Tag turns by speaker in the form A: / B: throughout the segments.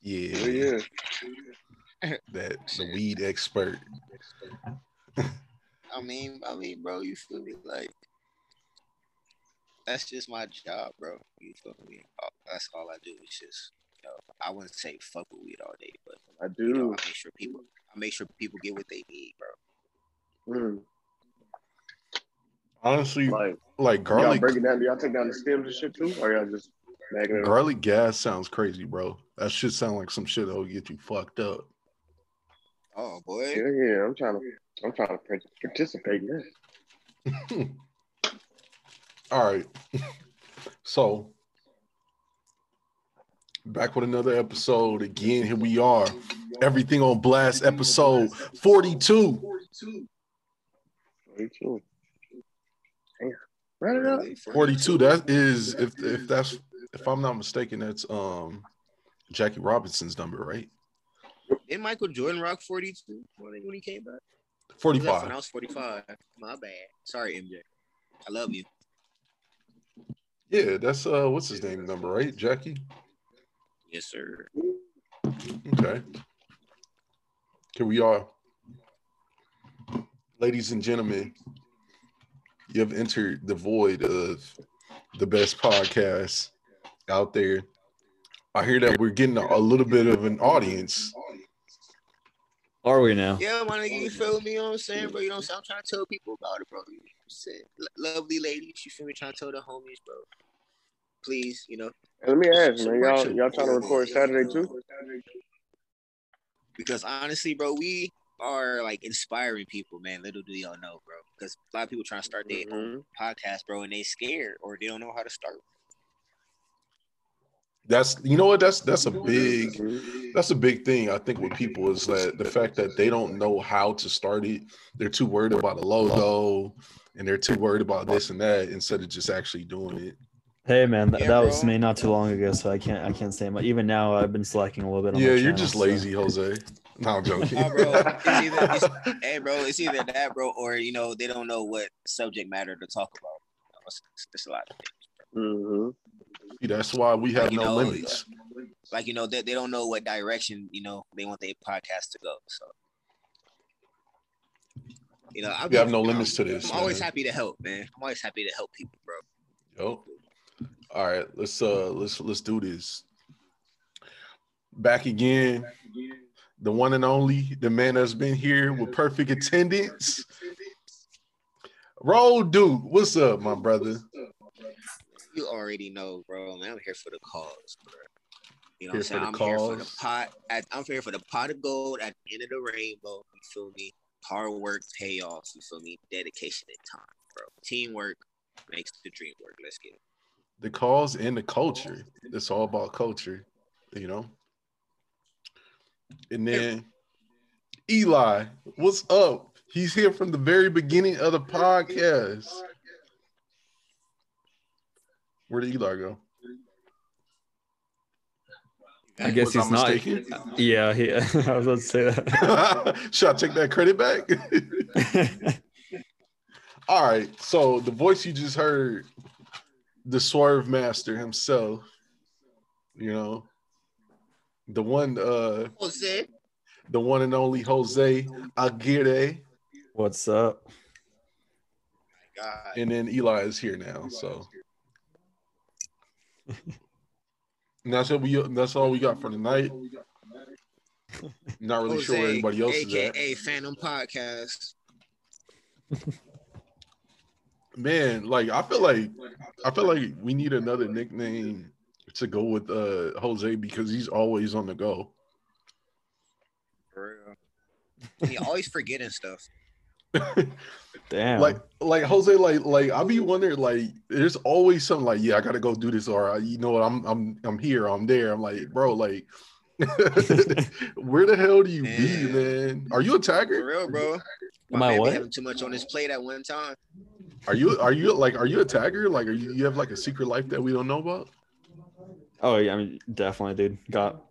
A: Yeah.
B: But yeah,
A: That the weed expert.
C: I mean, I mean, bro, you feel me? Like that's just my job, bro. You feel me? All- That's all I do. It's just, you know, I wouldn't say fuck with weed all day, but
B: I
C: you know,
B: do.
C: I make sure people, I make sure people get what they need, bro.
B: Mm,
A: Honestly, like,
B: Like, y'all
A: garlic
B: breaking down? Do y'all take down the stems and shit too, or y'all just bagging it up?
A: garlic gas sounds crazy, bro. That should sound like some shit that'll get you fucked up.
C: Oh boy,
B: Yeah, yeah. I'm trying to, I'm trying to par- participate in this.
A: All right. so back with another episode. Again, here we are. Everything on blast episode 42.
B: Me too. Damn. Run it up.
A: 42. That is if if that's if I'm not mistaken, that's um Jackie Robinson's number, right?
C: Oh, Did Michael Jordan rock forty two when he- when he came back? That's when I
A: 45.
C: was forty five. My bad. Sorry, MJ. I love you.
A: Yeah, that's uh what's his name number, right? Jackie?
C: Yes, sir.
A: Okay. Here we are. Ladies and gentlemen, you have entered the void of the best podcast out there. I hear that we're getting a, a little bit of an audience.
D: Are we now?
C: Yeah, my nigga, you feel me? You know what I'm saying, bro? You know what I'm saying? I'm trying to tell people about it, bro. You know what I'm saying? Lo- lovely ladies, you feel me? Trying to tell the homies, bro. Please, you know,
B: Hey, Let me ask, man. Y'all, y'all trying to record Saturday too?
C: because honestly, bro, we are like inspiring people, man. Little do y'all know, bro. Because a lot of people trying to start their
B: Mhm.
C: own podcast, bro, and they scared or they don't know how to start.
A: That's you know what that's that's a
B: Mm-hmm.
A: big that's a big thing I think with people is that the fact that they don't know how to start it, they're too worried about the logo and they're too worried about this and that instead of just actually doing it.
D: Hey man, th-
C: Yeah,
D: that was
C: bro.
D: me not too long ago, so I can't I can't say much. Even now, I've been slacking a little bit. On my
A: Yeah, you're
D: channel,
A: just
D: so-
A: lazy, Jose. No, I'm joking.
C: Nah, bro. It's either- it's- Hey, bro, it's either that, bro, or you know, they don't know what subject matter to talk about. You know, It's, it's, it's a lot. Of things.
B: Mm-hmm.
A: That's why we have
C: You
A: no
C: know,
A: limits.
C: Like you know, they, they don't know what direction you know they want their podcast to go. So you know, I
A: We have no limits to this.
C: I'm always
A: man.
C: happy to help, man. I'm always happy to help people, bro.
A: Yo. All right, let's uh let's let's do this. Back again, the one and only, the man that's been here with perfect attendance. Roll dude, what's up, my brother?
C: You already know, bro. Man, I'm here for the cause, bro. You know
A: Here
C: what I'm
A: for
C: saying? I'm
A: the
C: here for the
A: cause.
C: pot. At, I'm here for the pot of gold at the end of the rainbow. You feel me? Hard work payoff. You feel me? Dedication and time, bro. Teamwork makes the dream work. Let's get it.
A: The cause and the culture. It's all about culture, you know. And then Eli, what's up? He's here from the very beginning of the podcast. Where did Eli go?
D: I guess
A: Was I
D: he's not.
A: mistaken?
D: Yeah, he, I was about to say
A: Should I take that credit back?
D: that.
A: All right. So the voice you just heard, the swerve master himself, you know, the one uh
C: Jose,
A: the one and only Jose Aguirre,
D: What's up?
C: Oh God,
A: and then Eli is here now. So and that's what we that's all we got for tonight. Not really sure where
C: Jose,
A: anybody else is at.
C: AKA Phantom Podcast.
A: Man, like I feel like I feel like we need another nickname to go with uh Jose because he's always on the go.
C: For real. He always forgetting stuff.
D: Damn.
A: Like like Jose, like like I be wondering, like there's always something like, yeah, I gotta go do this, or I- you know what, I'm I'm I'm here, I'm there. I'm like, bro, like where the hell do you be,
C: Man.
A: man? Are you a
C: For
A: tagger?
C: real, bro.
D: Am
C: man
D: I
C: be
D: what?
C: having too much on his plate at one time.
A: Are you are you like are you a tagger? Like are you you have like a secret life that we don't know about?
D: Oh yeah, I mean definitely, dude. Got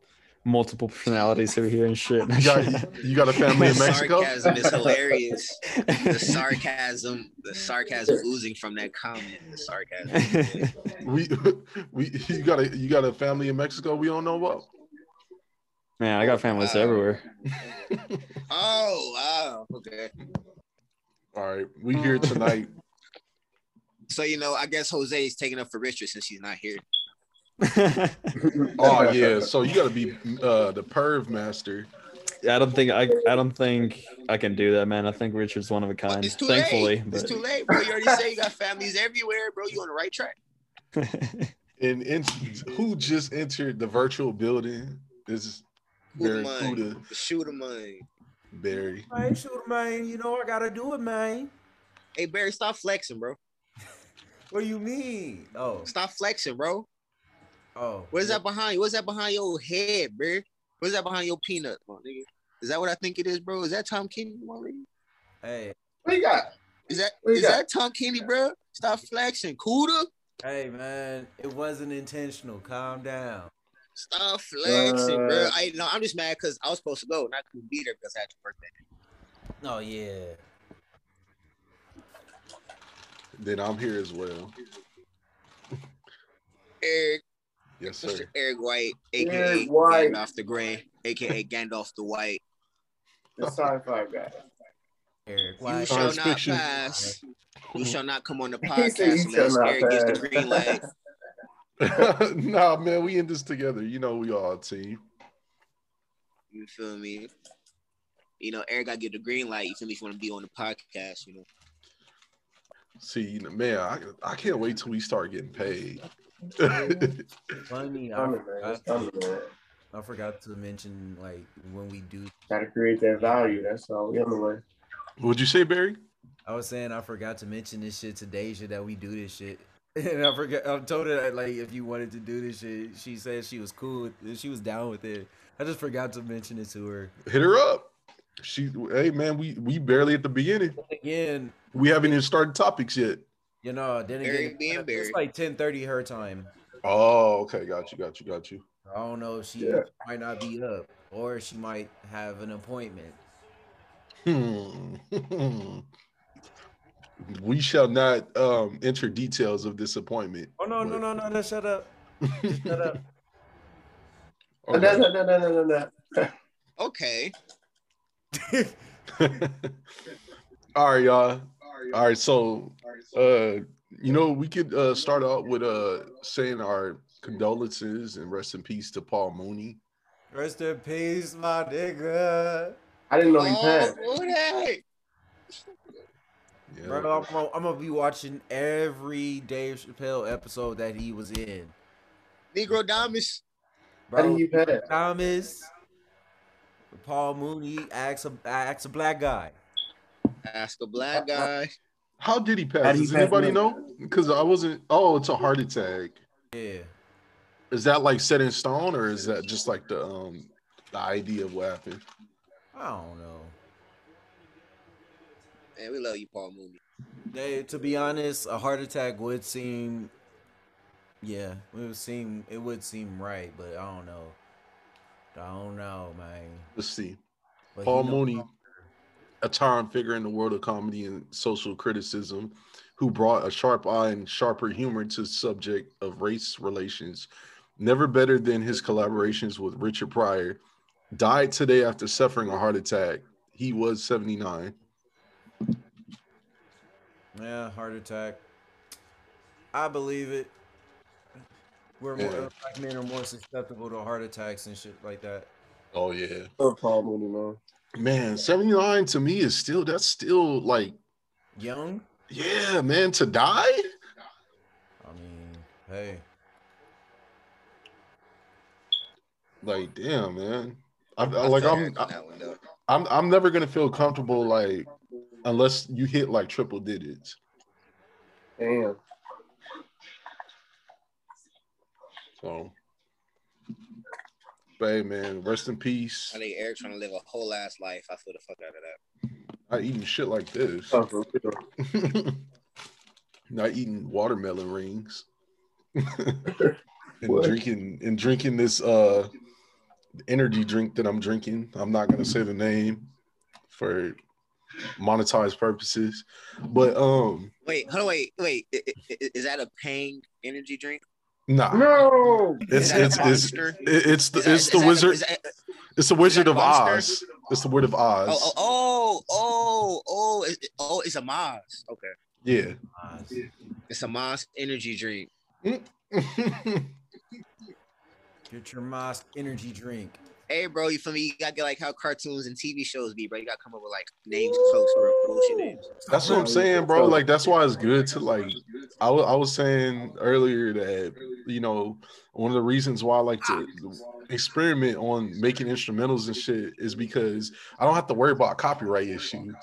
D: multiple personalities over here and shit.
A: You got you got a family in Mexico?
C: Sarcasm is hilarious. the sarcasm, the sarcasm oozing from that comment. The sarcasm.
A: We we you got a you got a family in Mexico we don't know about?
D: Man, I got
A: Uh,
D: families everywhere.
C: Oh wow, okay.
A: All right, we here tonight.
C: So you know, I guess Jose is taking up for Richard since he's not here.
A: Oh yeah, so you got to be uh, the perv master.
D: I don't think I I don't think I can do that, man. I think Richard's one of a kind.
C: It's too
D: Thankfully,
C: late. It's too late, bro. You already said you got families everywhere, bro. You on the right track.
D: but
A: And in, who just entered the virtual building is Barracuda
C: Shoot Shoot him, man.
A: Barry.
E: Hey, shooter, man. You know I gotta do it, man.
C: Hey Barry, stop flexing, bro.
E: What do you mean? Oh,
C: Stop flexing, bro.
E: oh.
C: What is that behind you? What's that behind your head, bro? What's that behind your peanut, my nigga? Is that what I think it is, bro? Is that Tom Kenny, my nigga?
E: Hey,
F: What you got?
C: Is that
F: What you
C: is
F: got?
C: that Tom Kenny, bro? Stop flexing, Cuda.
E: hey, man. It wasn't intentional. Calm down.
C: Stop flexing,
F: Uh,
C: bro. I no, I'm just mad because I was supposed to go and I couldn't be there because I had to work that.
E: Oh yeah.
A: Then I'm here as well.
C: Eric,
A: Yes,
C: Mr.
A: sir.
C: Eric White, aka
F: Eric White.
C: Gandalf the Grey, aka Gandalf the White.
F: The sci-fi guy.
E: Eric,
C: You
E: why?
A: Science
C: shall not
A: fiction.
C: pass. You shall not come on the
F: He said
C: podcast
F: you shall
C: unless
F: not
C: Eric gives the
F: pass.
C: green light.
A: nah, man, we in this together. You know, we all a team.
C: You feel me? You know, Eric got to give the green light. You feel me? If you want to be on the podcast, you know.
A: See, you know, man, I, I can't wait till we start getting paid.
E: Funny.
F: Coming,
E: I
F: man. It's
E: forgot,
F: coming, man.
E: I forgot to mention like when we do.
F: Gotta create that value. That's all. The other way.
A: Would you say, Barry?
E: I was saying I forgot to mention this shit to Deja that we do this shit. And I forgot. I told her that, like if you wanted to do this shit, she said she was cool. With, she was down with it. I just forgot to mention it to her.
A: Hit her up. She, hey, man, we we barely at the beginning.
E: Again,
A: We haven't even started topics yet.
E: you know. Then
C: Barry
E: again,
C: being Barry.
E: it's like ten thirty her time.
A: Oh, okay, got you, got you, got you.
E: I don't know if she
F: Yeah.
E: might not be up or she might have an appointment.
A: Hmm. we shall not um, enter details of disappointment.
E: Oh no, no,
A: What?
E: no, no, no, shut up. Shut up.
F: No, no, no, no, no, no, no.
C: Okay.
A: All right, y'all. All right, so uh, you know we could uh, start out with uh, saying our condolences and rest in peace to Paul Mooney.
E: Rest in peace, my nigga.
F: I didn't know he
C: Oh,
F: passed.
C: okay.
A: Yeah.
E: Bro, I'm, gonna- I'm gonna be watching every Dave Chappelle episode that he was in.
C: Negro Damas.
F: How
E: Bro,
F: did he
A: Oh.
F: pass?
E: Thomas, Paul Mooney, asked a, asked a black guy.
C: Ask a black guy.
A: How did he pass?
F: How did he
A: Does
F: pass
A: anybody
F: away?
A: know? Because I wasn't. Oh, it's a heart attack.
E: Yeah,
A: Is that like set in stone, or is that just like the um the idea of what happened?
E: I don't know.
C: Man, we love you, Paul Mooney.
E: They, to be honest, a heart attack would seem, yeah, it would seem it would seem right, but I don't know. I don't know, man.
A: Let's see.
E: But
A: Paul
E: he know-
A: Mooney, a towering figure in the world of comedy and social criticism, who brought a sharp eye and sharper humor to the subject of race relations, never better than his collaborations with Richard Pryor, died today after suffering a heart attack. He was 79.
E: Yeah, heart attack. I believe it. We're
A: Yeah.
E: more black men are more susceptible to heart attacks and shit like that.
A: Oh yeah.
F: No problem anymore.
A: Man, 79 to me is still that's still like,
E: Young?
A: yeah, man, to die?
E: I mean, hey.
A: Like, damn, man. I, I like
C: feel
A: I'm
C: Eric on that one, though.
A: I'm I'm never gonna feel comfortable like unless you hit like triple digits.
F: Damn.
A: So, but hey man, rest in peace.
C: I think Eric trying to live a whole ass life. I feel the fuck out of that.
A: Not eating shit like this.
F: Oh, for real.
A: Not eating watermelon rings. and
F: What?
A: drinking and drinking this uh energy drink that I'm drinking. I'm not gonna say the name for monetized purposes, but um,
C: Wait, hold on, wait, wait. I- I- I- Is that a Pang energy drink?
A: nah,
F: No.
A: it's
C: Is that
A: it's
C: a
A: it's
C: monster?
A: it- it's the
C: Is that-
A: it's
C: is
A: the
C: that-
A: wizard.
C: is that-
A: It's the Wizard
C: that
A: of
C: Monster?
A: Oz. It's the Wizard of Oz.
C: Oh, oh, oh, oh, it- it- oh, it's a Moz. Okay.
A: Yeah.
C: It's a Moz energy drink.
E: Get your Moss energy drink.
C: Hey, bro, you feel me? You gotta get like how cartoons and TV shows be, bro. You gotta come up with like names close to what bullshit names.
A: that's what I'm saying, bro. Like that's why it's good to like. I wa- I was saying earlier that you know one of the reasons why I like to experiment on making instrumentals and shit is because I don't have to worry about copyright issues.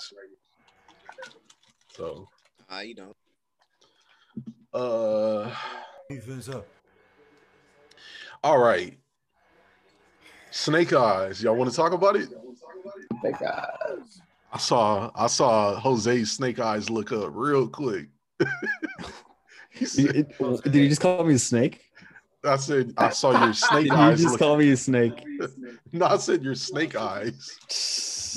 A: So,
C: Uh, you know,
A: uh,
E: Defense up.
A: all right. Snake Eyes, y'all want to talk about it?
F: Thank God.
A: I saw I saw Jose's snake eyes look up real quick. he
D: You-
A: said,
D: it- Did you just call me a snake?
A: I said I saw your
D: Did
A: snake
D: you
A: eyes.
D: just
A: Look-
D: call me a snake?
A: no, I said your snake eyes.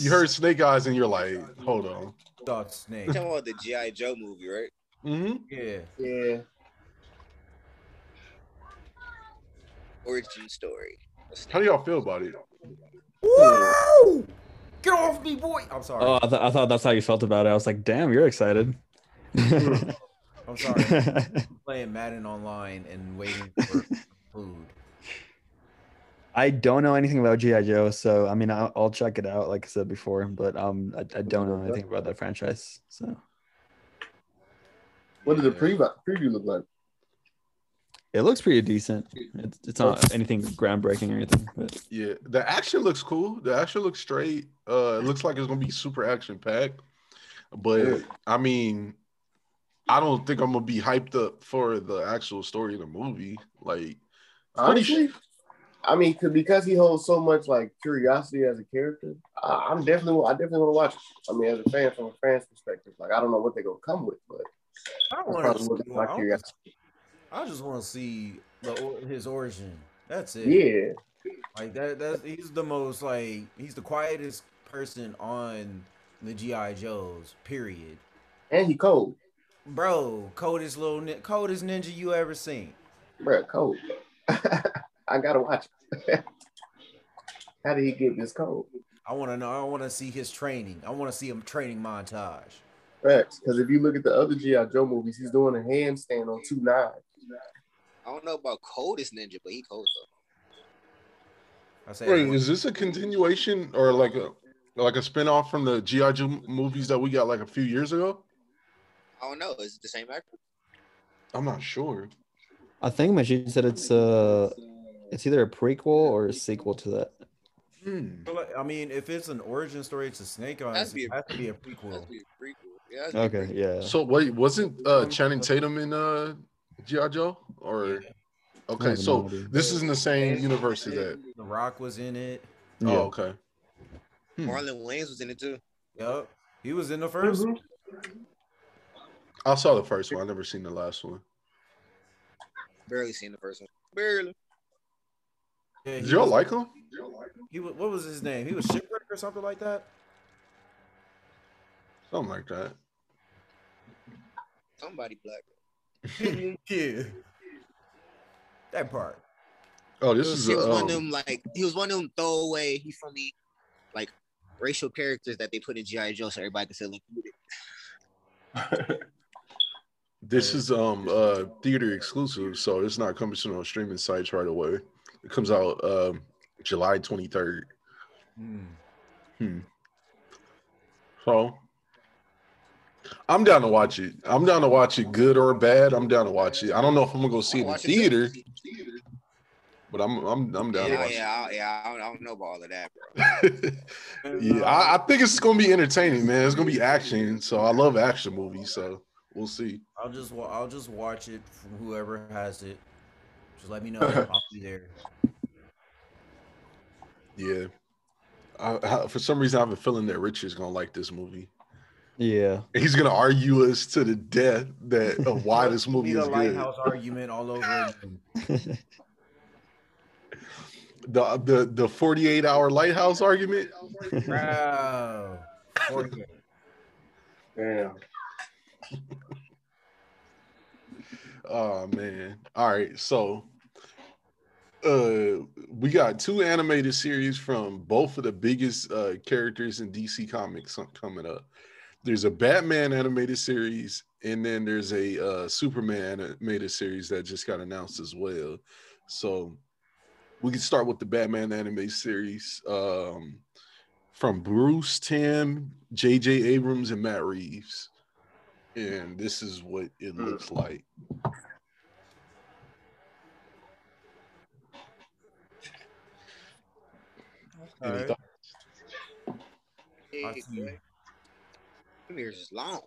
A: You heard snake eyes and you're like, hold on.
E: Thought snake.
C: you talking about the G.I. Joe movie, right?
A: hmm
E: Yeah.
F: Yeah.
C: Origin story.
A: How do y'all feel about it?
E: Woo! Get off me, boy. I'm sorry.
A: Uh,
D: Oh, I, th- I thought that's how you felt about it. I was like, damn, you're excited.
E: I'm sorry. I'm playing Madden online and waiting for food.
D: I don't know anything about GI Joe, so I mean, I'll, I'll check it out, like I said before. But um, I, I don't know anything about that franchise. So
F: What did the pre- preview look like?
D: it looks pretty decent. It's, it's not anything groundbreaking or anything, but
A: Yeah, the action looks cool. The action looks straight. Uh, it looks like it's gonna be super action packed. But
F: Yeah.
A: I mean, I don't think I'm gonna be hyped up for the actual story of the movie. Like, pretty sh-
F: Honestly, I mean, 'cause- because he holds so much like curiosity as a character, I, I'm definitely, I definitely want to watch. It. I mean, as a fan, from a fan's perspective, like I don't know what they're gonna come with, but
E: I don't
F: that's
E: want
F: probably what
E: to.
F: my curiosity.
E: I just want to see the, or- his origin. That's it.
F: Yeah,
E: Like that. That's he's the most like he's the quietest person on the GI Joes. Period.
F: and he cold,
E: Bro, coldest little nin- coldest ninja you ever seen.
F: bro, cold. I gotta watch. it. How did he get this cold?
E: I want to know. I want to see his training. I want to see him training montage.
F: Facts, because if you look at the other GI Joe movies, he's doing a handstand on two knives.
C: I don't know about coldest ninja, but he cold though.
E: I say.
A: Wait, is this a continuation or like a like a spinoff from the GI Joe movies that we got like a few years ago?
C: I don't know. Is it the same actor?
A: I'm not sure.
D: I think Majid said it's uh, it's either a prequel or a sequel to that.
A: Hmm.
E: I mean, if it's an origin story to Snake
C: That'd
E: Eyes,
C: be
E: it
C: a-
E: has to be a
C: That's
E: prequel.
C: be a prequel. Yeah.
A: Uh,
C: that's
D: Okay, yeah.
A: So wait, wasn't uh Channing Tatum in uh GI Joe or
D: I
A: okay?
D: have no
A: So
D: idea.
A: this is in the same universe as that.
E: The Rock was in it.
A: Oh,
D: Yeah.
A: okay.
C: be-
A: hmm.
C: Marlon Wayans was in it too.
E: Yep. He was in the 1st
A: I saw the first one. I never seen the last one.
C: Barely seen the first one. Barely.
E: Yeah,
A: Did
E: he
A: y'all
E: was-
A: like him?
E: He was, what was his name? He was shipwreck or something like that.
A: Something like that.
C: Somebody black.
E: yeah. That part.
A: Oh, this
C: He
A: is
C: was,
A: a,
C: one of
A: um,
C: them like he was one of them throwaway. He from me like racial characters that they put in GI Joe so everybody can say look. who did-
A: this is um uh theater exclusive, so it's not coming soon on streaming sites right away. It comes out um July 23rd.
E: Mm.
A: So I'm down to watch it. I'm down to watch it, good or bad. I'm down to watch it. I don't know if I'm gonna go see it in the
C: Watch
A: theater, but I'm I'm I'm down to
C: Yeah,
A: watch
C: Oh, yeah, I- yeah. I don't, I don't know about all of that, bro.
A: it.
E: uh,
A: yeah, I, I think it's gonna be entertaining, man. It's gonna be action. So I love action movies. So we'll see.
E: I'll just wa- I'll just watch it from whoever has it. Just let me know. I'll be there.
A: Yeah. I, I, for some reason, I have a feeling that Richard's gonna like this movie.
D: Yeah.
A: He's gonna argue us to the death that of why this movie
E: Need a
A: is good.
E: lighthouse argument all over again.
A: The the the forty eight hour lighthouse argument.
E: Wow. Forget.
F: Damn.
A: Oh man. All right. So uh we got two animated series from both of the biggest uh, characters in DC Comics coming up. There's a Batman animated series, and then there's a uh, Superman animated series that just got announced as well. So we can start with the Batman animated series um, from Bruce Tim, J.J. Abrams, and Matt Reeves. And this is what it looks like.
E: All
A: Any
E: right.
A: thoughts?
E: I
C: Hey,
E: see.
C: Premier's long.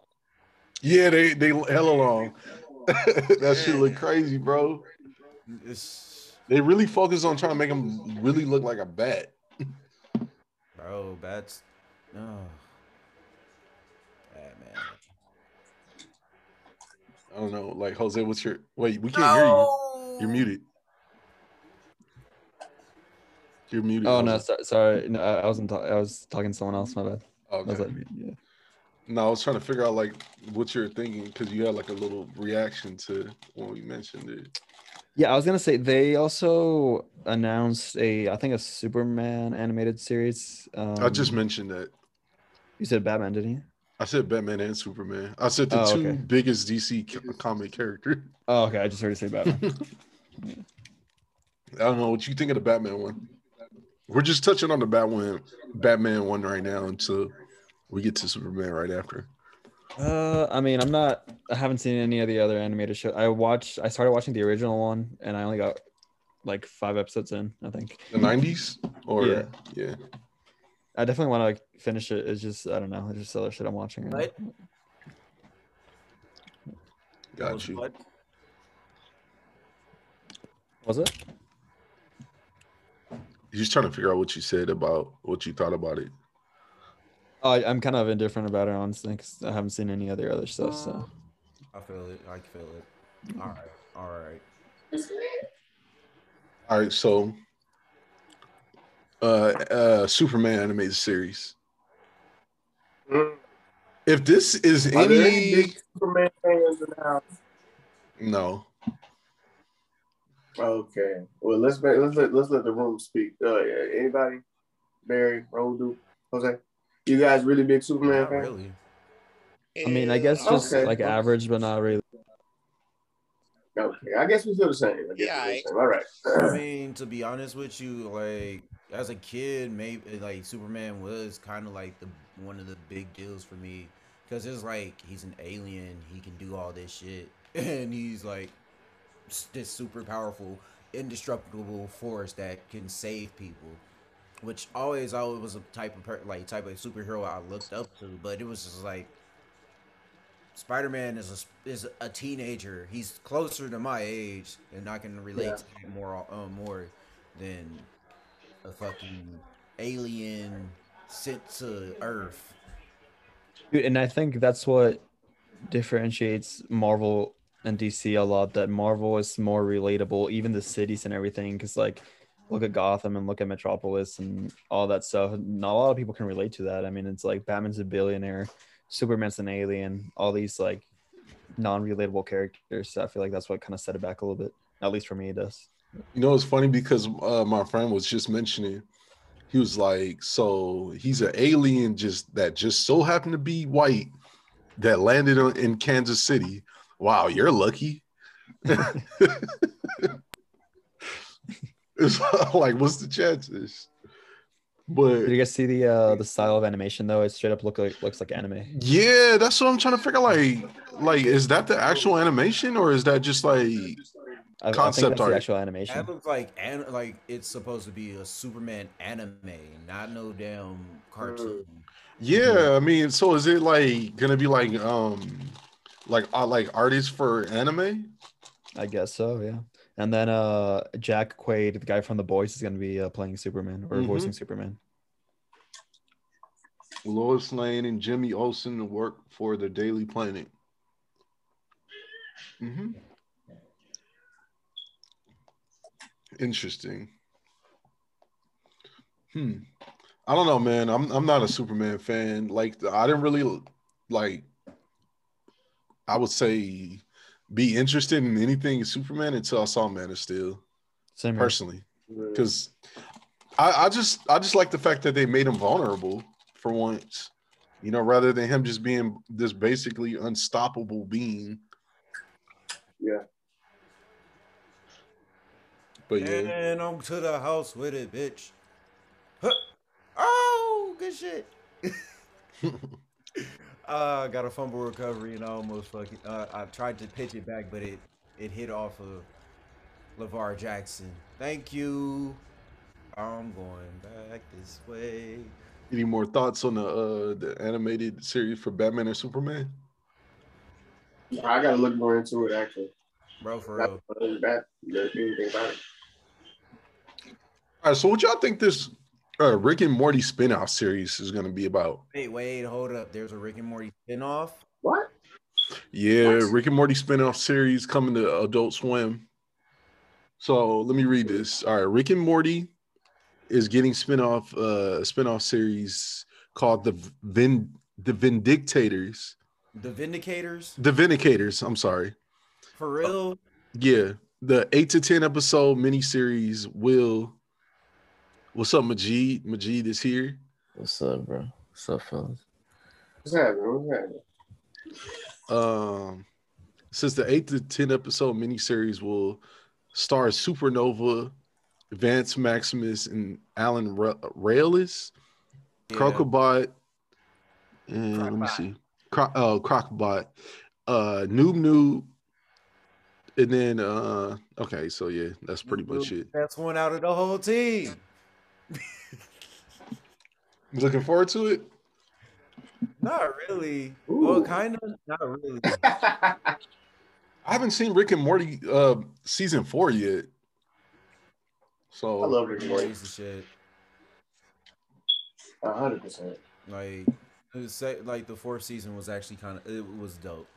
A: Yeah, they they hella long. that shit look crazy, bro.
E: It's-
A: They really focus on trying to make him really look like a bat.
E: bro, bats. No. Batman.
A: I don't know, like Jose, what's your wait? We can't hear you. You're muted. You're muted.
G: Oh no,
A: Jose.
G: so, sorry. No, I I wasn't. Ta- I was talking to someone else. My bad. I was
A: Okay.
G: like, yeah.
A: No, I was trying to figure out like what you're thinking because you had like a little reaction to when we mentioned it.
G: Yeah, I was gonna say they also announced a, I think a Superman animated series. Um,
A: I just mentioned that.
G: you said Batman, didn't you?
A: I said Batman and Superman. I said the
G: Oh,
A: two
G: okay.
A: biggest DC co- comic character.
G: Oh, okay. I just heard you say Batman.
A: I don't know what you think of the Batman one. We're just touching on the Batman Batman one right now until we get to Superman right after.
G: Uh, I mean, I'm not. I haven't seen any of the other animated show. I watched. I started watching the original one, and I only got like five episodes in. I think.
A: The
F: Mm-hmm.
A: nineties or yeah.
G: Yeah. I definitely want to like finish it. It's just I don't know. It's just other shit I'm watching. Right.
E: What?
G: now.
A: got you.
E: What?
G: Was it?
A: Just trying to figure out what you said about what you thought about it.
G: Oh, I, I'm kind of indifferent about it honestly, 'cause I haven't seen any other other stuff. So
E: I feel it. I feel it. All right. All right.
A: All right, so uh uh Superman animated series.
F: Mm.
A: If this is
F: Are there any
A: any
F: big Superman fans in the house?
A: no,
F: Okay. Well, let's let, let's let, let's let the room speak. Uh, yeah, anybody? Barry, Rodu, Jose. You guys really big Superman
E: Not
F: fans?
E: really.
G: I mean, I guess just
F: Okay.
G: like average, but not really.
F: Okay. I guess we feel the same. I guess
C: Yeah,
F: we feel the same. All right.
E: I mean, to be honest with you, like as a kid, maybe like Superman was kind of like the one of the big deals for me because it's like he's an alien, he can do all this shit, and he's like s- this super powerful, indestructible force that can save people. Which always, always was a type of per- like type of superhero I looked up to, but it was just like Spider Man is a s- is a teenager. He's closer to my age, and I can relate
F: Yeah.
E: to him more um, more than a fucking alien sent to Earth.
G: Dude, and I think that's what differentiates Marvel and DC a lot. That Marvel is more relatable, even the cities and everything. Because like, look at Gotham and look at Metropolis and all that stuff. Not a lot of people can relate to that. I mean, it's like Batman's a billionaire, Superman's an alien. All these like non-relatable characters. So I feel like that's what kind of set it back a little bit. At least for me, it does.
A: You know, it's funny because uh, my friend was just mentioning, he was like, so he's an alien just that just so happened to be white that landed on, in Kansas City. Wow, you're lucky. it's like, what's the chances?
G: Did
A: But
G: you guys see the uh, the style of animation though? It straight up look like looks like anime.
A: yeah, that's what I'm trying to figure. Like, like is that the actual animation or is that just like
G: I, I
A: Concept
G: think that's
A: art.
G: the actual animation.
E: That looks like an- like it's supposed to be a Superman anime, not no damn cartoon.
A: Yeah, I mean, so is it like gonna be like um like uh, like artists for anime?
G: I guess so, yeah. And then uh Jack Quaid, the guy from The Boys, is going to be uh, playing Superman or
C: Mm-hmm.
A: Mhm.
G: voicing Superman.
A: Lois Lane and Jimmy Olsen work for the Daily Planet. hmm Interesting. Hmm. I don't know, man. I'm I'm not a Superman fan. Like I didn't really like. I would say be interested in anything Superman until I saw Man of Steel.
G: Same here.
A: personally. because I, I just I just like the fact that they made him vulnerable for once. You know, rather than him just being this basically unstoppable being.
B: Yeah.
A: But Oh, yeah,
E: And I'm to the house with it, bitch. Huh. Oh, good shit. uh, got a fumble recovery and I almost fucking. Uh, I tried to pitch it back, but it it hit off of LeVar Jackson. Thank you. I'm going back this way.
A: any more thoughts on the uh the animated series for Batman and Superman?
F: I gotta look more into it actually.
E: Bro, for
F: Not
E: real.
F: that, that, anything about it.
A: All right, so what y'all think this uh, Rick and Morty spin-off series is going to be about?
E: Wait, wait, hold up. There's a Rick and Morty spinoff.
F: What?
A: Yeah, Rick and Morty spin-off series coming to Adult Swim. So let me read this. All right, Rick and Morty is getting spin-off uh spin-off series called the Vin the Vindicators.
E: The Vindicators.
A: The Vindicators, I'm sorry.
E: For real.
A: Yeah. The eight to ten episode miniseries will What's up, Majid? Majid is here.
H: What's up, bro? What's up, fellas?
F: What's happening? What's happening?
A: um since the eight to ten episode miniseries will star supernova vance maximus and alan Ra- Raelis,
E: Yeah.
A: crocobot and let me
E: Crocbot.
A: see Cro- uh, crocobot uh noob noob and then uh okay so yeah that's pretty much it
E: That's one out of the whole team.
A: looking forward to it
E: Not really.
F: Ooh.
E: Well, kind of. Not really.
A: i haven't seen rick and morty uh season four yet so
F: I love
E: Rick
F: Rick
E: and
F: and
E: Morty
F: Morty.
E: is the shit.
F: A hundred percent.
E: Like, it was sec- like the fourth season was actually kind of it was dope.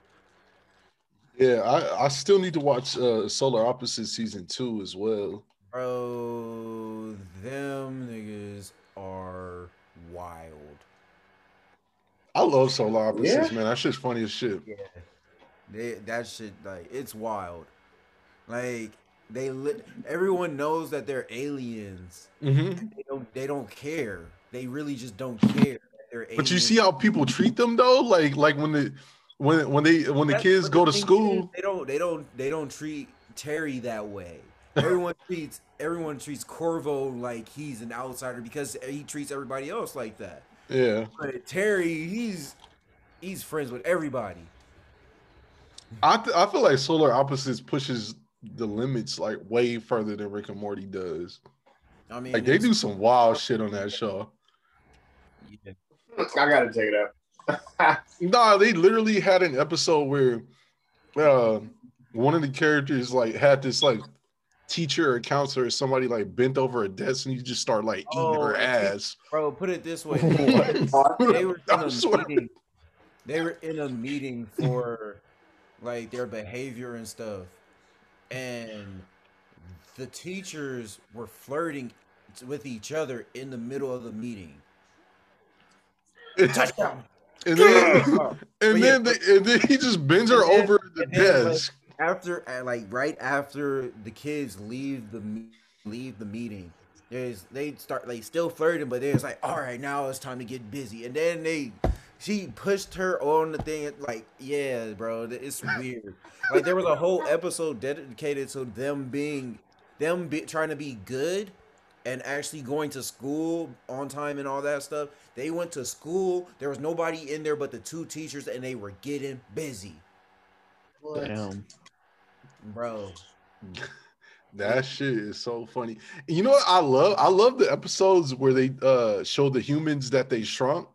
A: Yeah, I, I still need to watch uh Solar Opposites season two as well.
E: Bro, them niggas are wild.
A: I love Solar Opposites,
F: Yeah.
A: man. That shit's funny as shit.
E: They that shit like it's wild. Like they li- everyone knows that they're aliens.
A: Mhm.
E: They don't they don't care. They really just don't care. that They're
A: But you
E: aliens.
A: see how people treat them though? Like like when the when when they when the
E: That's
A: kids
E: what
A: go to
E: thing is,
A: school.
E: they don't they don't they don't treat Terry that way. Everyone treats everyone treats Corvo like he's an outsider because he treats everybody else like that.
A: Yeah.
E: But Terry, he's he's friends with everybody.
A: I th- I feel like Solar Opposites pushes the limits like way further than Rick and Morty does.
E: I mean,
A: Like they
E: it's-
A: do some wild shit on that show.
E: yeah.
F: I gotta check it out.
A: No, they literally had an episode where uh, one of the characters like had this like teacher or counselor or somebody like bent over a desk and you just start like eating
E: Oh,
A: her
E: I see.
A: ass.
E: Bro, put it this way. they were in
A: I'm
E: a
A: sorry.
E: meeting. They were in a meeting for like their behavior and stuff, and the teachers were flirting with each other in the middle of the meeting. Touchdown!
A: And then,
E: Oh,
A: and,
E: But
A: then they- and then he just bends her
E: And then-
A: over the
E: and then, like,
A: desk.
E: after uh, like right after the kids leave the me- leave the meeting, there's they start like still flirting, but then it's like all right now it's time to get busy, and then they she pushed her on the thing like yeah bro th- it's weird like there was a whole episode dedicated to them being them be, trying to be good and actually going to school on time and all that stuff they went to school there was nobody in there but the two teachers and they were getting busy
D: Damn.
E: bro
A: That shit is so funny. You know what I love? I love the episodes where they uh show the humans that they shrunk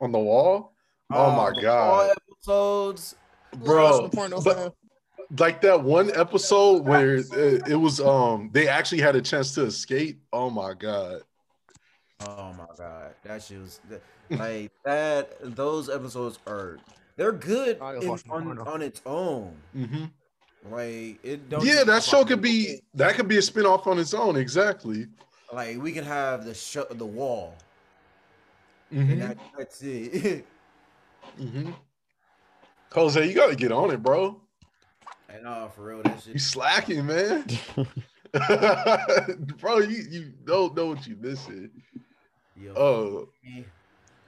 A: on the wall. Oh, my
E: the
A: God.
E: All episodes.
A: Bro, but- like that one episode where uh, it was um they actually had a chance to escape. Oh my god.
E: Oh my god, that shit was that- like that. Those episodes are they're good
I: I
E: in,
I: lost my
E: on,
I: porno.
E: on its own.
A: hmm
E: Like it don't.
A: Yeah, that show could be that could be a spin-off on its own. Exactly.
E: like we can have the show the wall. And
A: Mhm,
E: that, that's it.
A: mhm. Jose, you gotta get on it, bro.
E: and uh, for real, that
A: You
E: shit.
A: slacking, man. bro, you, you don't know what you missing.
E: Yo,
A: Oh,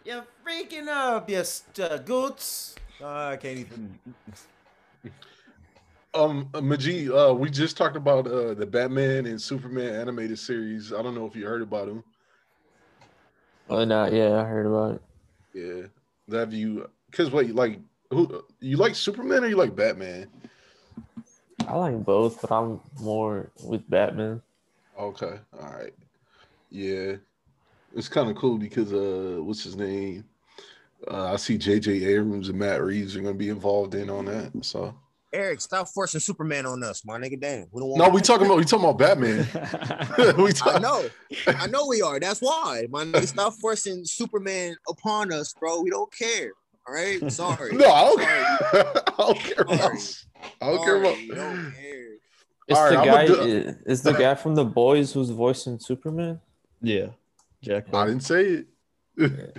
E: You're freaking up, you st- goots. Uh, I can't even.
A: um, Majid, uh, we just talked about uh the Batman and Superman animated series. I don't know if you heard about them.
H: Oh, no, yeah, I heard about it.
A: Yeah, have you? Cause what you like? Who you like Superman or you like Batman?
H: I like both, but I'm more with Batman.
A: Okay, all right, yeah, it's kind of cool because uh, what's his name? Uh, I see J.J. Abrams and Matt Reeves are gonna be involved in on that. So
C: Eric, stop forcing Superman on us, my nigga. Damn, we don't want.
A: no, we talking about we talking about Batman. we
C: I
A: talk,
C: know, I know we are. That's why, my nigga. Stop forcing Superman upon us, bro. We don't care. All right, sorry.
A: no, I don't,
C: Sorry.
A: care. I don't care about. I don't care
C: Sorry, we
A: about.
C: don't care.
H: It's
A: All
H: the
A: right,
H: guy.
A: I'ma
H: It's the guy from The Boys who's voicing Superman.
D: yeah, Jack.
A: I didn't say it.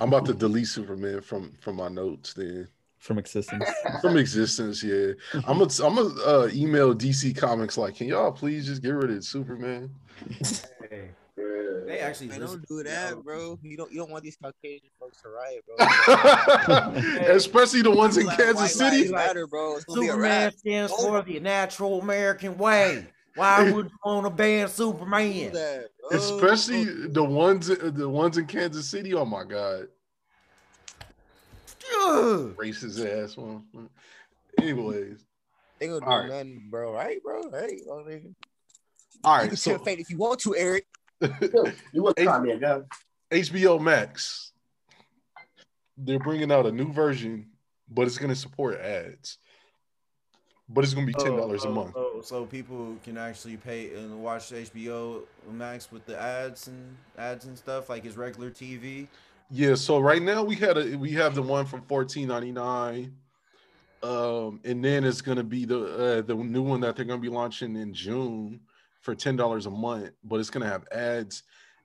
A: I'm about to delete Superman from from my notes. Then
D: from existence.
A: from existence. Yeah, I'm gonna I'm gonna uh, email DC Comics like, can y'all please just get rid of Superman?
E: Hey,
F: Yeah.
E: they actually
C: Man,
E: listen-
C: don't do that, bro. You don't. You don't want these Caucasian folks to riot, bro.
A: Especially the ones in
C: Black,
A: Kansas
C: white lives
A: City.
C: matter, bro. It's gonna be a
E: Superman
C: rap.
E: stands
C: Over.
E: for the natural American way. Why would you want to ban Superman?
C: Oh,
A: Especially the ones the ones in Kansas City. Oh my god,
E: Ugh.
A: racist ass one. Anyways,
C: they gonna do
A: All right.
C: nothing, bro. Right, bro. Right, oh, nigga.
A: all
C: You
A: right.
C: can
A: So
C: so, fate if you want to, Eric.
F: You want to try me again?
A: HBO Max. They're bringing out a new version, but it's going to support ads. But it's going to be ten dollars a
E: Oh,
A: month.
E: oh, so people can actually pay and watch HBO Max with the ads and ads and stuff like it's regular TV.
A: Yeah. So right now we had a we have the one from fourteen ninety nine, um, and then it's going to be the uh, the new one that they're going to be launching in June for ten dollars a month. But it's going to have ads,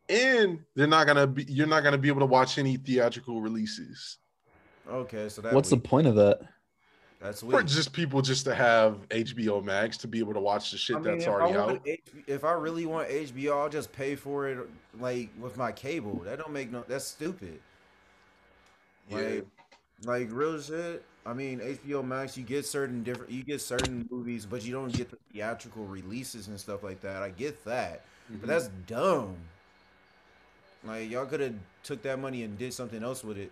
A: and they're not going to be you're not going to be able to watch any theatrical releases.
E: Okay, so that
D: What's the
E: weak.
D: point of that?
E: that's
A: For
E: weak.
A: just people just to have HBO Max to be able to watch the shit
E: I mean,
A: that's
E: if I
A: already
E: want
A: out.
E: H- if I really want HBO, I'll just pay for it like with my cable. That don't make no. That's stupid.
A: Yeah.
E: Like, like real shit. I mean, HBO Max, you get certain different, you get certain movies, but you don't get the theatrical releases and stuff like that. I get that, but that's dumb. Like y'all could have took that money and did something else with it.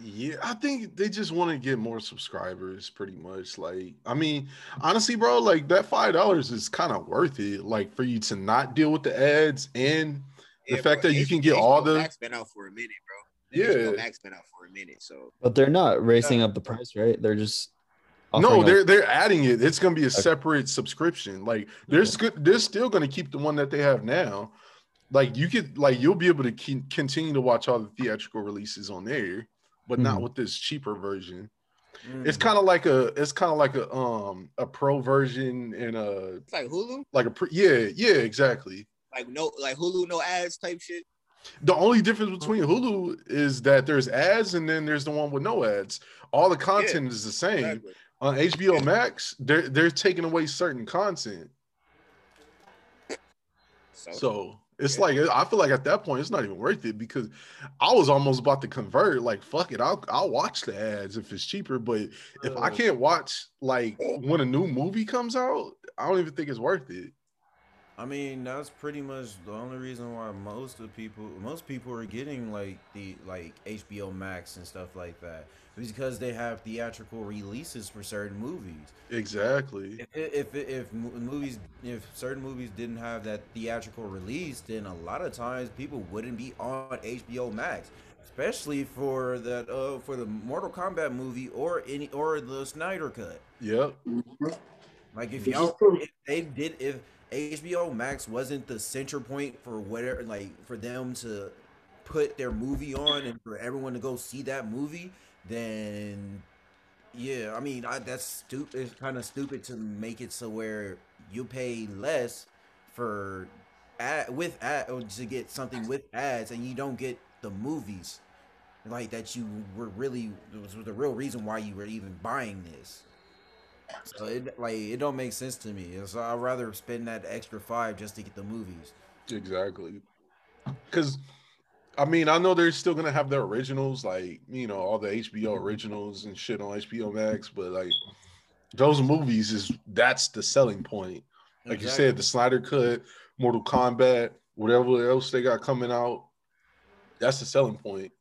A: Yeah, I think they just want to get more subscribers, pretty much. Like, I mean, honestly, bro, like that five dollars is kind of worth it. Like for you to not deal with the ads and The fact that you can get all the-
C: Max been out for a minute, bro.
A: Yeah.
C: HBO Max been out for a minute, so
D: But they're not racing up the price, right? They're just offering
A: no,
D: a-
A: they're they're adding it. It's gonna be a separate subscription. Like they're
D: Okay.
A: sc- they're still gonna keep the one that they have now. Like you could like you'll be able to keep, continue to watch all the theatrical releases on there, but not
D: Mhm.
A: with this cheaper version.
E: Mm.
A: It's kind of like a it's kind of like a um a pro version and a
C: it's like Hulu,
A: like a pre- yeah yeah exactly.
C: like no, like Hulu, no ads type shit.
A: The only difference
C: Mm-hmm.
A: between Hulu is that there's ads and then there's the one with no ads. All the content is the same.
C: Exactly.
A: On HBO Max, they're they're taking away certain content.
C: So,
A: So it's
C: Yeah.
A: like I feel like at that point it's not even worth it because I was almost about to convert. Like fuck it, I'll I'll watch the ads if it's cheaper. But if I
C: Mm.
E: Uh,
A: can't watch like when a new movie comes out, I don't even think it's worth it.
E: I mean, that's pretty much the only reason why most of people, most people are getting like the like HBO Max and stuff like that because they have theatrical releases for certain movies.
A: Exactly.
E: If if, if, if mo- movies, if certain movies didn't have that theatrical release, then a lot of times people wouldn't be on HBO Max, especially for that uh for the Mortal Kombat movie or any or the Snyder Cut.
A: Yep.
E: Like if
F: This is
E: y'all
F: true.
E: if they did if HBO Max wasn't the center point for whatever like for them to put their movie on and for everyone to go see that movie, then yeah, I mean I, that's stupid. It's kind of stupid to make it so where you pay less for ad, with ad or to get something with ads and you don't get the movies like that you were really was the real reason why you were even buying this. So it like it don't make sense to me. So I'd rather spend that extra five just to get the movies.
A: Exactly. Because, I mean, I know they're still going to have their originals, like, you know, all the HBO originals and shit on HBO Max, but like, those movies is that's the selling point. Like you said, the Snyder Cut, Mortal Kombat, whatever else they got coming out, that's the selling point.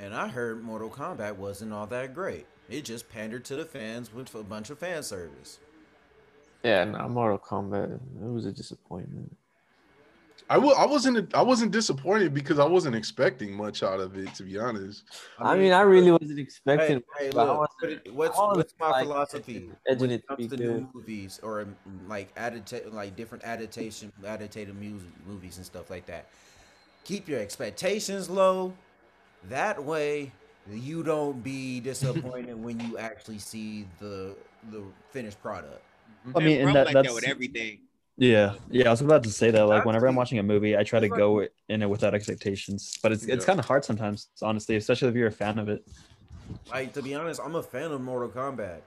E: And I heard Mortal Kombat wasn't all that great. It just pandered to the fans with a bunch of fan service.
H: Yeah, not Mortal Kombat. It was a disappointment.
A: I w- I wasn't I wasn't disappointed because I wasn't expecting much out of it to be honest.
H: I mean, I really wasn't
E: Hey,
H: expecting.
E: hey,
H: but I
E: look,
H: wasn't-
E: put it- what's,
H: I wasn't,
E: what's my
H: like,
E: philosophy
H: edging
E: when
H: it
E: it
H: to be
E: comes to
H: good.
E: new movies or um, like adapta- like different adaptation adaptated music movies and stuff like that? Keep your expectations low. That way, you don't be disappointed when you actually see the the finished product.
D: I mean,
C: Bro,
D: and that,
C: like
D: that's
C: that with everything.
D: yeah, yeah. I was about to say that. Like, whenever I'm watching a movie, I try to go it- in it without expectations, but it's it's
A: Yeah.
D: kind of hard sometimes, honestly, especially if you're a fan of it.
E: Like to be honest, I'm a fan of Mortal Kombat.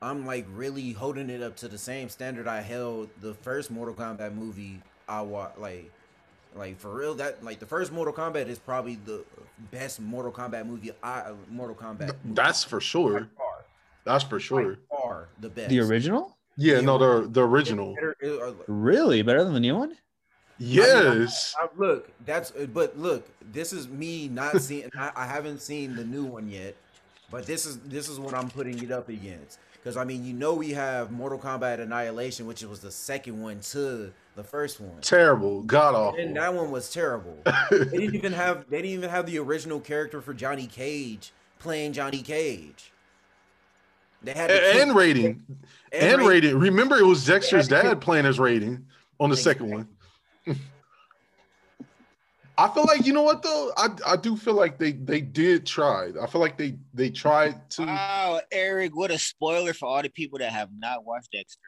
E: I'm like really holding it up to the same standard I held the first Mortal Kombat movie I watched. Like, like for real, that like the first Mortal Kombat is probably the best Mortal Kombat movie. I Mortal Kombat. movie
A: That's for
E: by
A: sure.
E: far,
A: That's for
E: by
A: sure.
E: far the best.
D: The original,
A: Yeah, no, the the original.
E: It- it- it-
D: really better than the new one.
A: Yes.
E: I- Uh, look, that's but look, this is me not seeing. I, I haven't seen the new one yet, but this is this is what I'm putting it up against. Because I mean, you know, we have Mortal Kombat Annihilation, which was the second one to the first one,
A: Terrible. God
E: and
A: awful.
E: that one was terrible. they didn't even have they didn't even have the original character for Johnny Cage playing Johnny Cage. They had to
A: And
E: keep-
A: rating.
E: and
A: And
E: Raiden.
A: rating. Remember it was Dexter's
E: Yeah,
A: dad playing as rating on the second one. I feel like you know what though? I, I do feel like they they did try. I feel like they they tried to
C: Wow, Oh, Eric, what a spoiler for all the people that have not watched Dexter.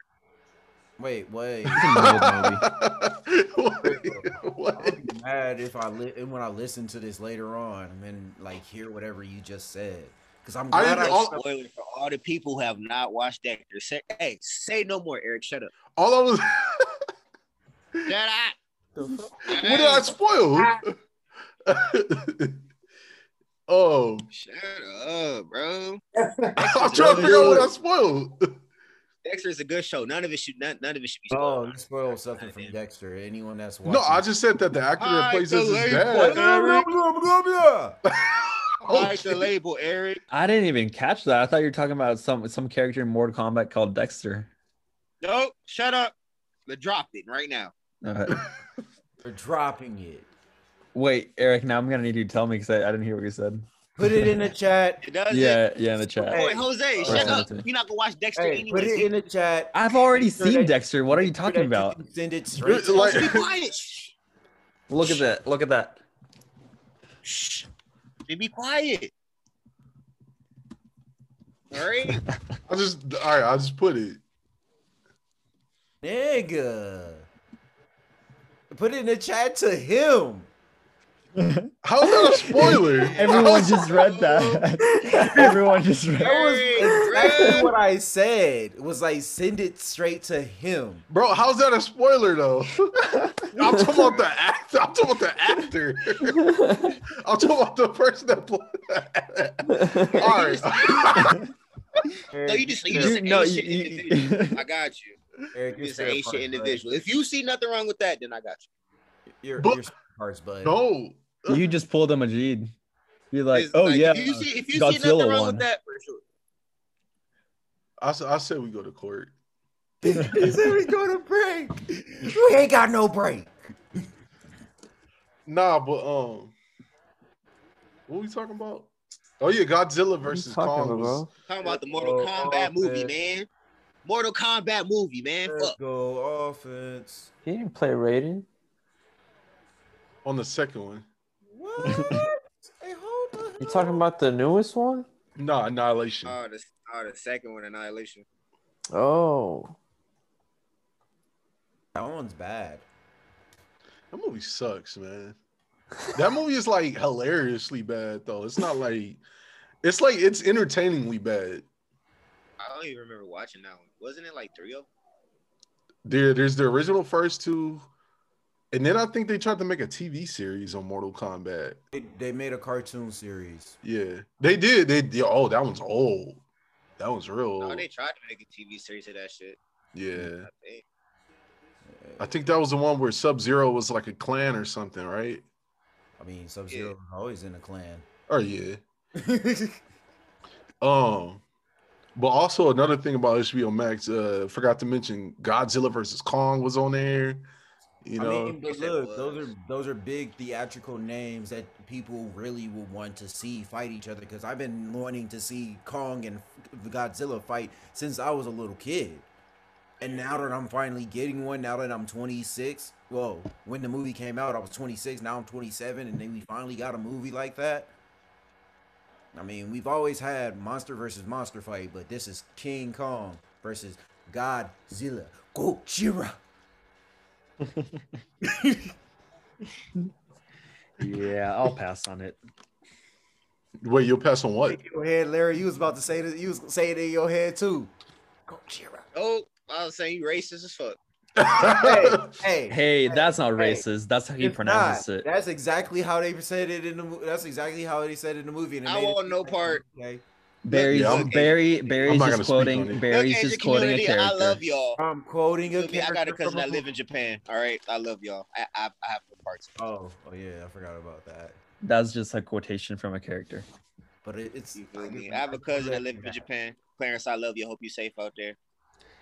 E: Wait, wait.
A: What? What?
E: I'd be mad if I li- and when I listen to this later on and like hear whatever you just said because I'm
A: I
E: glad I,
A: didn't-
C: What
A: all-
C: a spoiler for all the people who have not watched Dexter. Say, hey, say no more, Eric. Shut up.
A: All I was
C: Shut up.
A: what did I spoil?
E: Ah.
A: oh,
C: Shut up, bro.
A: I'm trying to figure out what I spoiled.
C: Dexter is a good show. None of it should none, none of it should be
E: oh
C: spoiled.
E: you spoiled something from Dexter. Anyone that's watching,
A: No, I just said that the actor that
C: Hi,
A: plays
C: the
A: as his
C: lady
A: dad.
C: plays- Eric.
A: Oh,
C: Hide the
A: shit.
C: label, Eric.
D: I didn't even catch that. I thought you were talking about some some character in Mortal Kombat called Dexter.
C: Nope. Shut up. But drop it right now.
D: Uh,
E: they're dropping it.
D: wait, Eric. Now I'm gonna need you to tell me because I, I didn't hear what you said.
E: Put it in the chat.
C: It does it.
D: Yeah, yeah, in the chat.
E: Hey.
C: Wait, Jose, shut
D: Listen
C: up.
D: to me.
C: You're not gonna watch Dexter
E: Hey, put it
C: anyway.
E: in the chat.
D: I've already
E: Make sure that-
D: seen Dexter. What are you
E: Make sure that
D: talking about?
E: can Send it straight.
A: It's
E: To
A: like-
C: Be quiet. Shh.
D: Look at that. Look at that.
C: Shh. Then Be quiet. All right.
A: I just all right. I just put it.
E: nigga. Put it in the chat to him.
A: How's that a spoiler?
D: Everyone just read that. Everyone just read.
E: That was
C: Eric,
E: exactly
C: Eric.
E: what I said. It was like send it straight to him.
A: bro. How's that a spoiler though? I'm talking about the actor. I'm talking about the actor. I'm talking about the person that played. the actor. All right.
C: So you just, you just
D: You,
C: an
D: no, you,
C: ancient individual.
D: you,
C: I got you.
E: Eric,
C: You're just an
E: spare parts,
C: ancient
E: bud.
C: individual. If you see nothing wrong with that, then I got you.
E: You're,
A: But-
E: you're parts, bud.
A: no.
D: you just pulled a Majid. You're like,
C: It's
D: oh yeah,
C: If you see, if you see nothing
D: Godzilla
C: wrong
D: one.
C: with that, for sure.
A: I, s- I said we go to court.
E: He said we go to break. We ain't got no break.
A: Nah, but um, what we talking about? Oh yeah, Godzilla versus Kong. was-
C: Talking about the Mortal
E: Oh,
C: Kombat
E: oh,
C: movie,
E: man. Uh,
C: man. Mortal Kombat movie, man. Fuck.
E: go offense.
H: He didn't play Raiden.
A: on the second one.
E: What? hey, hold on.
H: You talking about the newest one?
A: Nah, Annihilation.
C: Oh, the, oh, the second one, Annihilation.
H: Oh,
E: that one's bad.
A: that movie sucks, man. That movie is like hilariously bad though. It's not like it's like it's entertainingly bad.
C: I don't even remember watching that one. Wasn't it like three of them?
A: There, there's the original first two, and then I think they tried to make a TV series on Mortal Kombat.
E: They, they made a cartoon series.
A: Yeah, they did. They yeah, oh, that one's old. That one's real.
C: No,
A: Old.
C: Oh, they tried to make a TV series of that shit.
A: Yeah,
C: I think.
A: I think that was the one where Sub Zero was like a clan or something, right?
E: I mean, Sub Zero
C: Yeah.
E: was always in the clan.
A: Oh yeah.
E: yeah,
A: Um, but also another thing about HBO Max, uh, forgot to mention Godzilla versus Kong was on there. You
E: I
A: know,
E: mean, but
C: Yes, it
E: look, those
C: was.
E: are those are big theatrical names that people really will want to see fight each other. Because I've been wanting to see Kong and Godzilla fight since I was a little kid, and now that I'm finally getting one, now that I'm 26, whoa! When the movie came out, I was 26. Now I'm 27, and then we finally got a movie like that. I mean, we've always had monster versus monster fight, but this is King Kong versus Godzilla. Gojira.
D: Yeah, I'll pass on it.
A: wait, you'll pass on what?
E: your head, Larry. You was about to say this. You was saying it in your head too. Gojira.
C: Oh, I was saying you racist as fuck.
E: Hey,
D: Hey, that's not
E: hey,
D: racist. That's how he
E: it's
D: pronounces
E: not.
D: it.
E: That's exactly how they said it in the. mo- That's exactly how they said it in the movie. And it
C: I
E: made it
C: want no
E: seem like,
C: part.
E: Okay.
D: Barry's
A: Yeah, I'm-
D: Barry
A: I'm
D: Barry's
A: not gonna
D: just
A: speak on
D: quoting
A: it.
C: Look,
D: Barry's
C: Asian
D: just quoting a
C: community,
D: character.
C: I love y'all.
E: I'm quoting
C: You
E: a
C: feel Um, me? I got a
E: character
C: cousin
E: from
C: that
E: a
C: live in Japan. All right, I love y'all. I I, I have the parts.
E: Oh, oh yeah, I forgot about that.
D: That's just a quotation from a character.
E: But it, it's.
C: You feel me? I have a cousin that lives in Japan. Clarence, I love you. Hope you safe out there.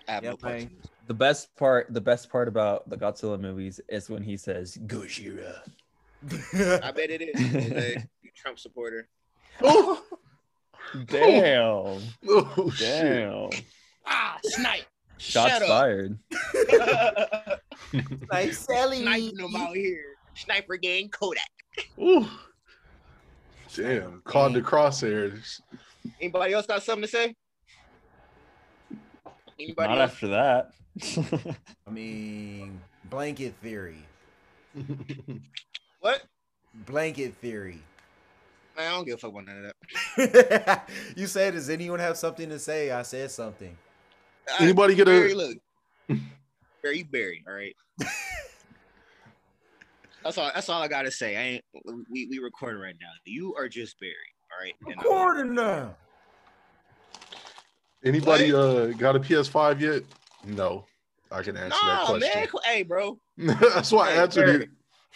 C: I have
E: Yeah,
C: no parts.
E: man.
D: The best part, the best part about the Godzilla movies is when he says Gojira.
C: I bet it is. Jose, you Trump supporter.
A: oh,
D: Damn,
A: oh, shit.
D: damn.
C: Ah, snipe.
D: Shots
C: Shut up.
D: fired.
E: like Sally.
C: Sniping them out here. Sniper gang Kodak.
A: Ooh. Damn, caught in the crosshairs.
C: Anybody else got something to say? Anybody
D: Not
C: else?
D: after that.
E: I mean, blanket theory.
C: What?
E: Blanket theory.
C: Man, I don't give a fuck about none of that.
E: you said, does anyone have something to say? I said something.
C: All right,
A: Anybody get
C: Barry,
A: a?
C: look. Barry, you Barry, all right. that's all that's all I gotta say. I ain't we we recording right now. You are just Barry, all right. And uh, I-
E: now.
A: Anybody uh got a PS5 yet? No, I can answer that
C: Nah, man.
A: question.
C: Hey, bro.
A: That's why I
C: Hey,
A: answered it.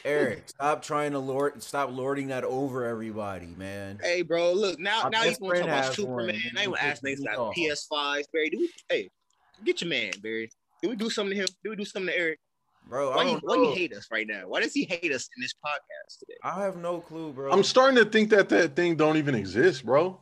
E: Eric, stop trying to lord, stop lording that over everybody, man.
C: Hey, bro. Look, now
E: My
C: now you
E: best
C: want to talk
E: friend
C: about
E: has
C: Superman.
E: one.
C: I ain't want to ask niggas
E: Oh.
C: about PS5s, Barry. Do we, hey, get your man, Barry. Did we do something to him? Did we do something to Eric?
E: Bro,
C: Why
E: I
C: you,
E: don't
C: why
E: know.
C: you hate us right now? Why does he hate us in this podcast today?
E: I have no clue, bro.
A: I'm starting to think that that thing don't even exist, bro.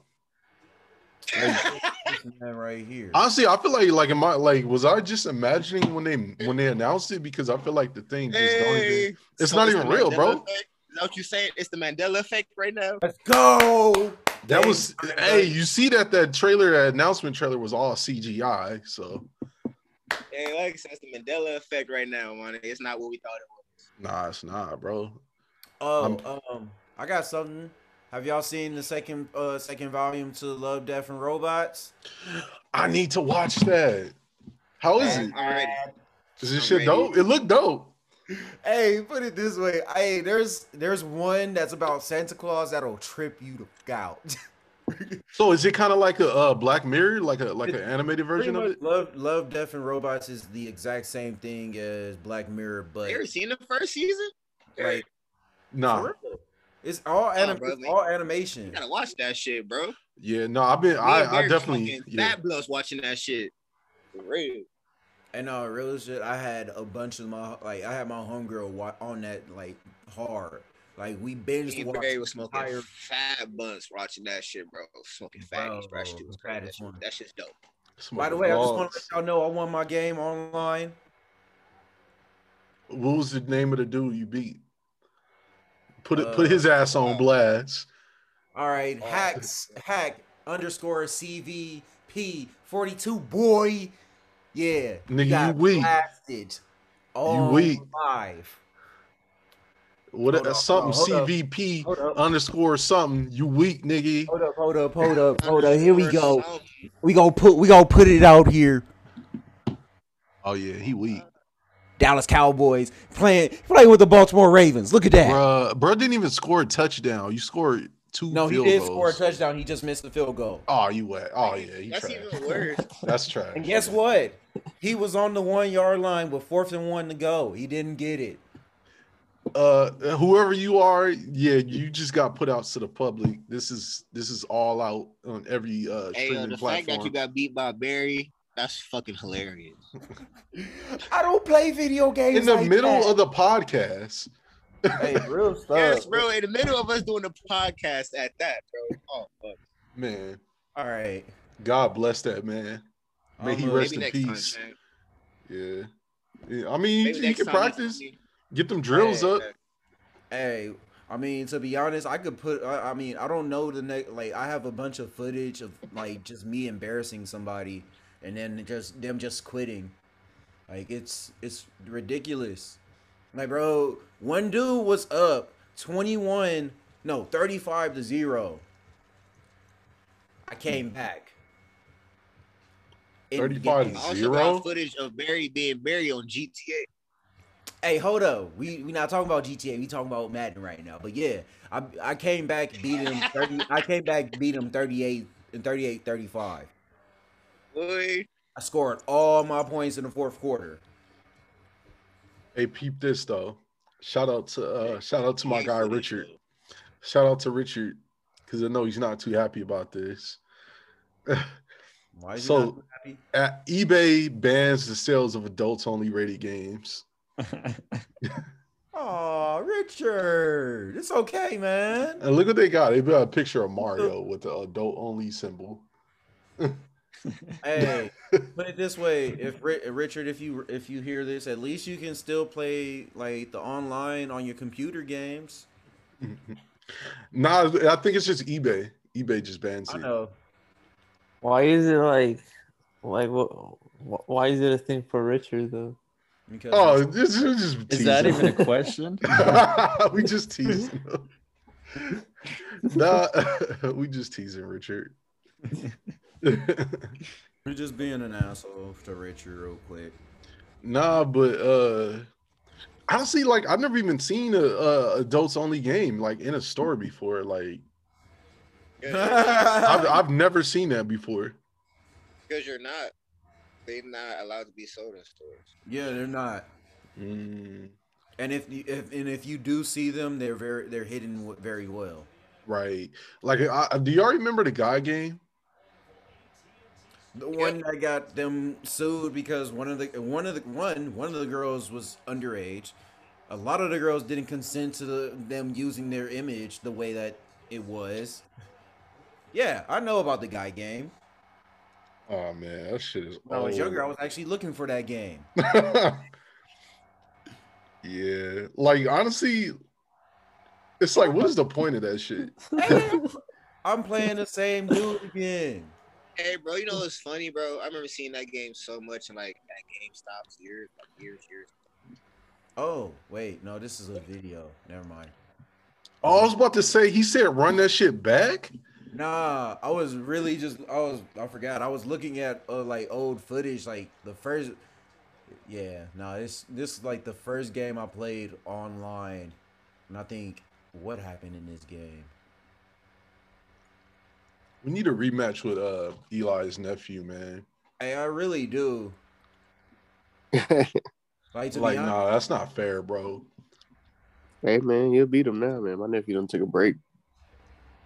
E: this man right here.
A: Honestly, I feel like like in my like was I just imagining when they when they announced it because I feel like the thing just don't even
C: Hey,
A: it's not
C: the
A: even real,
C: Mandela
A: bro.
C: effect? Is that what you saying? It's the Mandela effect right now.
E: Let's go.
A: that
E: Dang,
A: was
E: son,
A: hey you see that that trailer that announcement trailer was all CGI so
C: Hey, like I said, it's the Mandela effect right now, man. It's not what we thought it was.
A: nah it's not bro
E: Oh, um, I got something. Have y'all seen the second uh second volume to Love, Death, and Robots?
A: I need to watch that how is
C: Hey,
A: it
C: All right.
A: is this
C: I'm
A: shit
C: ready.
A: dope it looked dope
E: Hey, put it this way. Hey, there's there's one that's about Santa Claus that'll trip you the fuck out.
A: so is it kind of like a uh, Black Mirror like a like an animated
E: Pretty
A: version of
E: much
A: it
E: Love, Love, Death, and Robots is the exact same thing as Black Mirror, but
C: You ever seen the first season? Eric,
A: nah
E: it's all anim-
C: bro,
E: it's
C: man.
E: all
C: you
E: animation.
C: gotta watch that shit, bro.
A: yeah no I've been
C: Me and
A: I, I
C: Barry
A: definitely
C: fucking
A: yeah.
C: Fat Bloods watching that shit. For real.
E: And uh, real shit, I had a bunch of my like I had my homegirl wa- on that like hard. Like we
C: Me
E: binge
C: and
E: watched.
C: Barry was smoking
E: entire-
C: fat buns watching that shit, bro. Smoking fatties, bro. That shit was
E: Bro,
C: crazy. That, shit,
E: fattest
C: that shit's dope.
E: By the way, I just want to let y'all know I won my game online.
A: What was the name of the dude you beat? Put it, put
E: Uh,
A: his ass on
C: uh,
A: blast.
E: All right,
C: Oh.
E: hacks hack underscore CVP forty two boy. Yeah,
A: Nigga,
E: got
A: you weak.
E: blasted. All
A: weak.
E: live.
A: What
E: Hold
A: that's something
E: up, hold up.
A: CVP
E: Hold up.
A: underscore something. You weak nigga.
E: Hold up, hold up, hold up, hold up. Here we go. We gonna put we gonna put it out here.
A: Oh yeah, he weak.
E: Dallas Cowboys playing playing with the Baltimore Ravens. Look at that.
A: Bruh, bruh didn't even score a touchdown. You scored two.
E: no, he
A: field
E: did
A: goals.
E: score a touchdown. He just missed the field goal.
A: Oh, you wet. Oh yeah, you
C: That's
A: trash.
C: even worse.
A: That's trash.
E: And guess what? He was on the one yard line with fourth and one to go. He didn't get it.
A: Uh, whoever you are, yeah, you just got put out to the public. This is this is all out on every uh
C: Hey, yo,
A: streaming
C: the fact that you
A: platform.
C: got beat by Barry, that's fucking hilarious.
E: I don't play video games
A: In the
E: like
A: middle
E: that.
A: of the podcast,
E: hey, real stuff.
C: Yes, bro. In the middle of us doing a podcast at that, bro. Oh, fuck.
A: man.
E: All right.
A: God bless that man. May he
E: Um,
A: rest
C: Maybe
A: in
C: next
A: peace.
C: time, man.
A: Yeah. yeah. I mean,
C: Maybe
A: you, you
C: next
A: can
C: time we
A: practice,
C: see-
A: get them drills
E: Hey,
A: up.
E: Hey, I mean, to be honest, I could put. I, I mean, I don't know the next. Like, I have a bunch of footage of like just me embarrassing somebody, and then just them just quitting. Like, it's it's ridiculous. Like, bro, one dude was up twenty one, no, thirty five to zero. I came back. And
A: 35
C: I also
A: Zero?
C: got footage of Barry being Barry on GTA.
E: Hey, hold up. We we not talking about GTA. We talking about Madden right now. But yeah, I I came back beat him 30 I came back beat him 38 and 38 35.
C: Boy,
E: I scored all my points in the fourth quarter.
A: Hey, peep this though. Shout out to uh shout out to my
C: Yeah,
A: guy
C: footage,
A: Richard.
C: though.
A: Shout out to Richard because I know he's not too happy about this.
E: Why is
A: So-
E: he not so happy?
A: Uh, eBay bans the sales of adults only rated games.
E: Oh, Richard. It's okay, man.
A: And look what they got. They got a picture of Mario with the adult only symbol.
E: Hey, put it this way, if Ri- Richard if you if you hear this, at least you can still play like the online on your computer games.
A: Nah, I think it's just eBay. eBay just bans
E: I
A: it.
E: know.
H: Why is it like, like what? wh- Why is it a thing for Richard though?
E: Because
A: Oh, this is just
D: Is that
A: teasing.
D: even a question?
A: we just teasing. him. nah, we just teasing Richard.
E: you're just being an asshole to Richard real quick.
A: Nah, but uh honestly, like I've never even seen a, a adults only game like in a store before. Like I've,
E: Uh-huh.
A: I've never seen that before.
C: Because you're not. They're not allowed to be sold in stores.
E: yeah, they're not.
A: Mm,
E: And if you if and if you do see them, they're very they're hidden w- very well.
A: right. Like, I, do y'all remember the guy game?
E: The one that got them sued because one of the one of the one one of the girls was underage. A lot of the girls didn't consent to the, them using their image the way that it was. Yeah, I know about the guy game.
A: Oh man, that shit is.
E: When I was younger, I
A: old.
E: was actually looking for that game.
A: yeah, like honestly, it's like, what is the point of that shit?
E: I'm playing the same dude again.
C: Hey, bro, you know what's funny, bro? I remember seeing that game so much, and like that game stops years, like years, years.
E: Oh wait, no, this is a video. Never mind.
A: Oh, I was about to say, he said, run that shit back.
E: Nah, I was really just I was I forgot I was looking at uh, like old footage like the first yeah nah this this is like the first game I played online and I think what happened in this game
A: We need a rematch with uh Eli's nephew, man.
E: hey I really do like to
A: Like,
E: be honest
A: nah, that's not fair, bro.
F: hey man, you'll beat him now, man. My nephew done took a break.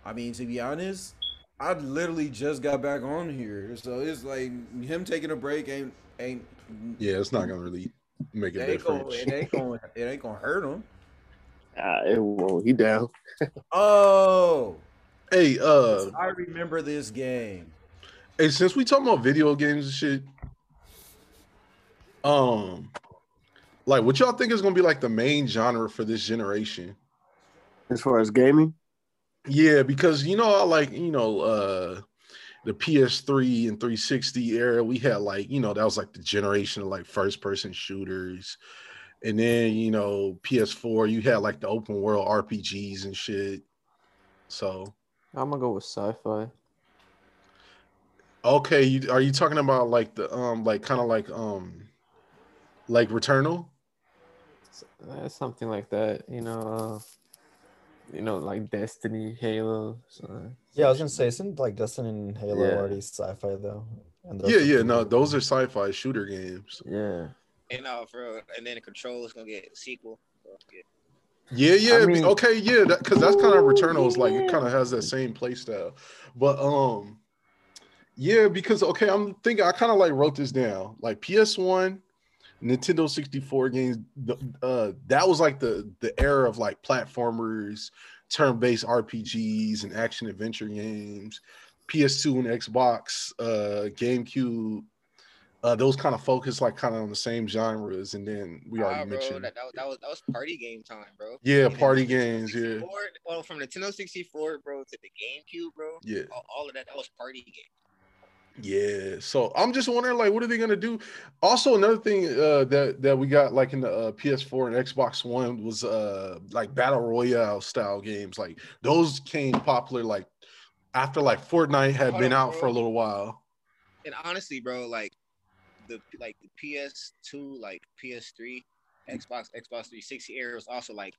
E: I mean to be honest I literally just got back on here so it's like him taking a break ain't ain't
A: Yeah, it's not gonna really make a
E: it ain't gonna,
A: difference.
E: it ain't gonna it ain't gonna hurt him
F: Ah, it won't. He down.
E: oh
A: Hey, uh,
E: I remember this game.
A: hey, since we talking about video games and shit, um, like, what y'all think is gonna be like the main genre for this generation?
F: As far as gaming,
A: Yeah, because you know, I like you know, uh the PS3 and 360 era, we had like, you know, that was like the generation of like first person shooters And then you know PS4, you had like the open world RPGs and shit. So
H: I'm gonna go with sci-fi.
A: okay, you, are you talking about like the um like kind of like um like Returnal?
H: S- uh, something like that, you know. Uh, you know, like Destiny, Halo. So,
D: Yeah, I was gonna say, isn't like Destiny and Halo
H: Yeah.
D: already sci-fi though? And those
A: Yeah,
D: are
A: yeah.
D: pretty
A: No,
D: good.
A: those are sci-fi shooter games.
H: yeah.
C: And off road, and then the control is gonna get a sequel. So, yeah.
A: Yeah, yeah.
H: mean-
A: okay, yeah, because that's kind of
H: Ooh,
A: Returnal is like it
H: yeah.
A: kind of has that same play style, but um, yeah, because okay, I'm thinking I kind of like wrote this down like PS One, Nintendo sixty four games. The, uh, that was like the the era of like platformers, turn based RPGs, and action adventure games. PS two and Xbox, uh, GameCube. Uh, those kind of focus like kind of on the same genres, and then we already
C: Nah, bro,
A: mentioned
C: that, that, was- that was that was party game time, bro.
A: yeah,
C: And then
A: party
C: Nintendo
A: games, yeah,
C: 64 Well, from Nintendo 64, bro, to the GameCube, bro,
A: yeah.
C: all, all of that, that was party game.
A: Yeah, so I'm just wondering, like, what are they gonna do? Also, another thing uh, that that we got like in the uh, PS4 and Xbox One was uh like battle royale style games. Like those came popular like after like Fortnite had
C: Hold
A: been
C: on,
A: out
C: bro.
A: for a little while.
C: And honestly, bro, like the like the PS2, like PS3, Xbox, Xbox 360 era was also like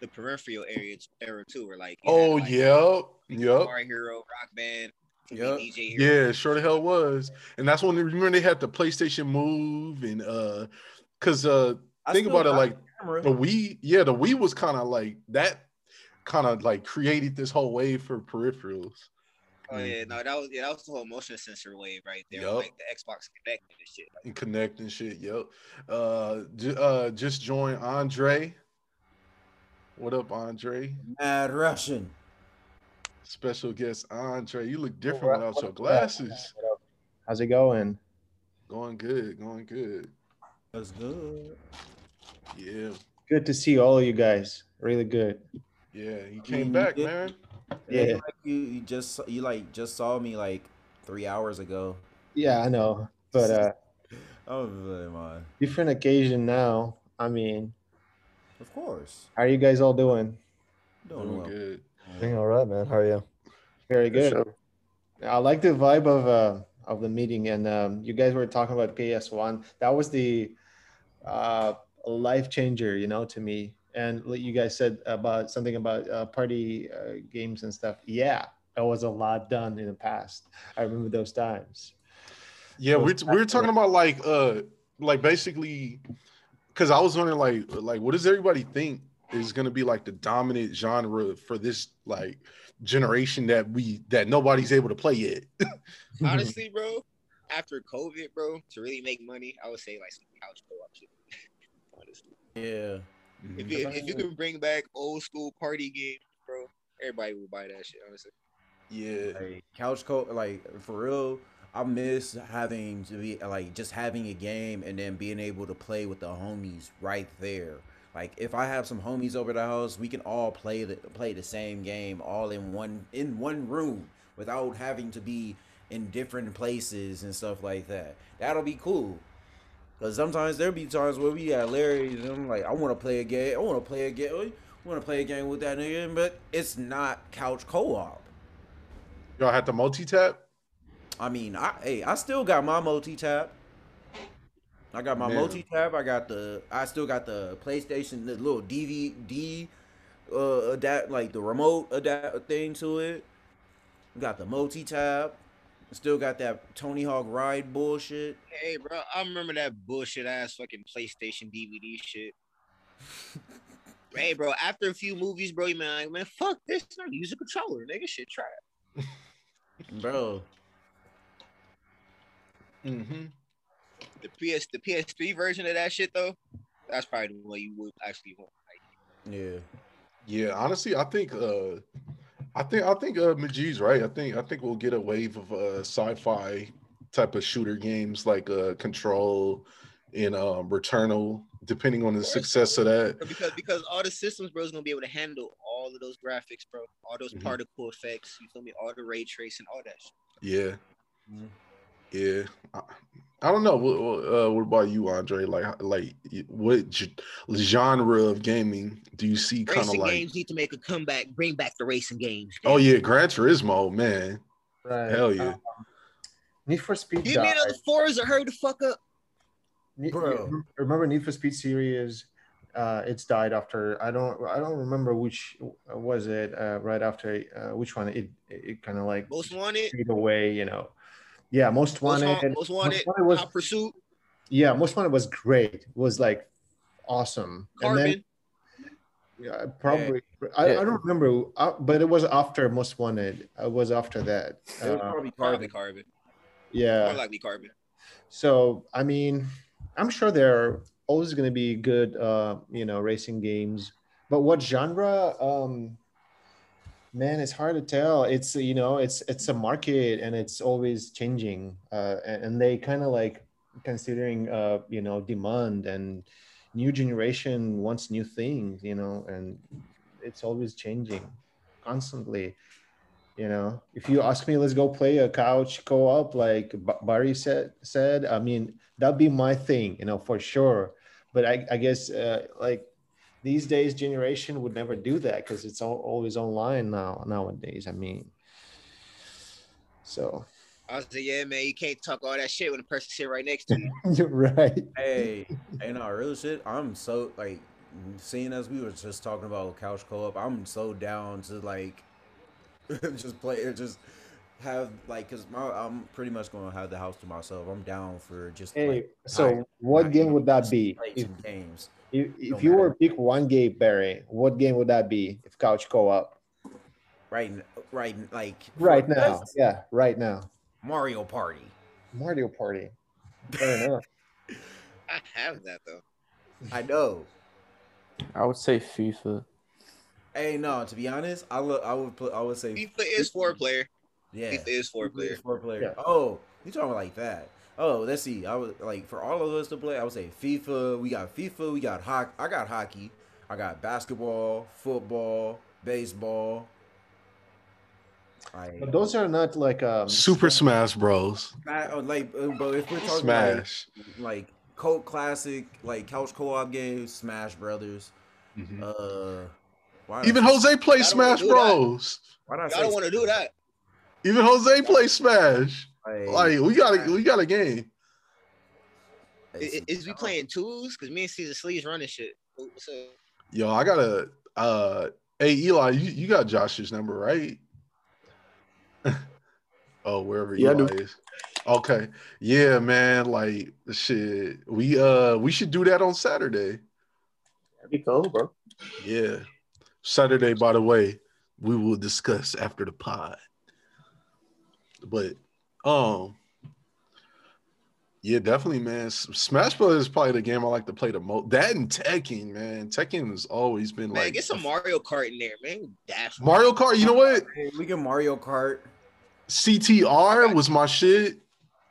C: the peripheral area era too, where like you had,
A: Oh
C: like,
A: yep, yep,
C: Guitar Hero, Rock Band,
E: Yup.
C: DJ Hero.
A: yeah, sure the hell was. And that's when remember they had the PlayStation Move and uh, cause uh,
E: I
A: think
E: still
A: about it
E: got
A: like
E: the camera.
A: the Wii, yeah, the Wii was kind of like that, kind of like created this whole wave for peripherals.
C: Oh yeah, no, that was yeah, that was the whole motion sensor wave right there,
A: Mm-hmm. Yup.
C: like the Xbox Connect and shit. Like,
A: and connect and shit. Yep. Uh, j- uh, just join Andre. What up, Andre?
E: Mad Russian.
A: Special guest Andre. You look different
I: What up,
A: without
I: what
A: your
I: up, what up?
A: glasses.
I: What up? How's it going?
A: Going good. Going good.
E: That's good.
A: Yeah.
I: Good to see all of you guys. Really good.
A: Yeah. He
E: mean,
A: came back,
E: yeah.
A: man.
E: Yeah,
I: Yeah.
E: like you, you just you like just saw me like three hours ago.
I: Yeah, I know. But uh
E: Oh my!
I: different occasion now. I mean,
E: Of course,
I: how are you guys all doing?
E: doing
A: Doing
E: well.
A: good.
D: Doing all right, man. How are you?
I: Very
F: For
I: good.
F: sure.
I: I like the vibe of uh of the meeting and um you guys were talking about PS1. That was the uh life changer, you know, to me. And what you guys said about something about uh, party uh, games and stuff. Yeah, there was a lot done in the past. I remember those times.
A: Yeah, we're, we're talking about like uh like basically because I was wondering like like what does everybody think is gonna be like the dominant genre for this like generation that we that nobody's able to play yet.
C: Honestly, bro, after COVID, bro, to really make money, I would say like some couch co-op shit. Honestly,
E: Yeah,
C: if you, if
E: Mm-hmm.
C: you can bring back old school party games, bro, everybody will buy that shit. Honestly,
A: Yeah.
E: like, couch co like for real. I miss having to be like just having a game and then being able to play with the homies right there. Like if I have some homies over the house, we can all play the play the same game all in one in one room without having to be in different places and stuff like that. That'll be cool. Cause sometimes there'll be times where we at Larry's and I'm like, I want to play a game. I want to play a game. I want to play a game with that nigga, but it's not couch co-op.
A: Y'all had to multi tap.
E: I mean, I hey, I still got my multi tap. I got my
A: Yeah.
E: multi tap. I got the. I still got the PlayStation, the little DVD, uh, adapt like the remote adapt thing to it. Got the multi tap. Still got that Tony Hawk ride bullshit.
C: hey, bro, I remember that bullshit ass fucking PlayStation DVD shit. hey, bro, after a few movies, bro, you man, like, man, fuck this, no, use a controller, nigga, shit, try it.
E: Bro,
A: Mm-hmm.
C: The PS, the PS3 version of that shit though, that's probably the one you would actually want.
E: yeah.
A: Yeah, honestly, I think uh I think I think uh Majid's right. I think I think we'll get a wave of uh sci-fi type of shooter games like uh Control and um Returnal, depending on the success of that.
C: because because all the systems, bro, is gonna be able to handle all of those graphics, bro. All those
A: Mhm.
C: particle effects, you feel me? All the ray tracing, all that shit.
A: Yeah. Yeah, I, I don't know. What, what, uh, what about you, Andre? Like, like what g- genre of gaming do you see kind of
C: Racing
A: like?
C: games need to make a comeback. Bring back the racing games.
A: Oh yeah, Gran Turismo, man,
I: Right.
A: hell yeah.
I: Um, Need for Speed.
C: Give me
I: died.
C: another Forza. Hurry the fuck up.
I: Ne-
E: Bro.
I: Remember Need for Speed series? Uh, it's died after I don't I don't remember which uh, was it uh, right after uh, which one it it kind of like
C: Most wanted.
I: fade away you know yeah most
C: Most
I: wanted
C: wanted. Most wanted.
I: was
C: Hot pursuit.
I: yeah most wanted was great It was like awesome
C: Carbon.
I: yeah, probably I,
H: Yeah.
I: I don't remember uh, but it was after most wanted it was after that
E: It was
I: Uh,
E: probably
C: Probably
E: carbon.
C: carbon. More
I: yeah
C: likely carbon.
I: So I mean, I'm sure there are always going to be good, uh, you know, racing games. But what genre? Um, man, it's hard to tell. It's you know, it's it's a market and it's always changing. Uh, and, and they kind of like considering uh, you know demand and new generation wants new things. You know, and it's always changing constantly. You know, if you ask me, let's go play a couch co-op, like B- Barry said, said, I mean, that'd be my thing, you know, for sure. But I, I guess uh, like these days, generation would never do that because it's all, always online now nowadays. I mean, so
C: I was like, yeah, man, you can't talk all that shit when the person sit right next to you.
I: you're right.
E: Hey, and our real shit. I'm so like seeing as we were just talking about couch co-op. I'm so down to like just play, just have like, cause my, I'm pretty much gonna have the house to myself. I'm down for just
I: Hey,
E: like
I: so
E: I-
I: what
E: I-
I: game would that be?
E: play
I: If,
E: some games.
I: if, if
E: don't
I: you
E: matter.
I: were to pick one game, Barry, what game would that be? If couch co-op
E: Right, n- right, n- like for
I: right now,
E: us,
I: yeah, right now.
E: Mario Party.
I: Mario Party. Fair enough.
C: I have that though.
E: I know.
H: I would say FIFA.
E: Hey, no, to be honest, I look. I would. Put, I would say
C: FIFA is four player.
E: yeah.
C: FIFA is four player.
E: Four player.
I: Yeah.
E: Oh, you talking about like that? Oh, let's see. I was like for all of us to play. I would say FIFA. We got FIFA. We got hockey. I got hockey. I got basketball, football, baseball. Like,
I: But those are not like um
A: Super Smash Bros.
E: I- oh, like, uh, but if we're talking about
A: Smash.
E: like, like cult classic, like couch co-op games, Smash Brothers.
A: Mhm.
E: Uh, why
A: Even
E: not-
A: Jose
C: I
A: plays
C: don't
A: Smash
C: do that.
A: Bros.
E: why not
C: Y'all
E: say
C: don't want to do that.
A: Even Jose plays Smash.
E: like,
A: Like we got a we got a game.
C: I- I- Is we playing twos? Cause me and Caesar Sleeves running shit. What's up?
A: Yo, I gotta uh hey Eli, you, you got Josh's number, right? oh, wherever
F: Yeah, I
A: Eli
F: do.
A: is. Okay. Yeah, man. Like shit. We uh we should do that on Saturday.
F: That'd be cool, bro.
A: Yeah. Saturday, by the way, we will discuss after the pod. But um yeah, definitely, man. S- Smash Bros is probably the game I like to play the most. That and Tekken, man. Tekken has always been
C: Man,
A: like
C: get some Mario Kart in there, man. Dash.
A: Mario Kart. You know what?
E: We get Mario Kart.
A: CTR was my shit.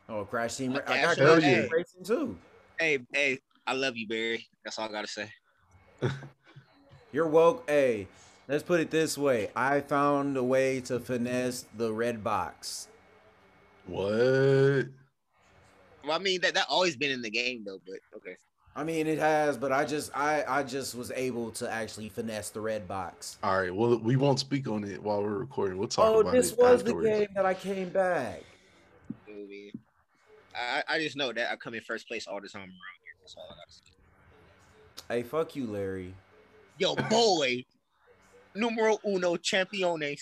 E: Oh, Crash Team! Ra-
C: Okay,
E: I got
C: actually,
E: Crash Team
C: hey.
E: Racing too.
C: Hey, hey, I love you, Barry. That's all I gotta say.
E: You're woke. Hey, let's put it this way: I found a way to finesse the red box.
A: What?
C: Well, I mean that that always been in the game though, but okay.
E: I mean, it has, but I just, I, I just was able to actually finesse the red box.
A: All right. Well, we won't speak on it while we're recording. We'll talk
E: Oh,
A: about
E: this
A: it
E: was
A: afterwards.
E: the game that I came back.
C: You know what I mean? I, I I just know that I come in first place all the time around here. That's all I gotta say.
E: Hey, fuck you, Larry.
C: Yo, boy, numero uno champions.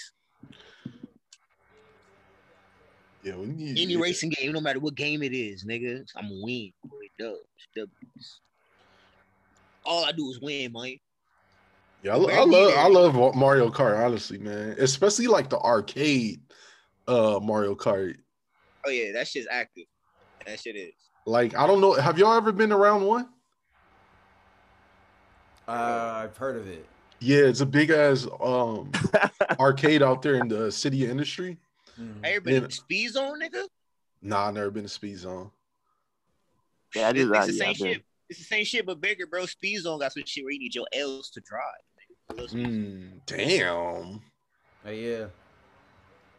A: Yeah, we need
C: Any racing game, no matter what game it is, nigga, I'm gonna win. Dubs, W's. All I do is win, man.
A: Yeah, I, lo- I love I love Mario Kart. Honestly, man, especially like the arcade uh Mario Kart.
C: Oh yeah, that shit's active. That shit is.
A: Like, I don't know. Have y'all ever been around one?
E: Uh, I've heard of it.
A: Yeah, it's a big ass um arcade out there in the city of industry.
E: Mhm.
C: Hey, everybody,
A: Yeah.
C: speed zone, nigga.
A: Nah, I never been to Speed Zone.
F: Yeah, I
C: It's,
F: do
C: it's
F: that.
C: the
F: Yeah,
C: same
F: I do.
C: shit. It's the same shit, but bigger, bro. Speed zone got some shit where you need your L's to drive.
A: Mm-hmm.
C: nigga. Hmm, Little speed-
A: Mm, damn.
E: Hey, yeah.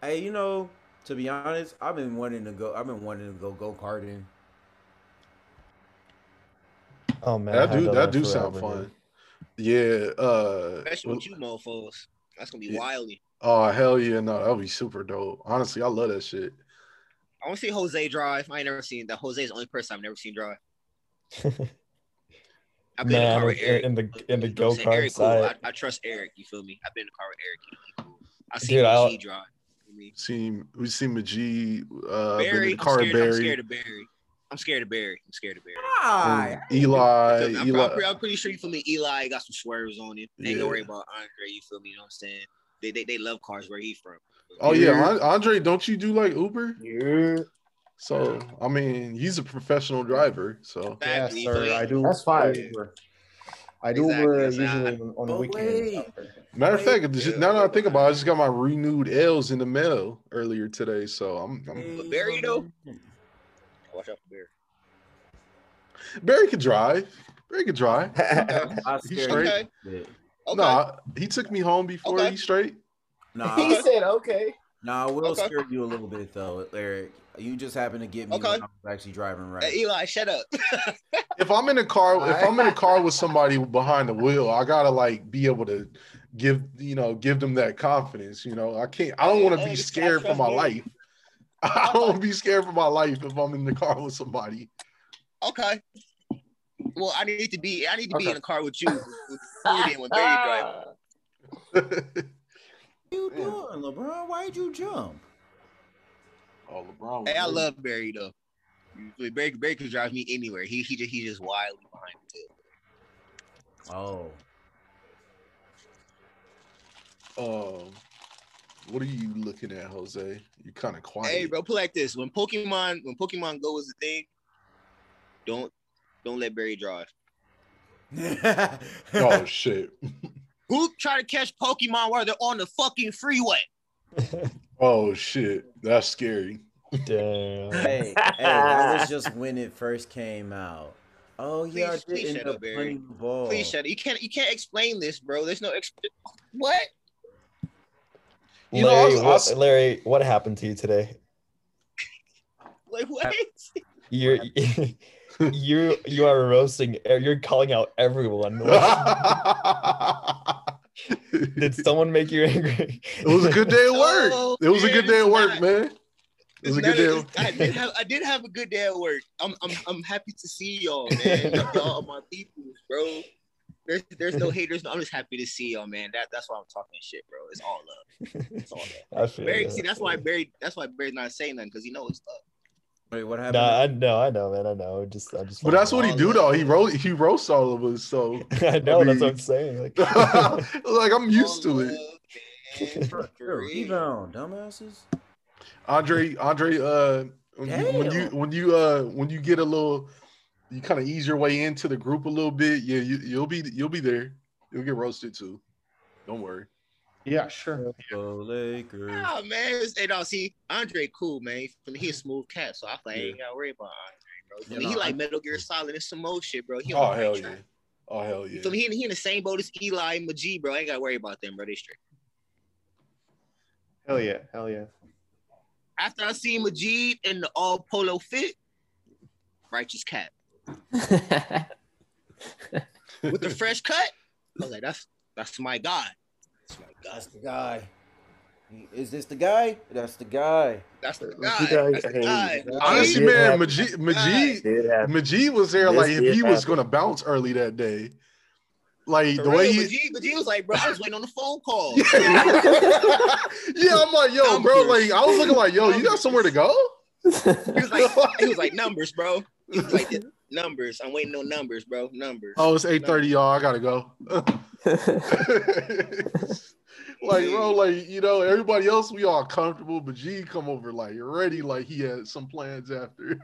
E: Hey, you know, To be honest, I've been wanting to go. I've been wanting to go go karting.
D: Oh man,
A: that
D: I
A: do
D: done
A: that do
D: forever,
A: sound
D: dude.
A: fun. Yeah. Uh,
C: Especially with you mofos. That's gonna be
A: Yeah.
C: wildly.
A: oh hell yeah! No, that would be super dope. Honestly, I love that shit.
C: I want to see Jose drive. I ain't never seen that. Jose's the only person I've never seen drive. I've been in the
D: Man,
C: car with Eric.
D: in the in the
C: You know what
D: go
C: I'm saying?
D: kart
C: Eric, cool. I,
D: side,
C: I trust Eric. You feel me? I've been in the car with Eric. He- he cool. I
D: Dude,
C: seen him
D: I'll-
C: G drive. You know what I mean?
A: Seen we seen Majid, uh, been in
C: Barry,
A: the
C: I'm
A: car
C: scared, I'm
A: Barry,
C: scared of Barry. I'm scared of Barry. I'm scared of Barry.
E: Hi.
A: Eli,
C: Because I'm, I'm,
A: Eli.
C: pretty, I'm pretty sure you feel me. Eli got some swerves on him. They ain't
A: Yeah.
C: worry about Andre. You feel me? You know what I'm saying? They they, they love cars where he from.
A: Oh yeah,
F: Yeah.
A: An- Andre, don't you do like Uber?
F: Yeah,
A: So I mean, he's a professional driver. So
I: Yeah,
C: Exactly, you feel
I: sir.
C: me?
I: I do.
F: that's fine.
I: I do Uber. I do
C: Exactly,
I: Uber
C: that's
I: usually on- on the
E: But
I: weekends.
A: matter of
E: Wait,
A: fact,
C: yeah.
A: now that I think about it, I just got my renewed L's in the mail earlier today. So I'm, I'm
E: Hey,
C: Barry, though?
E: man.
C: Watch out for Barry. Mm.
A: Barry could drive. Barry could drive.
E: I
A: He
E: scared
A: straight.
E: you. Yeah.
C: Okay.
A: Nah, he took me home before.
C: Okay.
A: He straight.
E: Nah,
F: He said, "Okay."
E: nah, I will
C: Okay.
E: scare you a little bit though, Eric. You just happened to get me
C: Okay.
E: when I was actually driving right.
C: Hey, Uh, Eli, shut up.
A: If I'm in a car, if I'm in a car with somebody behind the wheel, I gotta like be able to give you know give them that confidence. You know, I can't. I don't want to
C: Hey,
A: be
C: this guy
A: scared for
C: trust
A: my
C: Barry.
A: life. I don't want to be scared for my life if I'm in the car with somebody.
C: okay. Well, I need to be I need to be
A: Okay.
C: in the car with you with food in when Barry drive.
A: Oh,
E: What you doing, LeBron? Why'd you jump?
A: Oh, LeBron.
C: Hey, I love Barry though. You feel me? Barry Barry can drive me anywhere. He he just he just wildly behind me.
E: Oh,
A: Um, what are you looking at, Jose? You're kind of quiet.
C: Hey, bro, put it like this: when Pokemon, when Pokemon Go was the thing, don't don't let Barry drive.
A: Oh shit.
C: Who try to catch Pokemon while they're on the fucking freeway?
A: Oh shit. That's scary.
D: Damn.
E: hey, hey, that was just when it first came out. Oh yeah,
C: Please-
E: I did
C: please
E: end
C: shut
E: up
C: up, Barry.
E: playing the ball.
C: Please shut it. You can't you can't explain this, bro. There's no ex- what?
A: You know, I
D: Larry,
A: was- I
D: what,
A: was-
D: Larry, what happened to you today?
C: Like what?
D: You're you you are roasting. er, You're calling out everyone. Did
A: it
D: someone make you angry?
A: was a good day at work.
C: No,
A: it was a good day at
C: it's
A: work,
C: not.
A: man. It was a
C: None
A: good
C: of
A: day.
C: this- I did have I did have a good day at work. I'm I'm I'm happy to see y'all, man. y'all are my people, bro. There's there's no haters. I'm just happy to see y'all, man. That that's why I'm talking shit, bro. It's all love. It's all love.
D: I feel
C: Barry,
D: you.
C: see, that's why Barry. That's why Barry's not saying nothing because he knows stuff.
E: Wait, what happened?
D: Nah, I know, I know, man, I know. Just, I just.
A: But that's what he
C: all
A: do
C: that.
A: though. He roast he roasts all of us. So
D: I know. that's what
A: mean-
D: I'm saying. Like,
A: like I'm used to it.
C: it.
E: Bro, you're a rebound, dumbasses.
A: Andre, Andre, uh, when you, when you
E: Damn.
A: when you uh when you get a little, you kind of ease your way into the group a little bit. Yeah, you, you'll be you'll be there. You'll get roasted too. Don't worry.
I: Yeah, sure.
E: Go Lakers.
C: Oh man, it's- hey dog, see Andre cool man. He- He's a smooth cat, so I feel like I ain't gotta worry about Andre, bro. I
E: You
C: mean, he
E: know,
C: like Metal Gear Solid and some more shit, bro. He on
A: Oh
C: the
A: hell
C: right
A: yeah!
C: track.
A: Oh hell
C: You
A: yeah!
C: feel me? He in, he in the same boat as Eli and Majee, bro. I ain't gotta worry about them, bro. They straight.
I: Hell yeah. Hell yeah.
C: After I seen Majee in the all polo fit, righteous cat with the fresh cut. I was like, that's that's my guy. That's my guy.
E: That's the guy. Is this the guy? That's the guy.
C: That's the
F: You
C: guy.
F: guys-
C: That's the
F: hey,
C: guy.
F: that
A: Honestly,
F: did
A: man,
F: happen.
A: Majid, Majid,
F: Did happen.
A: Majid was there.
F: This
A: Like if
F: did
A: he was
F: happen.
A: gonna bounce early that day, like
C: For
A: the way
C: real,
A: he.
C: Majee, Majee was like, bro, I was waiting on the phone call.
A: yeah, I'm like, yo,
C: I'm
A: bro. Like
C: curious.
A: I was looking like, yo, you got
C: I'm
A: somewhere to go?
C: He was like, he was like numbers, bro. He was like numbers. I'm waiting on numbers, bro. Numbers.
A: Oh, it's eight thirty, y'all. I gotta go. like, bro, like you know, everybody else, we all comfortable, but G come over like ready, like he had some plans after.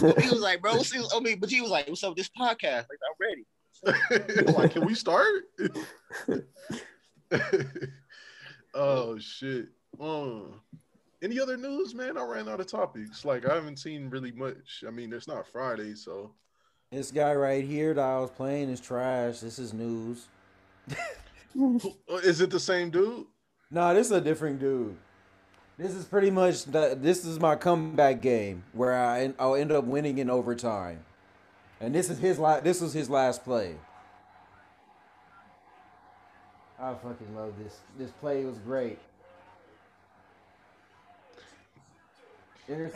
C: He was like, bro, what's this? I mean, but he was like, what's up with this podcast? Like, I'm ready.
A: like, can we start? oh shit. Um, any other news, man? I ran out of topics. Like, I haven't seen really much. I mean, it's not Friday, so
E: This guy right here that I was playing is trash. This is news.
A: Who- uh, is it the same dude?
E: Nah, this is a different dude. This is pretty much the, this is my comeback game where I I'll end up winning in overtime, and this is his la- this was his last play. I fucking love this. This play was great.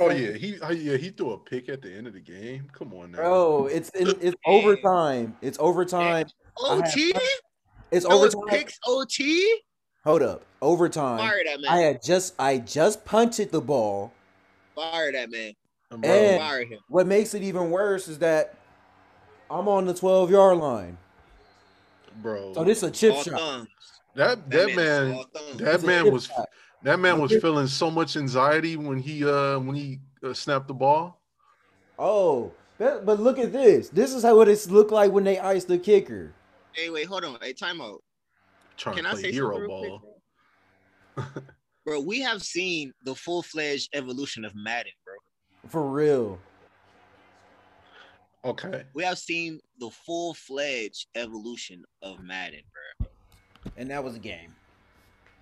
A: Oh yeah, he oh, yeah he threw a pick at the end of the game. Come on now,
E: bro, it's in, it's overtime. It's overtime.
C: OT?
E: It's
C: Those
E: overtime.
C: picks OT?
E: Hold up, overtime.
C: Fire that
E: I
C: man.
E: had just I just punted the ball.
C: Fire that man.
A: Um, Bro,
E: And-
C: Fire him.
E: What makes it even worse is that I'm on the 12 yard line.
A: bro.
E: So this is a chip
C: All
E: shot.
C: thumbs.
A: that that man that
E: It's a
A: man
E: chip
A: was
E: shot.
A: that man was feeling so much anxiety when he uh when he uh, snapped the ball.
E: Oh, that- but look at this. This is how what it's looked like when they ice the kicker.
C: Anyway, hold on. Hey, timeout.
A: Trying
C: Can
A: to
C: I
A: play
C: say
A: hero
C: something real
A: ball.
C: quick? bro? Bro, we have seen the full fledged evolution of Madden, bro.
E: For real.
A: Okay,
C: We have seen the full fledged evolution of Madden, bro.
E: And that was a game.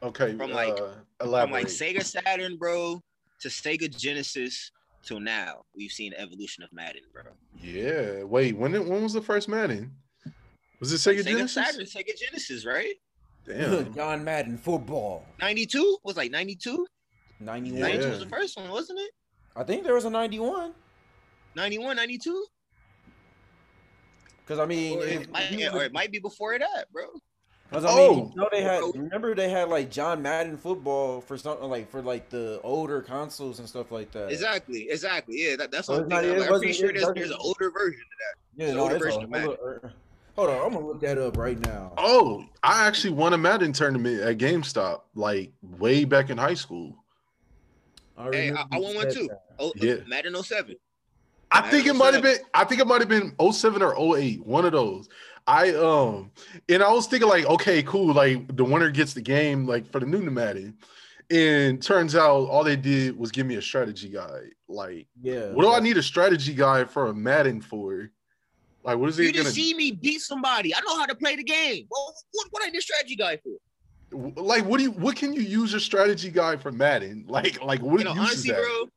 A: okay.
C: From, like-
A: uh,
C: From
A: elaborate.
C: like Sega Saturn, bro, to Sega Genesis till now, we've seen the evolution of Madden, bro.
A: yeah. Wait, when did, when was the first Madden? Was it Sega,
C: Sega
A: Genesis?
C: Saturn, Sega Genesis, right?
A: Damn.
E: John Madden football.
C: 92 was like 92.
E: 91.
C: 92
A: Yeah.
C: was the first one, wasn't it?
E: I think there was a 91.
C: 91, 92?
E: Because I mean,
C: Or
E: if
C: it, might,
E: you
C: or
E: would-
C: it might be before that, bro.
E: 'cause I mean,
A: Oh.
E: you know they had. Remember they had like John Madden football for something like for like the older consoles and stuff like that.
C: Exactly, exactly. Yeah, that, that's
E: So
C: what I'm
E: it's not-
C: thinking.
E: it
C: I'm, like, I'm pretty
E: wasn't-
C: sure
E: it
C: there's, there's an
E: wasn't-
C: older version.
E: Yeah,
C: It's
E: no,
C: older
E: it's a-
C: version of Madden.
E: hold on, hold on, I'm gonna look that up right now.
A: Oh, I actually won a Madden tournament at GameStop, like way back in high school.
C: Hey,
E: remember
C: I- I
E: you
C: want one
E: said
C: too.
E: that.
C: Oh,
A: Yeah.
C: Madden 07.
A: I think it might have been I think it might have been 07 or 08, one of those. I um and I was thinking like, okay, cool, like the winner gets the game like for the new Madden. And turns out all they did was give me a strategy guide. Like,
E: Yeah.
A: what do I need a strategy guide for a Madden for? Like, what is
C: You
A: it
C: just
A: gonna
C: see me beat somebody. I know how to play the game. Well, what, what I need a strategy guy for?
A: like what do you what can you use your strategy guide for Madden? Like, like what
C: You know,
A: use is
C: honestly,
A: that?
C: bro,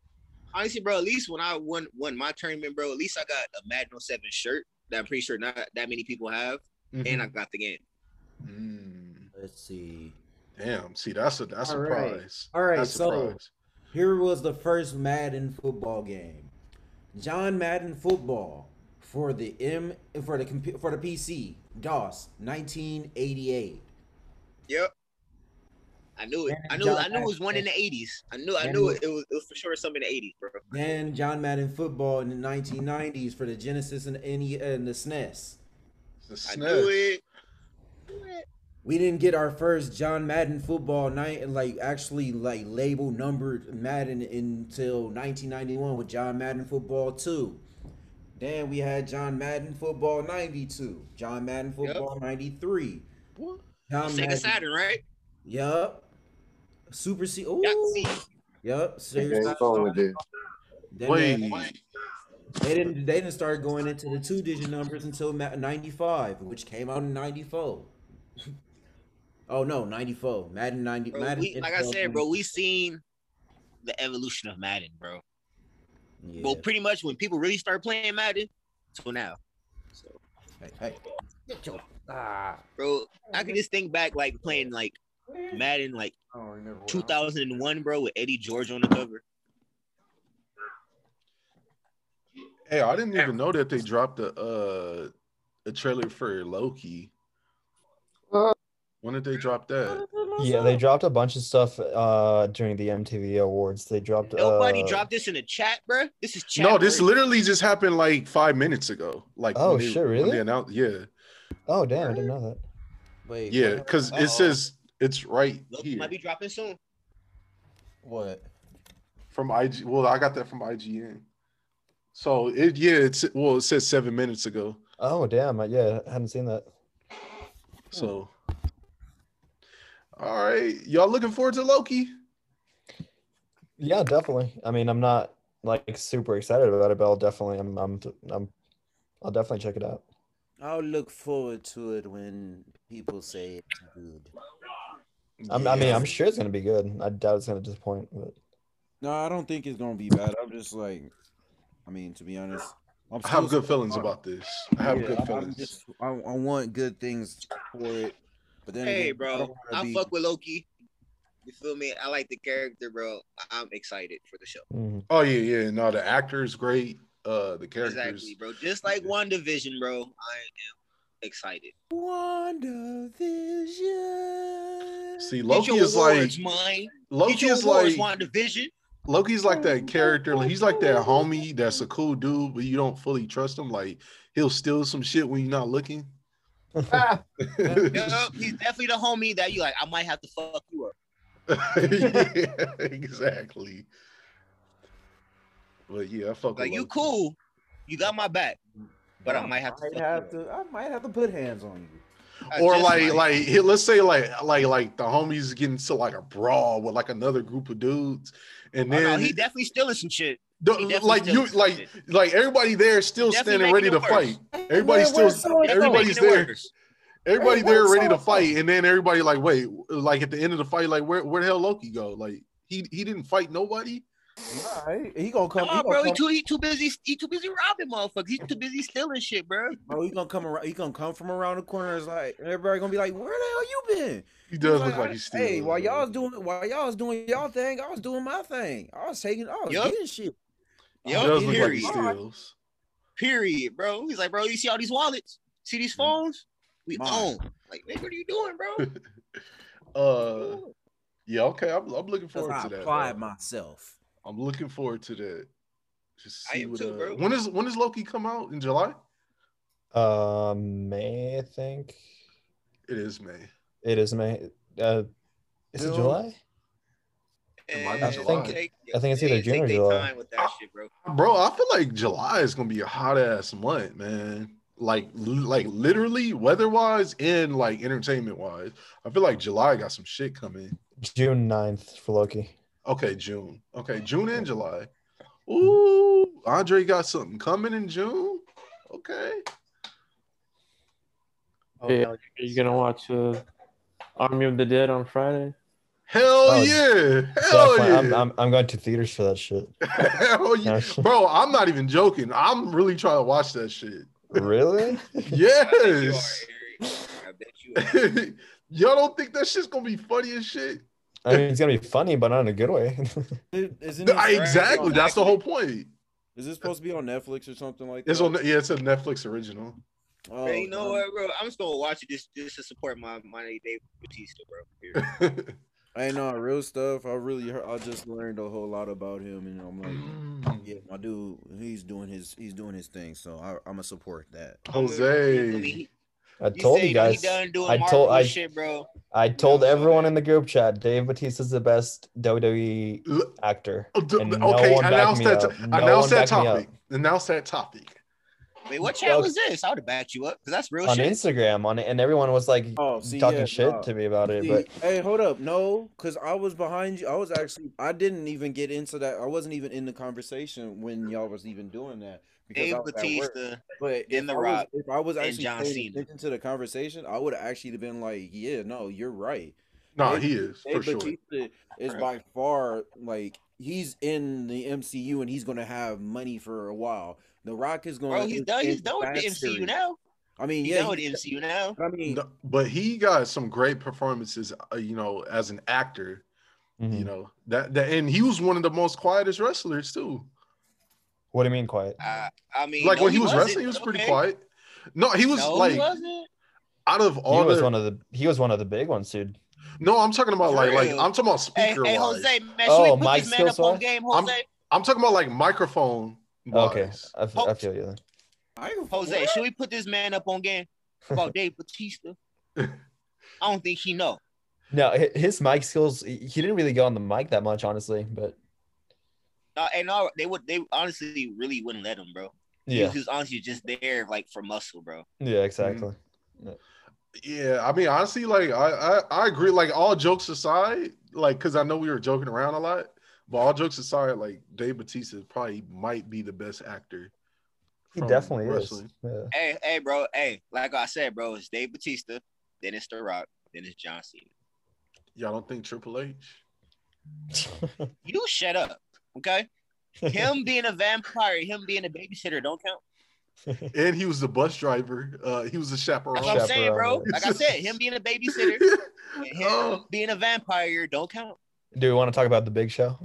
C: honestly, bro, at least when I won won my tournament, bro, at least I got a Madden 07 shirt that I'm pretty sure not that many people have,
I: Mm-hmm.
C: and I got the game.
A: Mhm. Mm.
E: Let's see.
A: Damn, see that's a that's a
E: All right.
A: prize.
E: All right,
A: that's a
E: so-
A: prize.
E: Here was the first Madden football game. John Madden football for the M for the compu- for the PC DOS 1988.
C: Yep. I knew it.
E: Man,
C: I knew.
E: y'all
C: I knew it was
E: act-
C: one in the '80s. I knew. I
E: Man,
C: knew
E: you-
C: it. It was, it was for sure something in the '80s, bro.
E: Then John Madden football in the 1990s for the Genesis and, NE and the E SNES.
A: It's a
C: I
A: snatch.
C: knew it.
E: We didn't get our first John Madden football night like actually like label numbered Madden until 1991 with John Madden Football 2. Then we had John Madden Football 92, John Madden Football 93. John
C: Sega Saturn, right?
E: Yup. Super C. Ooh.
C: Yeah, see,
E: Yup.
F: Okay,
E: Serious.
F: what's wrong with this?
E: Then
A: Wait,
E: they- They didn't. They didn't start going into the two-digit numbers until ma- '95, which came out in '94. oh no, '94. Madden '90.
C: bro,
E: Madden
C: we, like I
E: NFL
C: said, bro,
E: 90.
C: we seen the evolution of Madden, bro.
E: Yeah.
C: Well, pretty much when people really start playing Madden, till now. So,
E: Hey, hey. Get your- ah.
C: bro, I can just think back like playing like Madden like
E: I don't remember. what I-
C: 2001, bro, with Eddie George on the cover.
A: Hey, I didn't even know that they dropped a uh, a trailer for Loki. When did they drop that?
D: Yeah, they dropped a bunch of stuff uh during the MTV Awards. They dropped
C: Nobody
D: uh,
C: dropped this in the chat, bro. This is chat.
A: No, this
C: worthy.
A: literally just happened like five minutes ago. Like,
D: Oh,
A: when they-
D: shit,
A: when
D: really?
A: they announced- yeah,
D: Oh damn, I didn't know that.
E: Wait.
A: yeah,
E: what-
A: because
C: Uh-oh.
A: it says it's right
C: Loki
A: here
C: might be dropping soon.
E: What?
A: from IG. Well, I got that from IGN. So it yeah, it's well, it says seven minutes ago.
D: Oh damn, I, yeah, I hadn't seen that.
A: So,
D: Hmm.
A: all right, y'all looking forward to Loki?
D: Yeah, definitely. I mean, I'm not like super excited about it, but I'll definitely, I'm, I'm, I'm, I'll definitely check it out.
E: I'll look forward to it when people say it's good.
D: I'm, I mean, I'm sure it's gonna be good. I doubt it's gonna disappoint. But
E: No, I don't think it's gonna be bad. I'm just like, I mean, to be honest, I'm
A: I have
E: still-
A: good feelings about this. I have
E: Yeah,
A: good
E: I'm
A: feelings.
E: just- I, I want good things for it, but then
C: Hey,
E: again, I don't
C: bro,
E: wanna
C: I
E: be-
C: fuck with Loki. You feel me? I like the character, bro. I- I'm excited for the show.
D: Mhm.
A: Oh yeah, yeah. No, the actor is great. Uh, the characters.
C: Exactly, bro. Just like WandaVision, bro. I am excited.
E: WandaVision.
A: See,
C: Get
A: Loki
C: your
A: is like
C: awards, mine. Get
A: Loki
C: your
A: is like
C: awards, WandaVision.
A: Loki's like that character. like, he's like that homie that's a cool dude, but you don't fully trust him. Like he'll steal some shit when you're not looking.
C: Yeah, he's definitely the homie that you like. I might have to fuck you up.
A: yeah, exactly. But yeah, I fuck with
C: Like you
A: Loki.
C: cool, you got my back, but I might have to.
E: I
C: Fuck
E: might have to. I might have to put hands on you.
C: you up. I
A: Or
C: just
A: like,
C: might.
A: like he- let's say like like like the homies get into like a brawl with like another group of dudes, and
C: Oh,
A: then
C: no, he definitely stealing some shit.
A: the-
C: he definitely
A: like you
C: stealing some
A: like
C: shit.
A: like everybody there is still
C: Definitely
A: standing ready
C: making
A: to
C: it worse.
A: fight. Everybody's still
C: Definitely
A: everybody's
C: making it
A: there.
C: worse.
A: Everybody
E: Hey,
A: there
E: where's
A: ready to
E: so-and-so?
A: fight, and then everybody like, wait, like at the end of the fight, like where where the hell Loki go? Like he he didn't fight nobody.
E: Alright, He gonna come.
C: Nah,
E: he gonna
C: bro, he
E: come-
C: too he too busy he too busy robbing motherfuckers. He's too busy stealing shit, bro.
E: bro, he gonna come around. He gonna come from around the corner. It's like everybody gonna be like, "Where the hell you been?"
A: He does
E: He's
A: look like
E: "I-
A: he's still.
E: Hey, while y'all was doing, while y'all was doing y'all thing, I was doing my thing. I was taking, I was
C: Yup.
E: getting shit.
A: he
C: Yup,
A: does look like he
C: period.
A: steals.
C: period, bro. He's like, bro, you see all these wallets? See
A: Mm.
C: these phones? We
E: Mine.
C: own. Like, nigga, what are you doing, bro?
A: Uh, yeah, okay, I'm, I'm looking
E: 'Cause
A: forward
E: I
A: to that.
E: applied
A: bro.
E: myself.
A: I'm looking forward to that. Just
C: I
A: see
C: am
A: what.
C: too,
A: uh,
C: bro.
A: When is when does Loki come out in July?
D: Uh, May I think
A: It is May.
D: it is May. Uh, is it
E: June?
D: July?
A: It might Ah, be
C: And
A: July.
C: take-
D: I think it's either
C: they-
D: June
C: take
D: or
C: they
D: July.
C: time with that shit, bro.
A: Bro, I feel like July is gonna be a hot ass month, man. Like, li- like literally weather wise and like entertainment wise, I feel like July got some shit coming.
D: June 9th for Loki.
A: Okay, June. Okay, June and July. Ooh, Andre got something coming in June. Okay,
I: Oh,
H: Yeah.
I: hell
H: Are you gonna watch uh, Army of the Dead on Friday?
A: hell
D: Oh,
A: yeah, hell
D: Definitely.
A: yeah,
D: I'm, I'm, I'm going to theaters for that shit.
A: hell Oh, yeah,
D: No, shit.
A: bro. I'm not even joking. I'm really trying to watch that shit.
D: Really?
C: I bet you
A: Yes.
C: are, Eric. I bet you are.
A: Y'all don't think that shit's gonna be funny as shit?
D: I mean, it's gonna be funny, but not in a good way.
E: Dude, Isn't
A: Th-
E: it,
A: I- exactly. That's the whole point.
E: is this supposed to be on Netflix or something like that?
A: It's on. Yeah, it's a Netflix original.
E: Oh,
C: Hey, you know
E: um,
C: what, bro? I'm just gonna watch it just, just to support my my Dave Batista, bro. Period.
E: I know uh, real stuff. I really, heard, I just learned a whole lot about him, and I'm
D: Mm-hmm.
E: like,
A: Mm.
E: yeah, my dude, he's doing his, he's doing his thing. So I, I'm gonna support that.
C: I mean,
A: Jose.
C: he-
D: I
C: he
D: told
C: said
D: you
C: he
D: guys.
C: done doing
D: I
C: Marvel
D: told- I-
C: shit, bro.
D: I told
C: No,
D: everyone
C: man.
D: in the group chat, Dave Batista's the best WWE
A: L-
D: actor.
A: oh, d-
D: And no
A: okay,
D: one backed
A: announce
D: me
A: that.
D: up. No
A: announce
D: one
A: that
D: backed me up.
A: topic. Announce that topic.
C: Wait, what
D: Yo.
C: channel is this? I would have backed you up because that's real
D: on
C: Oh, shit.
D: Instagram, on and everyone was like
E: Oh, see,
D: talking
E: yeah,
D: shit
E: nah.
D: to me about it.
E: See,
D: But
E: hey, hold up, no, because I was behind you. I was actually, I didn't even get into that. I wasn't even in the conversation when y'all was even doing that because
C: Dave
E: I was at work.
C: Batista.
E: But
C: then
E: if
C: The
E: I was-
C: Rock,
E: if I was
C: then
E: actually
C: John
E: paying
C: Cena.
E: attention to the conversation, I would have actually been like, yeah, no, you're right.
A: No,
E: Hey,
A: he is
E: Dave
A: for sure.
E: Bautista is by far like he's in the MCU and he's gonna have money for a while. The Rock is going.
C: Bro, he's done. He's done with the MCU now.
E: I mean,
C: He's
E: yeah,
C: done with
E: he-
C: the MCU now.
E: I mean,
A: No, but he got some great performances. uh, You know, as an actor.
D: mhm.
A: You know that that, and he was one of the most quietest wrestlers too.
D: what do you mean quiet?
C: Uh, I mean,
A: Like
C: no,
A: when he was
C: wasn't.
A: wrestling, he was pretty
C: Okay.
A: quiet. No, he was
C: No, he
A: like
C: wasn't.
A: out of
D: He
A: all
D: was
A: the.
D: one of the he was one of the big ones, dude.
A: No, I'm talking about
C: For
A: like like
C: real.
A: I'm talking about
C: Hey,
A: speaker
C: hey,
A: wise.
C: Jose, man, should
D: Oh,
C: we
D: my
C: put this man up
D: skills
C: on
D: wise?
C: game,
A: I'm-
C: Jose?
A: I'm talking about like microphone wise.
D: Okay, I, f- I feel you. Then.
E: I,
C: Jose, should we put this man up on game about Dave Batista? I don't think he know.
D: No, hi- his mic skills. He he didn't really go on the mic that much, honestly. But
C: No, and no, they would. They honestly really wouldn't let him, bro. He
D: yeah,
C: was- he was honestly just Mm, there like for muscle, bro.
D: yeah, exactly.
A: Yeah, I mean, honestly, like I, I, I agree. Like all jokes aside, like because I know we were joking around a lot, but all jokes aside, like Dave Batista probably might be the best actor.
D: He
A: from
D: definitely
A: wrestling.
D: is. Yeah.
C: Hey, hey, bro. Hey, like I said, bro, it's Dave Batista, then it's The Rock, then it's John Cena.
A: Y'all don't think Triple H?
C: You shut up, okay? Him being a vampire, him being a babysitter, don't count.
A: And he was the bus driver. Uh, he was the
C: That's what
A: chaperone.
C: I'm saying, bro.
A: Chaperone.
C: Like I said, him being a babysitter, and him
A: Oh.
C: being a vampire, don't count.
D: Do we want to talk about the Big Show?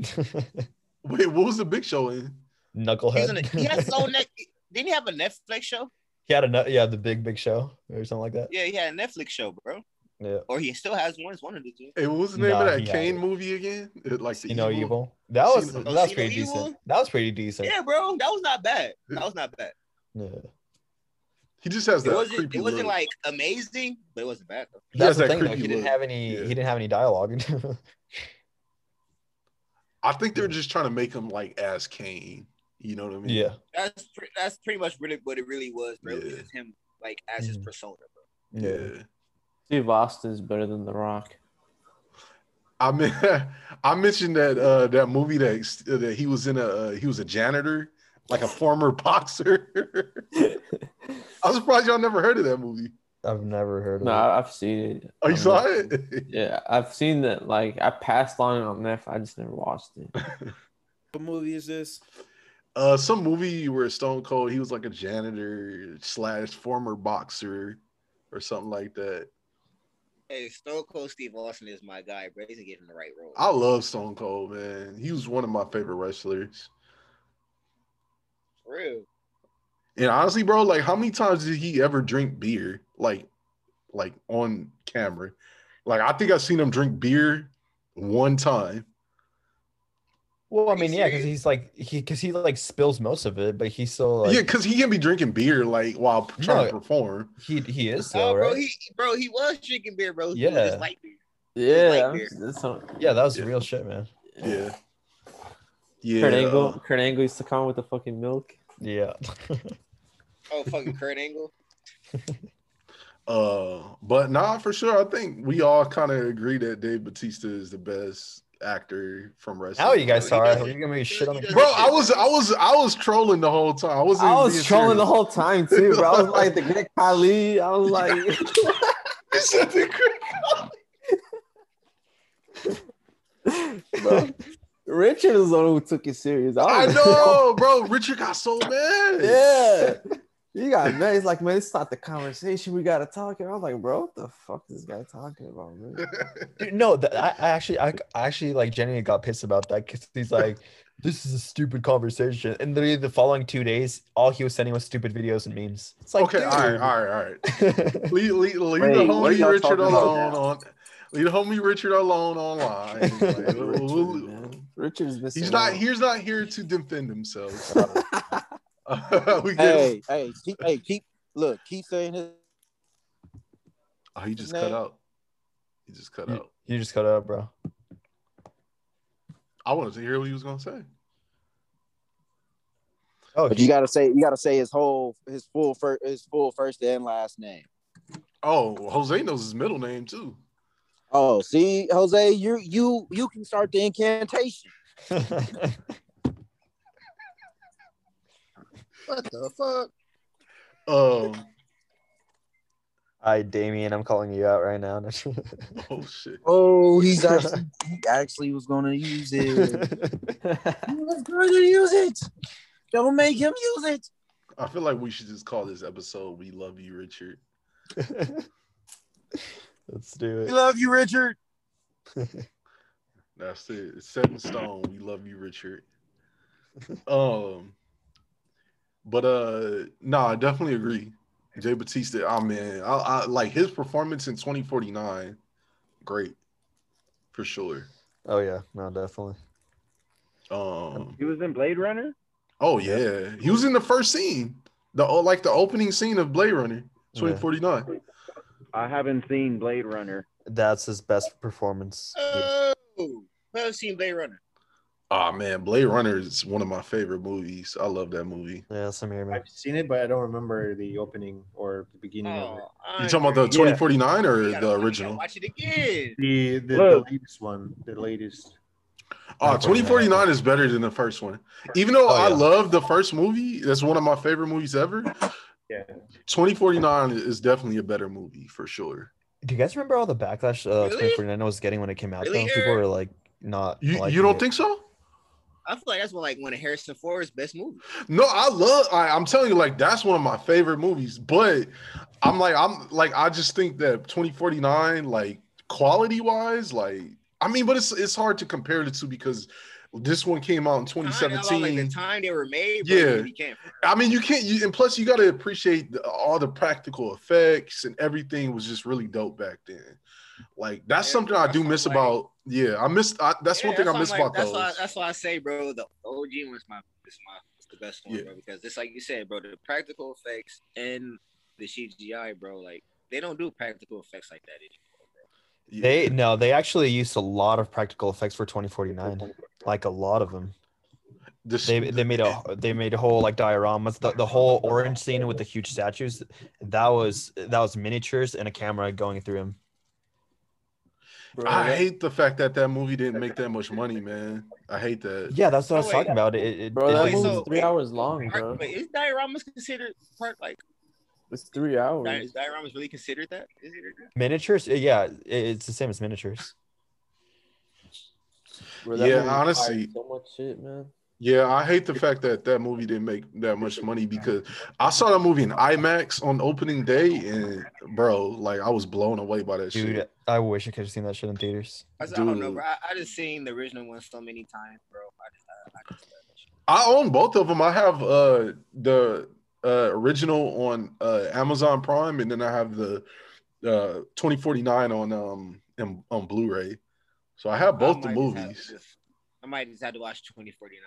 A: Wait, what was the Big Show in?
C: He's in a,
D: Knucklehead.
C: he has his own net. Didn't he have a Netflix show?
D: He had a nu- yeah, the Big Big Show or something like that.
C: Yeah, he had a Netflix show, bro.
D: Yeah,
C: Or he still has one. It's one of the two.
A: Hey, what was the name
D: Nah,
A: of
D: he
A: that
D: had
A: Kane
D: it.
A: movie again? It- like the
D: you know,
A: evil.
D: evil. That was
A: Cena.
D: that was
C: Oh,
D: pretty
C: Cena
D: decent.
C: Evil?
D: That was pretty decent.
C: Yeah, bro, that was not bad. That was not bad.
D: Yeah.
A: He just has
C: It
A: that
C: wasn't.
A: creepy.
C: It wasn't
A: look.
C: like amazing, but it wasn't bad. Though.
A: He
D: That's
A: has
D: the
A: that
D: thing though.
A: creepy
D: He didn't
A: look.
D: have any.
A: Yeah.
D: He didn't have any dialogue.
A: I think they're just trying to make him like as Kane. You know what I mean?
D: yeah.
C: That's pre- that's pretty much really what it really was, bro. It
A: Yeah. Mm-hmm.
C: was him like as his
D: Mhm.
C: persona, bro.
A: Yeah.
H: Steve Austin's better than The Rock.
A: I mean, I mentioned that uh, that movie that that he was in a uh, he was a janitor, like a former boxer. I'm surprised y'all never heard of that movie.
D: I've never heard of.
H: No, I- I've seen it.
A: Oh, you
H: I've
A: saw
H: never-
A: it?
H: Yeah, I've seen that. Like I passed on it on Netflix. I just never watched it.
E: What movie is this?
A: Uh, some movie where Stone Cold he was like a janitor slash former boxer or something like that.
C: Hey, Stone Cold Steve Austin is my guy, bro. He's getting the right role.
A: I love Stone Cold, man. He was one of my favorite wrestlers.
C: For real.
A: And honestly, bro, like how many times did he ever drink beer? Like, like on camera. Like I think I've seen him drink beer one time.
D: Well, I
C: Are you
D: mean, yeah, because
C: serious?
D: he's like he because he like spills most of it, but he's still like
A: yeah, because he can be drinking beer like while p- trying to
D: No.
A: perform.
D: he he
A: Oh,
D: is
C: Nah,
D: still
C: Oh, bro,
D: right.
C: he bro, he was drinking beer, bro. He was
D: Yeah.
C: just light beer.
H: Yeah,
C: Lightyear.
H: I'm- that's not,
D: Yeah, that was
A: Yeah.
D: real shit, man.
A: Yeah. Yeah.
H: Kurt Angle. Kurt Angle used to come with the fucking milk.
D: Yeah.
C: Oh fucking Kurt Angle.
A: Uh, but nah, for sure. I think we all kind of agree that Dave Batista is the best actor from wrestling.
D: now you guys
A: Like,
D: are
C: doesn't-
D: you're gonna be shit on the
C: he doesn't-
A: Bro, I was I was I was trolling the whole time. I was
H: I was trolling the whole time too, bro. I was like the great Khali. I was like, bro, Richard is the one who took it serious.
A: I
H: was-
A: know, bro. Richard got so mad.
H: Yeah. You got mad. He's like, man, it's not the conversation we gotta talk. And I was like, bro, what the fuck is this guy talking about, man?
D: Dude, no, th- I, I actually, I, I actually like genuinely got pissed about that because he's like, "This is a stupid conversation," and literally the following two days, all he was sending was stupid videos and memes. It's like,
A: okay, all right, all right, all right.
D: right.
A: Leave, leave, leave the
H: Wait, what are
A: homie
H: y'all
A: Richard
H: talking about
A: alone
H: now?
A: on. Leave the homie Richard alone online.
H: Oh,
A: Like, we'll- we'll-
H: Richard, man. Richard's missing.
A: he's not.
H: out.
A: He's not here to defend himself. we get
J: Hey, hey, keep, hey, keep look, keep saying his
A: Oh, he just cut
J: Nah.
A: out. He just cut out.
D: you just cut out, bro.
A: I wanted to hear what he was gonna say.
D: Oh,
J: but you gotta say you gotta say his whole his full first his full first and last name.
A: Oh, Jose knows his middle name too.
J: Oh, see, Jose, you you you can start the incantation. What the fuck?
A: Um.
D: Hi, Damien. I'm calling you out right now.
A: Oh shit.
J: Oh, he's actually he actually was gonna use it. he was gonna use it. Don't make him use it.
A: I feel like we should just call this episode "We Love You, Richard."
D: Let's do
J: We
D: it.
J: love you, Richard.
A: That's it. It's set in stone. We love you, Richard. Um, but uh, no, I definitely agree. Jay Batista, oh man, I, I like his performance in 2049. Great, for sure.
D: Oh yeah, no, definitely.
A: Um,
K: He was in Blade Runner.
A: oh yeah, he was in the first scene, the oh, like the opening scene of Blade Runner
D: Yeah.
A: 2049.
K: I haven't seen Blade Runner.
D: That's his best performance.
C: Oh, I haven't seen Blade Runner.
A: Ah man, Blade Runner is one of my favorite movies. I love that movie.
D: Yeah, same here, man.
I: I've seen it, but I don't remember the opening or the beginning of it.
C: Oh,
A: You talking about the 2049
C: You
A: or
C: gotta-
A: the
C: you gotta
A: original?
C: Watch it again.
I: The the, the
K: Look.
I: latest one, the latest.
A: Oh, 2049 is better than the first one. Even though
D: Oh,
A: I
D: yeah.
A: love the first movie, that's one of my favorite movies ever.
I: Yeah.
A: 2049 is definitely a better movie for sure.
D: Do you guys remember all the backlash uh,
C: Really?
D: 2049 was getting when it came out?
C: Really,
D: though? People
C: Eric?
D: were like not.
A: You,
D: liking
A: you don't
D: it.
A: think so?
C: I feel like that's one like one of Harrison Ford's best movies.
A: No, I love. I, I'm telling you, like that's one of my favorite movies. But I'm like, I'm like, I just think that 2049, like quality wise, like I mean, but it's it's hard to compare the two because this one came out in
C: Time, I love, like
A: 2017.
C: the time they were made, bro,
A: Yeah.
C: yeah. Can't,
A: I mean, you can't. You, and plus, you got to appreciate the, all the practical effects and everything was just really dope back then. Like that's
C: Yeah,
A: something I do miss about. Yeah, I missed. I, that's
C: Yeah,
A: one thing I
C: why
A: miss
C: I'm
A: about
C: like, that's
A: those.
C: Why, that's why I say, bro, the OG one's my is my is the best one,
A: Yeah.
C: bro, because it's like you said, bro, the practical effects and the CGI, bro, like they don't do practical effects like that anymore.
D: They no, they actually used a lot of practical effects for 2049, like a lot of them.
A: This-
D: they they made a they made a whole like dioramas. The, the whole orange scene with the huge statues, that was that was miniatures and a camera going through them.
A: I hate the fact that that movie didn't make that much money, man. I hate that.
D: Yeah, that's what I
C: Oh,
D: was
C: wait.
D: talking about. It, it,
H: Bro,
D: it
H: that
D: didn't-
H: movie's
C: so-
H: three hours long, bro.
C: Art- But is dioramas considered part like
H: It's three
C: di-
H: hours.
C: is dioramas really considered that? Is it
D: miniatures. Uh, Yeah, it, it's the same as miniatures.
H: Bro, that
A: Yeah,
H: movie required
A: honestly.
H: so much shit, man.
A: Yeah, I hate the fact that that movie didn't make that much money because I saw that movie in IMAX on opening day, and bro, like I was blown away by that
D: Dude,
A: shit.
D: I wish I could have seen that shit in theaters.
C: I, I don't know,
A: Dude.
C: bro. I, I just seen the original one so many times, bro. I just, I, I just love that shit.
A: I own both of them. I have uh the uh original on uh Amazon Prime, and then I have the uh 2049 on um in, on Blu-ray. So I have both
C: I
A: the
C: might just have
A: movies.
C: to just- I might just have to watch 2049.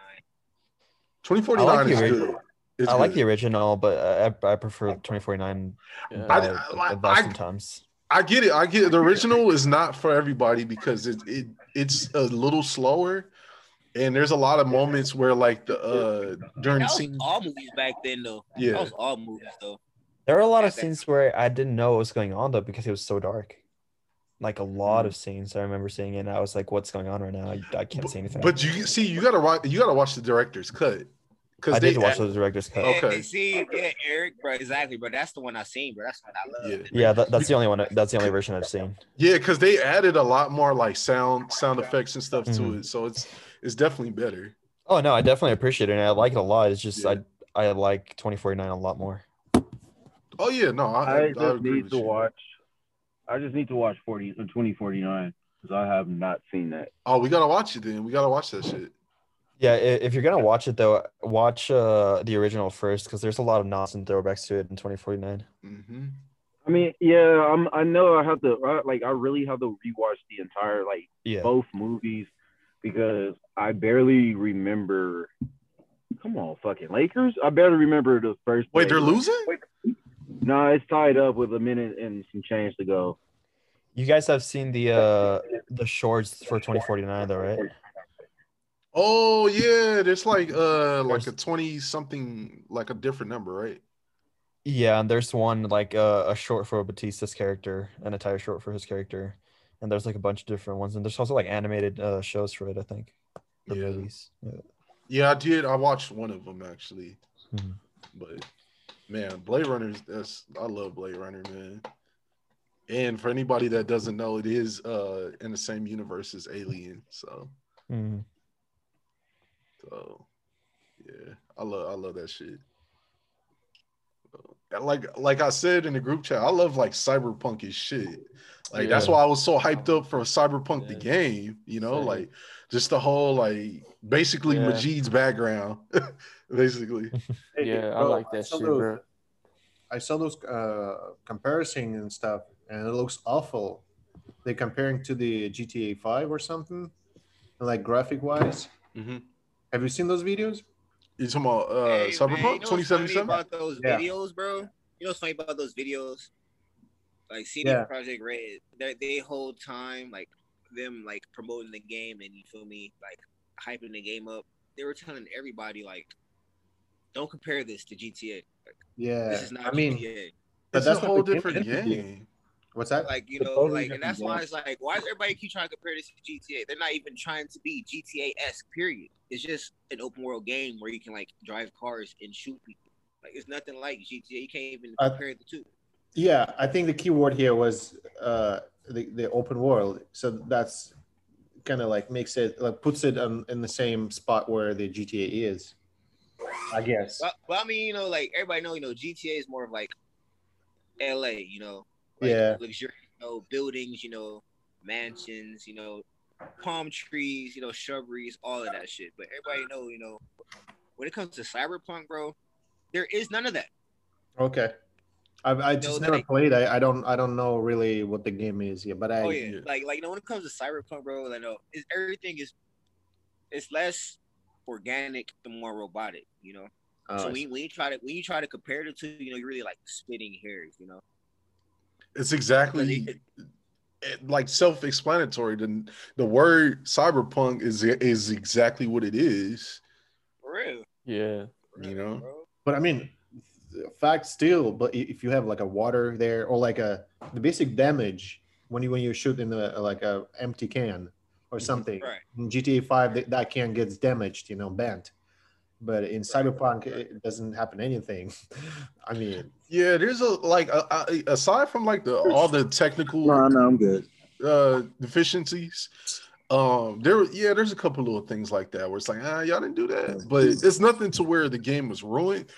A: 2049
D: I like the
A: is
D: original.
A: good. It's
D: I like
A: good.
D: the original, but I, I prefer 2049
H: Yeah.
D: uh,
A: I-
D: I,
A: I- I-
D: a thousand times.
A: I get it. I get it. The original is not for everybody because it, it it's a little slower, and there's a lot of moments where like the uh
C: That
A: during
C: was
A: scene.
C: all movies back then, though. That
A: Yeah,
C: was all movies, though.
D: There are a lot of
C: Yeah, that-
D: scenes where I didn't know what was going on though because it was so dark. Like a lot of scenes I remember seeing, it, and I was like, "What's going on right now? I, I can't see anything."
A: Mm. but you see, you gotta watch. You gotta watch the director's cut
D: I
A: because they
D: did watch the director's cut.
A: Okay.
C: Yeah, see, yeah, Eric, bro, exactly, bro. That's the one I seen, bro. That's the one I love.
A: Yeah.
D: Yeah, that, that's the only one. That's the only version I've seen.
A: yeah because they added a lot more like sound sound effects and stuff to
D: Mhm.
A: it, so it's it's definitely better.
D: Oh no, I definitely appreciate it. and I like it a lot. It's just
A: Yeah.
D: I I like 2049 a lot more.
A: Oh yeah, no, I, I,
K: I
A: I
K: just
A: agree
K: need
A: with
K: to
A: you.
K: watch. I just need to watch uh, 40 or 2049 because I have not seen that.
A: Oh, we gotta watch it then. We gotta watch that shit.
D: Yeah, i- if you're gonna watch it though, watch uh, the original first because there's a lot of nonsense throwbacks to it in 2049.
A: hmm
K: I mean, yeah, I'm. I know I have to. I, like, I really have to rewatch the entire like
D: Yeah,
K: both movies because I barely remember. Come on, fucking Lakers! I barely remember the first.
A: Wait,
K: play.
A: they're losing.
K: Nah, it's tied up with a minute and some change to go.
D: you guys have seen the uh the shorts for 2049 though, right?
A: Oh yeah, there's like uh like a twenty something like a different number, right?
D: Yeah, and there's one like uh, a short for Batista's character, an entire short for his character, and there's like a bunch of different ones, and there's also like animated uh, shows for it, I think. or
A: Yeah.
D: movies. Yeah.
A: Yeah, I did. I watched one of them actually,
D: Mhm.
A: but man, Blade Runner's that's I love Blade Runner, man. And for anybody that doesn't know, it is uh in the same universe as Alien, so
D: Mhm.
A: so yeah, I love I love that shit. And Like like I said in the group chat, I love like cyberpunk is shit. Like that's
H: Yeah.
A: why I was so hyped up for Cyberpunk the
H: Yeah.
A: game, you know,
H: Same.
A: like just the whole like basically
H: Yeah.
A: Majid's background, basically.
H: Yeah, I
I: Bro,
H: like that
I: saw
H: shit,
I: those-
H: bro.
I: I saw those uh, comparison and stuff, and it looks awful. They comparing to the GTA Five or something, like graphic wise.
C: Mm-hmm.
A: Mhm.
I: Have you seen those videos?
A: You talking about uh,
C: Hey, man, you know
A: Cyberpunk
C: what's
A: twenty seventy
C: funny
A: seven?
C: About those
I: Yeah.
C: videos, bro. You know what's funny about those videos? Like CD
I: Yeah.
C: Project Red, they they hold time like them like promoting the game and you feel me like hyping the game up. They were telling everybody like, don't compare this to GTA. Like,
I: Yeah,
C: This is
I: I
C: not
I: mean,
C: GTA.
I: But
A: It's
I: that's
A: a
I: what
A: whole
I: the game
A: different
I: is.
A: game.
I: what's that?
C: Like you
I: It's
C: know,
I: totally
C: like and
I: different
C: that's why
I: game.
C: it's like, why does everybody keep trying to compare this to GTA? They're not even trying to be GTA esque. Period. It's just an open world game where you can like drive cars and shoot people. Like it's nothing like GTA. You can't even
I: I-
C: compare the two.
I: yeah, I think the key word here was uh, the the open world. So that's kind of like makes it like puts it on, in the same spot where the GTA is. I guess.
C: But, but I mean, you know, like everybody know, you know, GTA is more of like LA, you know, like
I: Yeah.
C: luxurious, you know, buildings, you know, mansions, you know, palm trees, you know, shrubberies, all of that shit. But everybody know, you know, when it comes to cyberpunk, bro, there is none of that.
I: Okay. I've, I just never played. I, I don't I don't know really what the game is yet, but I
C: Oh yeah, like like you know when it comes to cyberpunk, bro, like no, it's, everything is it's less organic, the more robotic, you know.
I: Oh,
C: so
I: I
C: when
I: see.
C: you, when you try to when you try to compare the two, you know, you're really like spitting hairs, you know.
A: It's exactly it- like self-explanatory. The the word cyberpunk is is exactly what it is.
C: For real.
H: Yeah.
A: You
I: Hmm.
A: know.
I: But I mean, fact still, but i- if you have like a water there or like a the basic damage when you when you shoot in the like a empty can or something
C: Right.
I: in GTA Five that, that can gets damaged, you know, bent. But in Cyberpunk, it doesn't happen anything. I mean,
A: Yeah, there's a like a, a, aside from like the all the technical
J: No, no, I'm good.
A: uh deficiencies. Um there yeah, there's a couple little things like that where it's like, ah, y'all didn't do that. But it's nothing to where the game was ruined.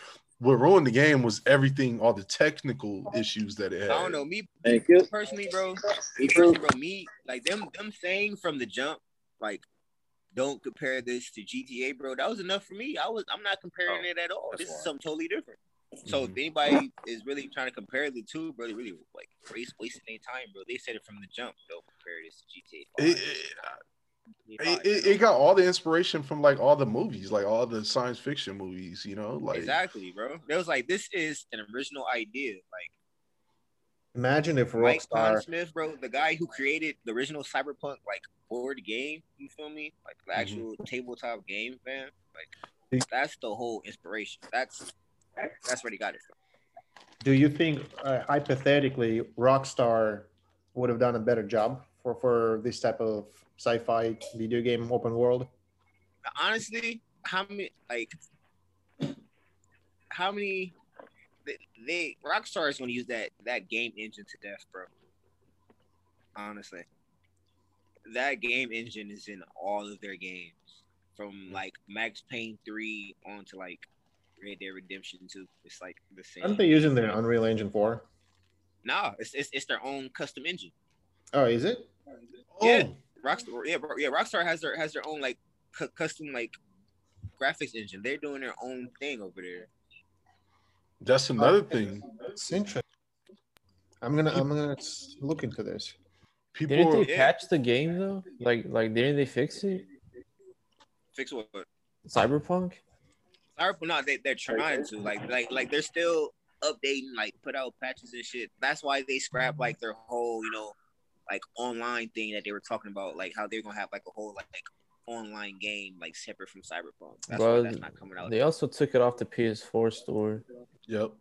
A: What ruined the game was everything, all the technical issues that it had.
C: I don't know. Me
J: Thank you.
C: personally, bro. Me personally, bro. Me like them. Them saying from the jump, like, don't compare this to GTA, bro. That was enough for me. I was. I'm not comparing
A: Oh,
C: it at all.
B: that's
C: This is
B: why.
C: something totally different. So
A: Mm-hmm.
C: if anybody is really trying to compare the two, bro, they really like waste wasting their time, bro. They said it from the jump. Don't compare this to GTA.
A: It, it,
C: 5.
A: it, it got all the inspiration from like all the movies, like all the science fiction movies, you know, like
C: exactly, bro. They was like, this is an original idea. Like
I: imagine if
C: Mike Pond
I: Rockstar.
C: Smith, bro, the guy who created the original Cyberpunk like board game. You feel me? Like the actual tabletop game, man. Like that's the whole inspiration. That's that's where he got it from.
I: Do you think uh, hypothetically Rockstar would have done a better job for for this type of sci-fi video game open world?
C: Now, honestly, how many like how many they, they Rockstar is going to use that that game engine to death, bro. Honestly, that game engine is in all of their games, from like Max Payne three on to like Red Dead Redemption two. It's like the same.
I: Aren't they using their Unreal Engine 4?
C: Nah, it's, it's it's their own custom engine.
I: Oh, is it? Oh,
C: Yeah, Rockstar. Yeah, bro, yeah. Rockstar has their has their own like cu- custom like graphics engine. They're doing their own thing over there.
A: that's another thing.
I: It's interesting. I'm gonna I'm gonna s- look into this.
A: People
H: Didn't
A: are,
H: they patch the game though? Like like didn't they fix it?
C: Fix what?
H: Cyberpunk?
C: Cyberpunk? No, they they're trying to like like like they're still updating like put out patches and shit. That's why they scrapped like their whole you know like online thing that they were talking about like how they're gonna have like a whole like, online game like separate from Cyberpunk. That's why
H: Well,
C: that's not coming out.
H: They also took it off the PS4 store.
A: yep.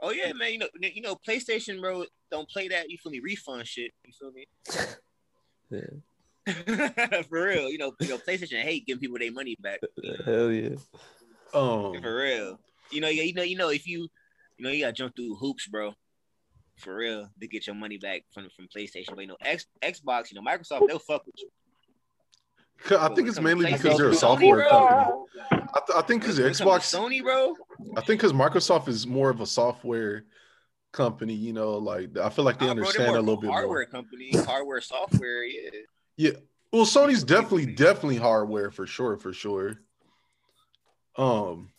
C: Oh yeah, man. You know you know PlayStation bro don't play that. You feel me? Refund shit. You feel me?
H: Yeah.
C: for real, you know, you know, PlayStation hate giving people their money back.
H: Hell yeah.
A: Um,
C: For real, you know, you you know, you know, if you, you know, you gotta jump through hoops, bro. For real, to get your money back from from PlayStation, but you know, X, Xbox, you know, Microsoft, they'll fuck with you.
A: I think it's mainly because they're a
C: Sony,
A: software
C: bro.
A: company. I, th- I think because
C: When it comes
A: Xbox,
C: to Sony, bro.
A: I think because Microsoft is more of a software company, you know, like I feel like they
C: Nah, bro, they're
A: understand
C: more
A: a
C: of
A: little bit
C: hardware
A: more.
C: company, hardware, software. Yeah,
A: Yeah. Well, Sony's definitely definitely hardware for sure, for sure. Um,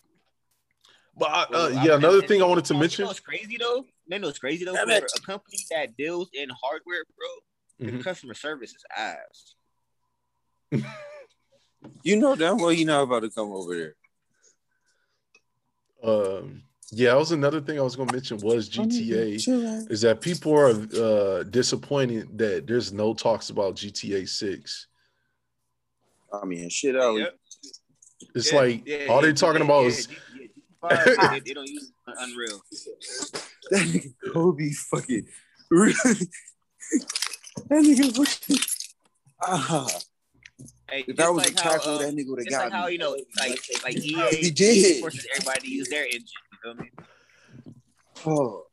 A: but I, uh,
C: Well, I-
A: yeah, another
C: and-
A: thing I
C: and
A: wanted to
C: you know
A: mention.
C: what's crazy though. You know what's crazy though.
J: Damn
C: For
J: it.
C: a company that deals in hardware, bro, the
A: Mhm.
C: customer service is ass.
J: You know damn well you're not about to come over there.
A: Um, yeah, that was another thing I was gonna mention was GTA. Is that people are uh, disappointed that there's no talks about GTA Six?
J: I mean, shit out.
C: Yep.
A: It's
C: Yeah,
A: like
C: yeah,
A: all
C: yeah,
A: they're talking
C: yeah,
A: about
C: yeah,
A: is
C: yeah, yeah. they, they don't use Unreal.
J: That nigga Kobe fucking really. that nigga fucking. Ah,
C: Hey,
J: if
C: just
J: that was
C: like
J: a
C: how,
J: tackle,
C: uh,
J: that nigga would have
C: It's like
J: got
C: how
J: me.
C: you know, like like E
J: He
C: EA
J: did.
C: forces everybody to use their engine. You feel me?
J: Oh,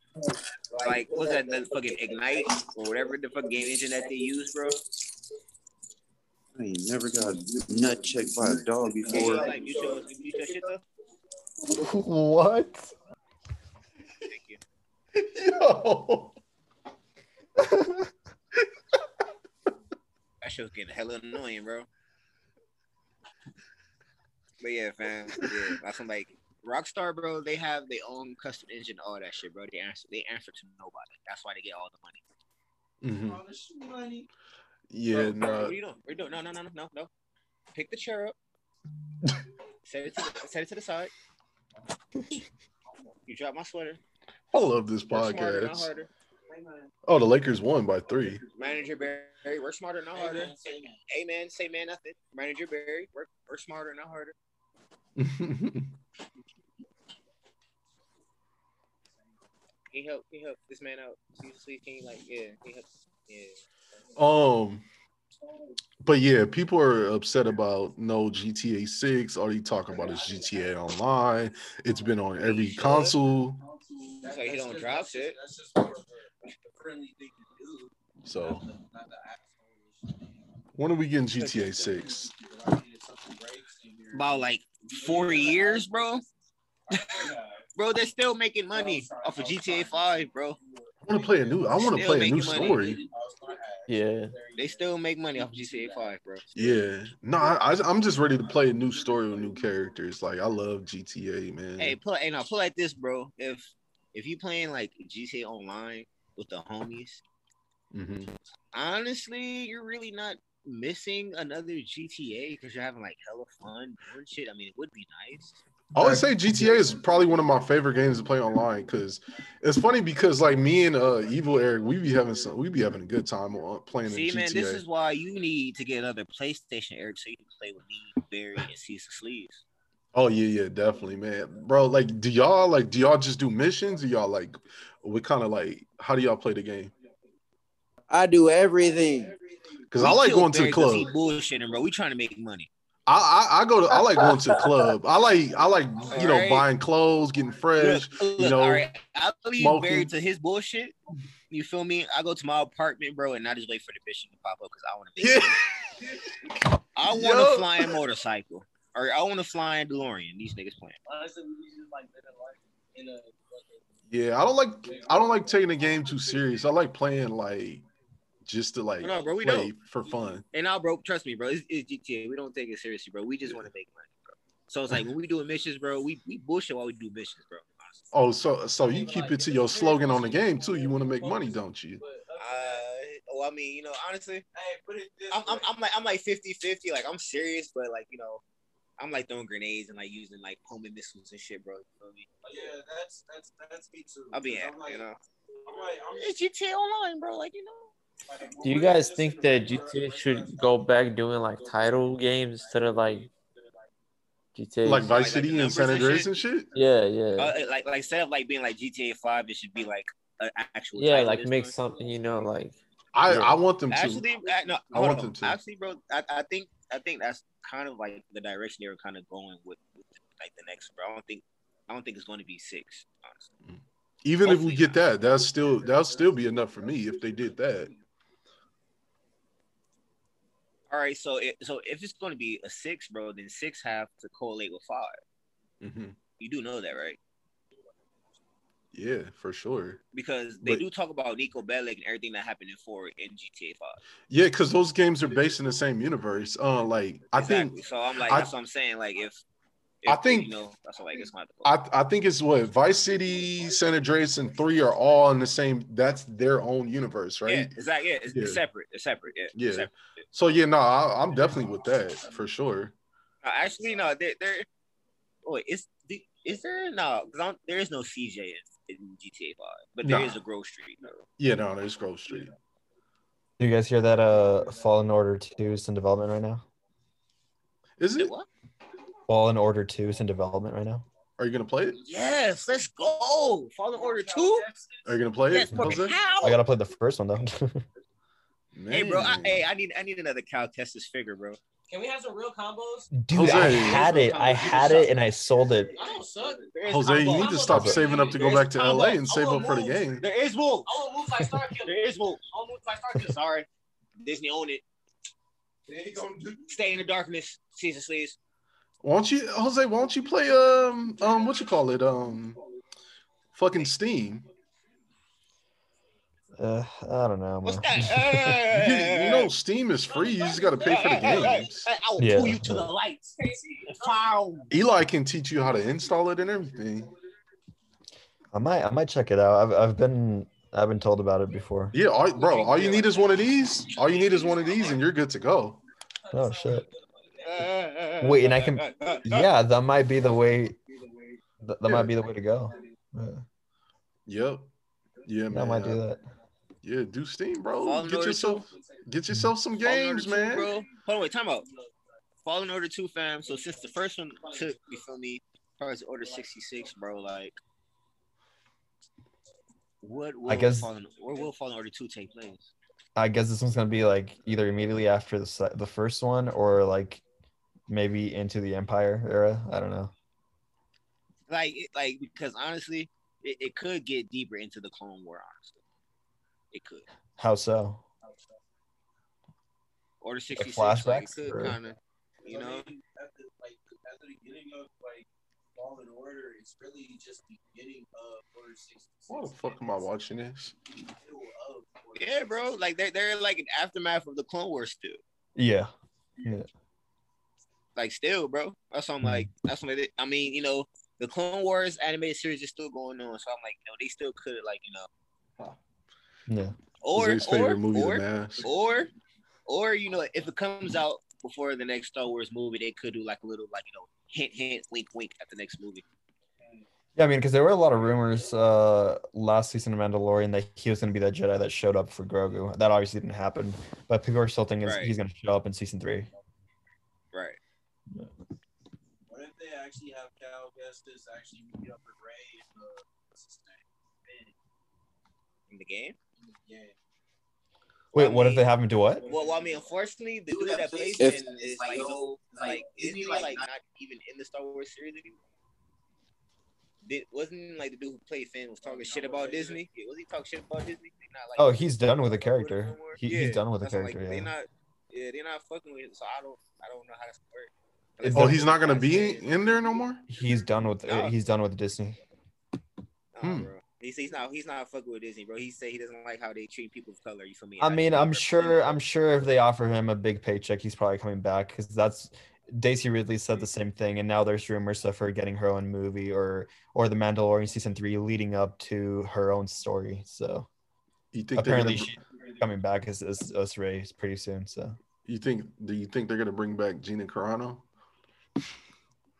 C: like what's that the fucking ignite or whatever the fuck game engine that they use, bro?
J: I ain't never got nut checked by a dog
C: Yeah, you
J: before.
C: like you show you show shit though.
I: What?
C: Thank you.
I: Yo.
C: That shit was getting hella annoying, bro. But yeah, fam. Yeah, that's I'm like Rockstar, bro. They have their own custom engine, all that shit, bro. They answer, they answer to nobody. That's why they get all the money.
A: Mhm. Yeah,
C: Bro,
A: nah.
C: What are you doing? What are you doing? No, no, no, no, no, no. Pick the chair up. set it to the, set it to the side. You drop my sweater.
A: I love this
C: Work smarter, not
A: podcast.
C: harder.
A: Oh, the Lakers won by three.
C: Manager Barry, work smarter, not harder. Amen. Say man, nothing. Manager Barry, work work smarter, not harder. He helped. He helped this man out. Seriously, he like yeah. He helped. Yeah.
A: um, but yeah, people are upset about no GTA Six. All you talking about is GTA Online. It's been on every console.
C: That's why he don't drop shit.
A: So when are we getting GTA Six?
C: About like four years, bro. bro, they're still making money off of GTA Five, bro.
A: I want to play a new. I want to
C: Still
A: play a new
C: making money.
A: story.
H: Yeah.
C: They still make money off of GTA Five, bro.
A: Yeah. No, I, I, I'm just ready to play a new story with new characters. Like I love GTA, man.
C: Hey, pull. Hey, now pull like this, bro. If if you playing like GTA Online with the homies,
A: Mhm.
C: honestly, you're really not missing another GTA because you're having like hella fun doing shit. I mean, it would be nice.
A: I would say GTA is probably one of my favorite games to play online because it's funny because like me and uh Evil Eric, we be having some, we be having a good time on- playing
C: See,
A: in GTA.
C: man, this is why you need to get another PlayStation, Eric, so you can play with me, Barry, and Cecil Sleeves.
A: oh yeah, yeah, definitely, man, bro. Like, do y'all like do y'all just do missions? Do y'all like what kind of like how do y'all play the game?
J: I do everything.
A: Because I like going to the club.
C: He bullshitting, bro. We trying to make money.
A: I, I I go to I like going to the club. I like I like you know
C: Right.
A: buying clothes, getting fresh.
C: Look,
A: you know,
C: all right, I leave
A: smoking.
C: Barry to his bullshit. You feel me? I go to my apartment, bro, and I just wait for the bitch to pop up because I want to.
A: Yeah.
C: I want
A: Yo.
C: to fly a motorcycle, or I want to fly in DeLorean. These niggas playing.
A: Yeah, I don't like I don't like taking the game too serious. I like playing like just to like
C: No, bro, we
A: play for fun.
C: And now, bro, trust me, bro. It's, it's GTA. We don't take it seriously, bro. We just want to make money, bro. So it's like when we do missions, bro, we, we bullshit while we do missions, bro.
A: Oh, so so you keep it to your slogan on the game too. You want to make money, don't you?
C: Uh, well, I mean, you know, honestly, I'm, I'm, I'm like I'm like 50 50. Like I'm serious, but like you know, I'm like throwing grenades and like using like homing missiles and shit, bro. You know what I mean?
L: Yeah, that's that's that's me too.
C: I'll be at,
L: I'm like,
C: you know.
L: I'm like, I'm
C: It's GTA Online, bro. Like you know.
H: Do you guys think that GTA should go back doing like title games instead of like GTA?
A: Like Vice
C: Like, like the
A: City and
C: numbers
A: San
C: and
A: Andreas
C: shit?
A: and shit.
H: Yeah, yeah,
C: Uh, like like instead of like being like GTA Five, it should be like an actual.
H: yeah.
C: title
H: Like
C: this
H: make
C: time.
H: something, you know, like
A: I
H: Yeah.
A: I want them to.
C: Actually, I, no,
A: I
C: hold
A: want
C: on.
A: them to.
C: Actually, bro, I, I think I think that's kind of like the direction they were kind of going with, with like the next. Bro, I don't think I don't think it's going to be six. Honestly,
A: Even if we
C: hopefully
A: get that, that's still that'll still be enough for me if they did that.
C: all right. So it, so if it's going to be a six, bro, then six have to correlate with five.
A: Mhm.
C: You do know that, right?
A: Yeah, for sure.
C: Because they
A: But-
C: do talk about Nico Bellic and everything that happened in four in GTA Five.
A: Yeah, because those games are based in the same universe. Uh, like I think
C: Exactly. so. I'm like,
A: I-
C: that's what I'm saying. Like if,
A: I
C: if,
A: think-
C: you know, that's what, like it's not.
A: I, I think it's what Vice City, San Andreas, and three are all in the same. That's their own universe,
C: Yeah,
A: right?
C: it's like yeah, it's,
A: Yeah.
C: it's separate. It's separate. Yeah,
A: Yeah.
C: It's separate.
A: So yeah, no, I, I'm definitely with that for sure.
C: No, actually, no. There, there. Wait, is the- is there no? Cause I'm, there is no CJ in, in GTA Five, but there
A: Nah.
C: is a Grove Street.
A: Yeah, no, there's Grove Street.
D: Do you guys hear that? Uh, Fallen Order Two is in development right now.
A: Is it?
C: What?
D: Fallen Order Two is in development right now.
A: Are you gonna play it?
C: Yes, let's go. Fallen Order Two.
A: Are you gonna play
C: Yes,
A: it?
C: bro.
A: Jose?
C: How?
D: I gotta play the first one though.
A: Man.
C: hey, bro. I, hey, I need I need another Cal Kestis figure, bro.
L: Can we have some real combos?
D: Dude, I had it. I had it and I sold it.
L: I don't suck.
A: Jose, you need to stop saving up to go back to LA and save up for the game.
C: There is wolves. I want moves like Starkiller. There is wolves. I want moves like Starkiller. Sorry, Disney owned it. Stay in the darkness, season sleeves.
A: Won't you, Jose? Won't you play um um what you call it um fucking Steam?
D: Uh, I don't know.
C: What's
D: man.
C: that? uh?
A: You, you know
C: Hey,
A: Steam is free. You just got to pay for the
C: hey, hey, hey,
A: games.
C: hey, I will
D: Yeah.
C: pull you to the lights. uh, Wow.
A: Eli can teach you how to install it and everything.
D: I might I might check it out. I've I've been I've been told about it before.
A: Yeah, all, bro. All you need is one of these. All you need is one of these, and you're good to go.
D: Oh shit.
C: uh,
D: Wait, and I can
A: Uh,
D: yeah, that might be the way that, that
A: Yeah.
D: might be the way to go. Yeah,
A: Yep. Yeah, man.
D: I might do that.
A: Yeah, do Steam, bro.
C: Fall in
A: get
C: order
A: yourself get yourself some
C: Fallen Order
A: games,
C: 2,
A: man.
C: Bro. Hold on, wait, time out. Fallen Order 2, fam. So since the first one took, you feel me, as far as Order 66, bro, like, what will,
D: I guess-
C: Fallen, where will Fallen Order 2 take place?
D: I guess this one's gonna be like either immediately after the se- the first one or like maybe into the Empire era. I don't know.
C: Like, it, like because honestly, it, it could get deeper into the Clone War, honestly. It could.
D: How so?
C: Order 66, like, it
D: flashbacks,
C: could
D: or-
C: kind of, you know?
L: at the, like at the beginning of like Fallen Order, it's really just the beginning of Order 66.
A: Why the fuck am I watching this?
C: Yeah, bro. Like, they're, they're like an aftermath of the Clone War still.
D: Yeah. Yeah.
C: like still, bro. That's what
A: Hmm.
C: I'm like. That's what it, I mean. You know, the Clone Wars animated series is still going on, so I'm like, you know, they still could like, you know,
D: Yeah.
C: or
A: Jose's
C: or
A: favorite movie,
C: or,
A: The Mask.
C: or or you know, if it comes out before the next Star Wars movie, they could do like a little like you know, hint hint, wink wink at the next movie.
D: Yeah, I mean, because there were a lot of rumors uh, last season of Mandalorian that he was going to be that Jedi that showed up for Grogu. That obviously didn't happen, but people are still thinking
C: Right.
D: he's going to show up in season three.
C: Right.
L: What if they actually have Cal Kestis actually meet up with Ray and uh, what's his name?
C: In the game.
L: Ben. Yeah.
D: Wait, what if they have him do what?
C: Well, well, I mean, unfortunately, the dude that plays
D: If-
C: him is like no, like isn't he like not even in the Star Wars series anymore? Did, wasn't like the dude who played Finn was talking shit about Disney? Yeah, was he talking shit about Disney? They not like
D: Oh, he's done with the character. He,
C: Yeah,
D: he's done with the
C: that's what I'm like,
D: character.
C: They
D: yeah.
C: not, yeah, they're not fucking with him. So I don't, I don't know how that's gonna work.
A: Oh, he's not gonna be in there no more.
D: He's done with uh,
C: Nah.
D: he's done with Disney.
C: Nah,
A: Hmm.
C: bro. He's, he's not, he's not fucking with Disney, bro. He said he doesn't like how they treat people of color. You feel me?
D: I mean, I'm sure I'm sure if they offer him a big paycheck, he's probably coming back because that's Daisy Ridley said the same thing, and now there's rumors of her getting her own movie or or the Mandalorian season three leading up to her own story. So
A: You think they're
D: apparently
A: gonna-
D: she's coming back as as, as Ray pretty soon. So
A: You think? Do you think they're gonna bring back Gina Carano?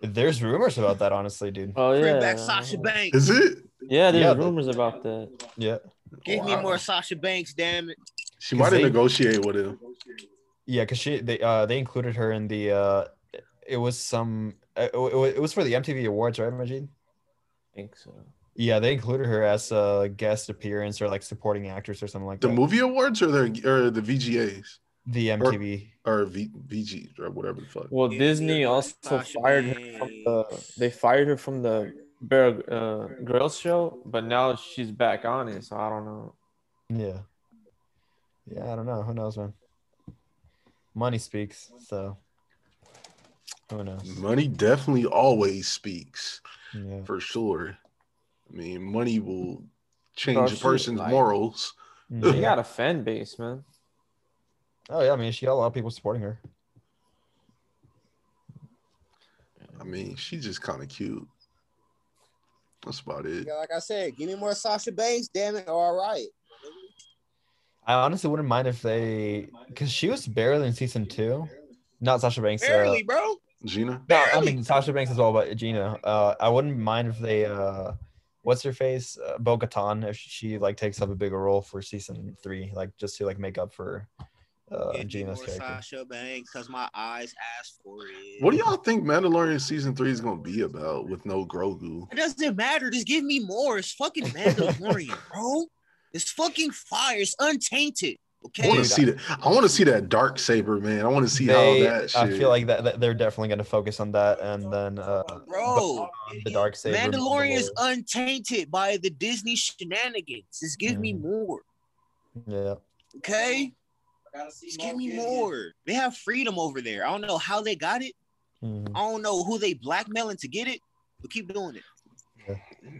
D: there's rumors about that, honestly, dude.
H: Oh yeah.
C: Bring back Sasha Banks.
A: Is it?
H: Yeah, there's
D: Yeah, but-
H: rumors about that.
D: Yeah,
C: Give me
A: Wow.
C: more Sasha Banks, damn it.
A: She
D: 'Cause
A: might have
D: they-
A: negotiated with him.
D: yeah, because she they uh they included her in the uh it was some uh, it, it, it was for the MTV Awards, right, Majid?
H: I think so.
D: Yeah, they included her as uh, a guest appearance or like supporting actress or something like
A: The
D: that.
A: movie awards or the or the VGAs
D: The MTV.
A: or v, VG or whatever the fuck.
H: Well,
C: Yeah,
H: Disney
C: yeah,
H: also
C: Sasha
H: fired her from the. They fired her from the Bear uh, Grylls show, but now she's back on it. So I don't know.
D: Yeah. Yeah, I don't know. Who knows, man? Money speaks, so who knows?
A: Money definitely always speaks
D: Yeah.
A: for sure. I mean, money will
H: Bro,
A: change a
H: she-
A: person's
H: like-
A: morals.
H: They
D: Mhm.
H: got a fan base, man.
D: Oh yeah, I mean she got a lot of people supporting her.
A: I mean, she's just kind of cute. That's about it.
C: Yeah, like I said, give me more Sasha Banks, damn it. All right.
D: I honestly wouldn't mind if they because she was barely in season two. Not Sasha Banks. uh,
C: Barely, bro.
A: Gina,
D: No, I
C: Barely.
D: mean Sasha Banks as well, but Gina. Uh, I wouldn't mind if they, uh, what's her face, uh, Bo Katan, if she like takes up a bigger role for season three, like just to like make up for uh,
C: Give me
D: Gina's
C: more
D: character.
C: Sasha Banks, cause my eyes asked for it.
A: what do y'all think Mandalorian season three is gonna be about with no Grogu?
C: It doesn't matter. Just give me more. It's fucking Mandalorian, bro. It's fucking fire. It's untainted.
A: I want to see that. I want to see that dark saber, man. I want to see
D: They-
A: how that. Shit.
D: I feel like that, that they're definitely going to focus on that, and then uh,
C: Bro,
D: on the dark saber.
C: Mandalorian is untainted by the Disney shenanigans. Just give me more,
D: Yeah.
C: okay? Just give me more. They have freedom over there. I don't know how they got it.
D: mm-hmm.
C: I don't know who they blackmailing to get it, but keep doing it.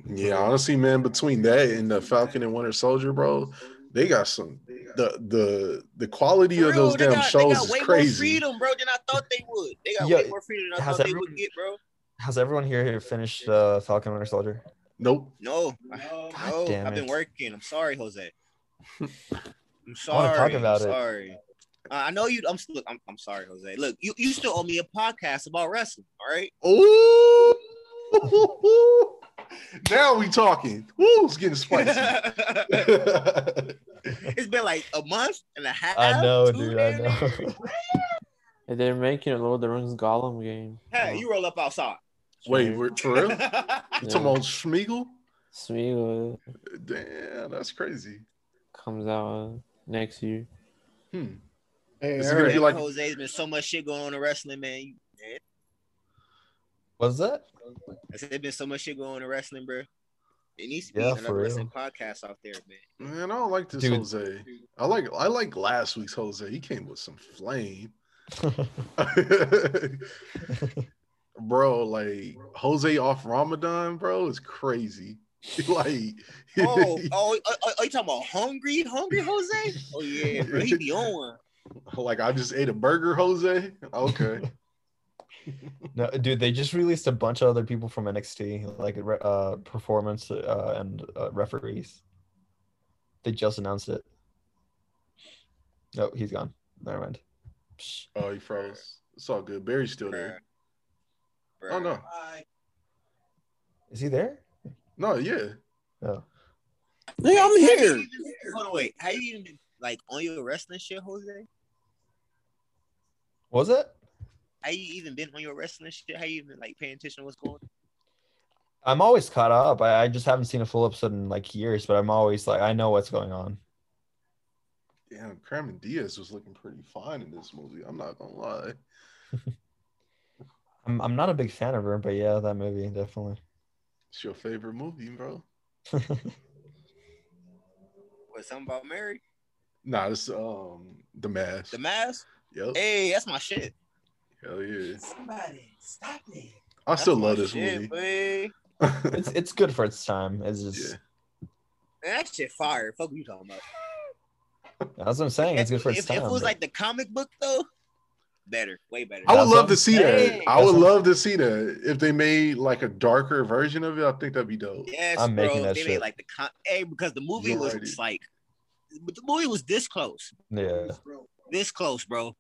A: Yeah, honestly, man, between that and the Falcon and Winter Soldier, bro, they got some the the the quality of those
C: Bro, they
A: damn
C: got- they
A: shows
C: got
A: is
C: way more
A: crazy.
C: freedom, bro, than I thought they would. They got
D: Yeah,
C: way more freedom than I
D: has
C: thought they
D: everyone-
C: would get, bro.
D: Has everyone here, here finished uh, Falcon Winter Soldier?
A: Nope.
C: No, no,
D: damn
C: I've been
D: it.
C: working. I'm sorry, Jose. I'm
D: I wanna
C: sorry.
D: talk about
C: I'm
D: it.
C: sorry. Uh, I know you. I'm look. I'm, I'm sorry, Jose. Look, you, you still owe me a podcast about wrestling. All right.
A: Ooh. now we talking. Woo, it's getting spicy.
C: it's been like a month and a half.
H: I know,
C: two
H: dude. I
C: damn-
H: know. and they're making a Lord of the Rings Gollum game.
C: Hey, you roll up outside.
A: Wait, we're for real? You talking
H: Yeah.
A: about Schmiegel?
H: Smeagol
A: Damn, that's crazy.
H: comes out uh, next year.
A: Hmm.
I: Hey,
C: It's
I: Eric.
C: been- Jose's been so much shit going on in wrestling, man. You, man.
D: What's that?
C: I said there's been so much shit going on in wrestling, bro. It needs to be
A: Yeah,
C: another
A: for real.
C: wrestling podcast out there, man.
A: Man, I don't like this
D: Dude.
A: Jose. I like I like last week's Jose. He came with some flame. bro, like Jose off Ramadan, bro, is crazy. like
C: Oh, oh, oh, oh, you talking about hungry, hungry Jose? Oh yeah, bro, he be on one. oh.
A: like I just ate a burger, Jose. Okay.
D: No, dude, they just released a bunch of other people from NXT, like re- uh, performance uh, and uh, referees. They just announced it. Oh, he's gone. Never mind.
A: Oh, he froze. It's all good. Barry's still there. Oh no.
D: Is he there?
A: No, yeah.
D: Oh.
J: Nigga, I'm here.
C: Hold on, wait. How you even been, like on your wrestling shit, Jose?
D: Was it?
C: How you even been on your wrestling shit? How you even been, like paying attention to what's going? on?
D: I'm always caught up. I, I just haven't seen a full episode in like years, but I'm always like, I know what's going on.
A: Damn, Carmen Diaz was looking pretty fine in this movie. I'm not gonna lie.
D: I'm, I'm not a big fan of her, but yeah, that movie definitely.
A: It's your favorite movie, bro.
C: What something about Mary?
A: Nah, it's um the mask.
C: The mask?
A: Yep.
C: Hey, that's my shit.
A: Hell yeah.
C: Somebody stop me.
A: I still love this movie.
C: Boy.
D: it's it's good for its time. It's just
C: Man, that shit fire. Fuck what you talking about.
D: that's what I'm saying. It's good for its
C: If, if
D: time.
C: it was
D: but-
C: like the comic book though, better, way better.
A: I would
D: That's
A: love
D: what-
A: to see
D: Hey,
A: that. I would
D: that's what-
A: love to see that. If they made like a darker version of it, I think that'd be dope.
C: Yes,
D: I'm
C: bro.
D: making that
C: they
D: shit.
C: made like the con- hey because the movie
A: You're
C: was
A: right.
C: just like, but the movie was this close,
D: yeah.
C: this close, bro.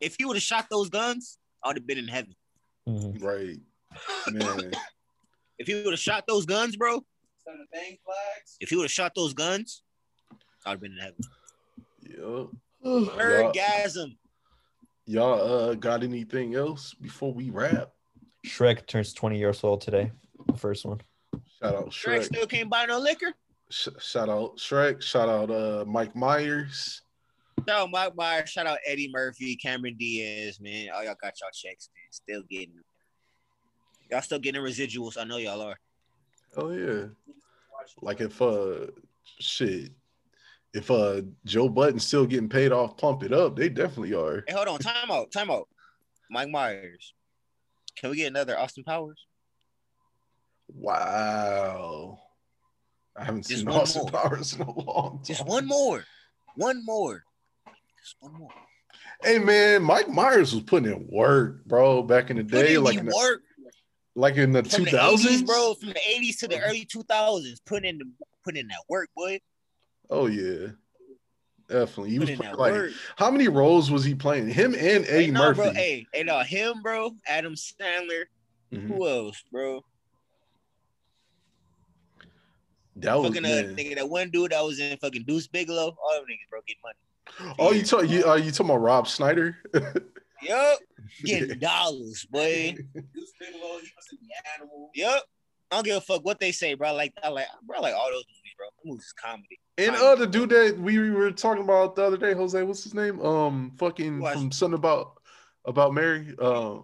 C: If you would have shot those guns, I'd have been in heaven.
D: Mhm.
A: Right. Man.
C: If you would have shot those guns, bro. If you would have shot those guns, I'd have been in heaven.
A: Yup.
C: Orgasm.
A: Y'all uh got anything else before we wrap?
D: Shrek turns 20 years old today. The first one.
A: Shout out
C: Shrek
A: Shrek.
C: still can't buy no liquor.
A: Sh- shout out Shrek. Shout out uh Mike Myers.
C: Shout out Mike Myers. Shout out Eddie Murphy, Cameron Diaz, man. All y'all got y'all checks, man. Still getting them. Y'all still getting residuals. I know y'all are.
A: Hell Oh, yeah. Like if uh shit. If uh Joe Button's still getting paid off pump it up, they definitely are.
C: Hey, hold on. Time out. Time out. Mike Myers. Can we get another Austin Powers?
A: Wow. I haven't
C: Just
A: seen
C: one
A: Austin
C: more.
A: Powers in a long time.
C: Just one more. One more. Just one more.
A: Hey man, Mike Myers was putting in work, bro, back in the
C: Put
A: day,
C: in
A: like
C: the
A: in the,
C: work
A: like in the
C: from
A: two
C: the 80s,
A: thousands,
C: bro. From the 80s to the early 2000s. Put in the put in that work, boy.
A: Oh yeah, definitely. He
C: Put
A: was
C: in
A: playing
C: that
A: like
C: work.
A: how many roles was he playing? Him and Eddie
C: hey, no,
A: Murphy.
C: bro. Hey, hey, no, him, bro. Adam Sandler.
A: Mhm.
C: Who else, bro?
A: That was
C: fucking uh,
A: man.
C: nigga, that one dude that was in fucking Deuce Bigelow. All them niggas, bro, get money.
A: Oh, you talk you are you talking about Rob Snyder?
C: Yup, getting dollars, boy.
L: Deuce Bigelow, he was in the animal.
C: Yup. I don't give a fuck what they say, bro. I like, I like, bro, I like all those movies, bro. That movie's just comedy.
A: And uh, the dude that we were talking about the other day, Jose, what's his name? Um, fucking
C: Who I-
A: from something about about Mary. Uh,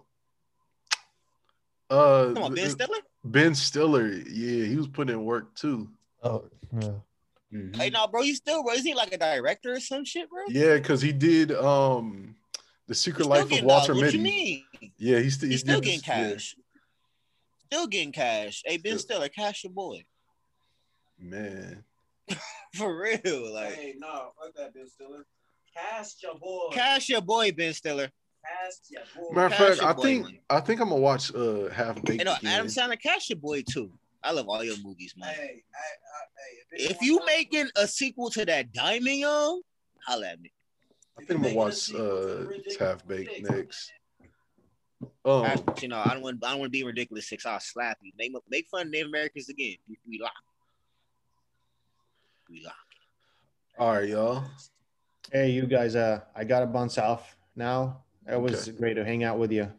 A: uh,
C: Come on, Ben Stiller.
A: Ben Stiller. Yeah, he was putting in work too.
D: Oh, yeah.
C: Hey, no, bro, you still, bro? Is he like a director or some shit, bro?
A: Yeah, because he did um the Secret
C: Still
A: Life of
C: getting
A: Walter
C: dollars. What you
A: Mitty.
C: mean?
A: Yeah, he's still
C: He's still getting cash. Still getting cash. Hey, Ben Stiller, cash your boy.
A: Man,
C: For real, like
L: hey, no, fuck that, Ben Stiller. Cast your boy.
C: cash your boy, Ben Stiller.
L: Cast your boy.
A: matter of
C: Cash
A: fact,
C: your
A: I
C: boy,
A: think
C: man.
A: I think I'm gonna watch uh Half Baked
C: You know,
A: again.
C: Adam Sandler, cash your boy too. I love all your movies, man.
L: Hey, I, I, hey,
C: If you making a sequel to that Diamond, yo, holla at me.
A: I think I'm gonna watch uh Half Baked next.
I: Oh.
A: Um,
C: Cash- you know, I don't want, I don't want to be ridiculous. Six, I'll slap you. Make, make fun of Native Americans again. We, we lock. We lock.
A: All right, y'all.
I: Hey, you guys. Uh, I gotta bounce off now. It was great to hang out with you.
C: Man,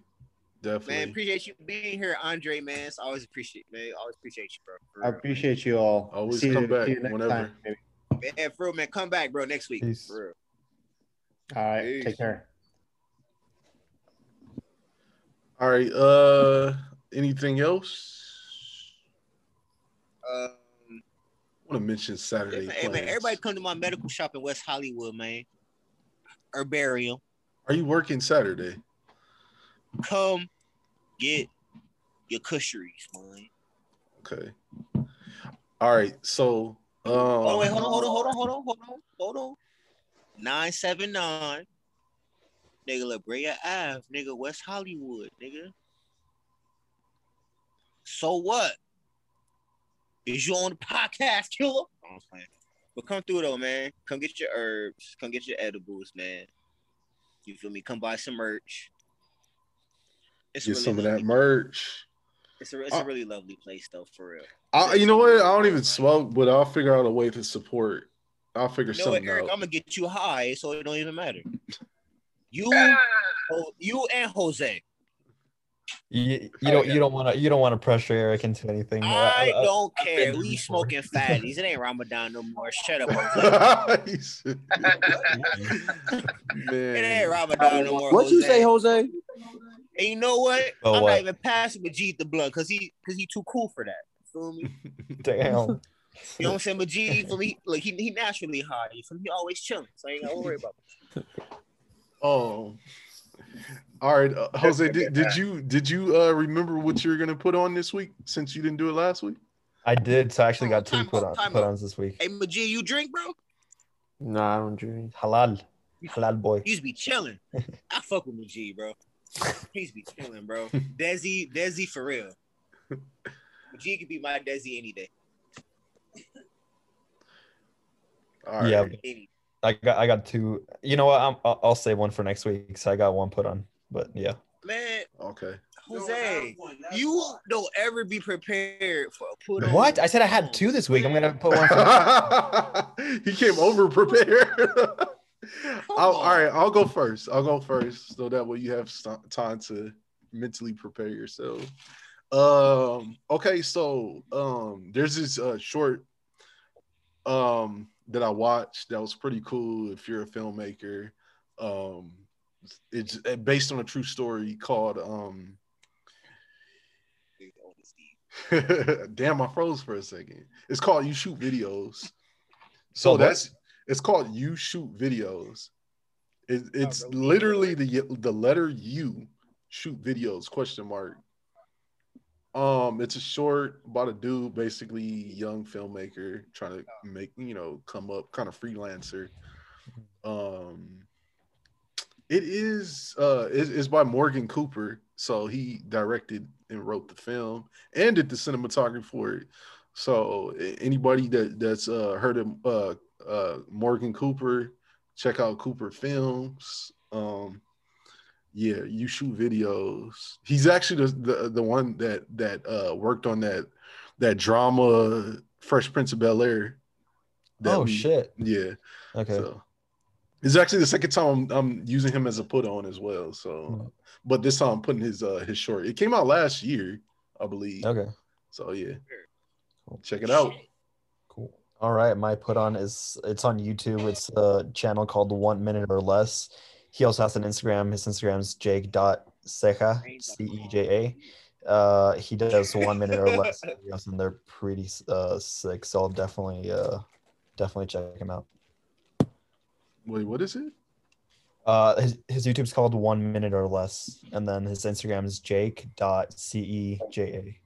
A: Definitely.
C: appreciate you being here, Andre. Man, it's always appreciate, man. Always appreciate you, bro. For
I: I
C: real.
I: appreciate you all.
A: Always
I: you-
A: come back
I: you next
A: whenever.
I: time, baby.
C: Man, for real, man, come back, bro, next week.
I: Peace.
C: For real.
I: All right. Take care.
A: All right. Uh, anything else?
C: Um,
A: I want to mention Saturday.
C: hey, man,
A: plans.
C: everybody come to my medical shop in West Hollywood, man. Herbarium.
A: Are you working Saturday?
C: Come get your cusheries, man.
A: Okay. All right. So, um,
C: Oh, wait, hold on, hold on, hold on, hold on, hold on, hold on. 979. Nigga, La Brea Ave, nigga, West Hollywood, nigga. So what? Is you on the podcast, killer? No, I'm playing. But come through though, man. Come get your herbs. Come get your edibles, man. You feel me? Come buy some merch. It's
A: get
C: really
A: some of that Oh.
C: lovely.
A: merch.
C: It's a, it's a
A: I-
C: really lovely place though, for real.
A: I, you know what? I don't even smoke, but I'll figure out a way to support. I'll figure
C: You know what,
A: something
C: Eric?
A: out.
C: I'm gonna get you high, so it don't even matter. You, Ho- you and Jose.
D: You, you don't you don't want to you don't want to pressure Eric into anything. Uh,
C: I don't
D: I've
C: care.
D: been
C: We
D: before.
C: smoking fatties. It ain't Ramadan no more. Shut up, Jose. it ain't
A: Man.
C: Ramadan no more.
J: What you say, Jose?
C: And you know what?
D: Oh,
C: I'm
D: what?
C: not even passing Majid the blunt because he because he too cool for that. Feel me?
D: Damn.
C: You know what I'm saying? Majid for me, look, he, he naturally high. You feel me? He always chilling, so I ain't gotta worry about.
A: Oh. All right, uh, Jose. Did, did you did you uh, remember what you're gonna put on this week since you didn't do it last week?
D: I did. So I actually got two
C: Time
D: put
C: out,
D: on
C: time
D: put
C: out.
D: ons this week.
C: Hey, Majid, you drink, bro?
H: No, I don't drink.
D: Halal, halal boy.
C: He used to be chilling. I fuck with McGee, bro. He used to be chilling, bro. Desi, Desi for real. McGee could be my Desi any day.
A: All right.
D: Yeah,
C: Any.
D: I got I got two. You know what? I'm, I'll, I'll save one for next week. So I got one put on. But yeah,
C: Man,
A: Okay.
C: Jose, you don't ever be prepared for a put on.
D: what? I said I had two this week. I'm gonna put one. For-
A: he came over prepared. I'll, all
C: on.
A: right, I'll go first. I'll go first, so that way you have st- time to mentally prepare yourself. Um. Okay, so um, there's this uh, short um that I watched that was pretty cool. If you're a filmmaker, um, it's uh, based on a true story called um. Damn, I froze for a second. It's called You Shoot Videos. So
D: Called what?
A: that's it's called You Shoot Videos. It, it's literally the the letter U shoot videos question mark. Um, it's a short about a dude, basically young filmmaker trying to make you know come up, kind of freelancer. Um, it is uh, it- it's by Morgan Cooper, so he directed and wrote the film and did the cinematography for it. So a- anybody that that's uh, heard of uh, uh, Morgan Cooper, check out Cooper Films. Um, yeah, you shoot videos. He's actually the the, the one that that uh, worked on that that drama Fresh Prince of Bel Air.
D: oh shit.
A: Yeah.
D: Okay.
A: So it's actually the second time I'm, I'm using him as a put on as well.
D: Hmm.
A: So, but this time I'm putting his uh his short. It came out last year, I believe.
D: Okay.
A: So yeah,
D: Cool.
A: check it out.
D: Cool. All right, my put on is it's on YouTube. It's a channel called One Minute or Less. He also has an Instagram. His Instagram's Jake dot Ceja C E J A. Uh, he does one minute or less videos, and they're pretty uh, sick. So I'll definitely uh, definitely check him out.
A: Wait, what is it?
D: Uh, his, his YouTube's called One Minute or Less, and then his Instagram is Jake dot C E J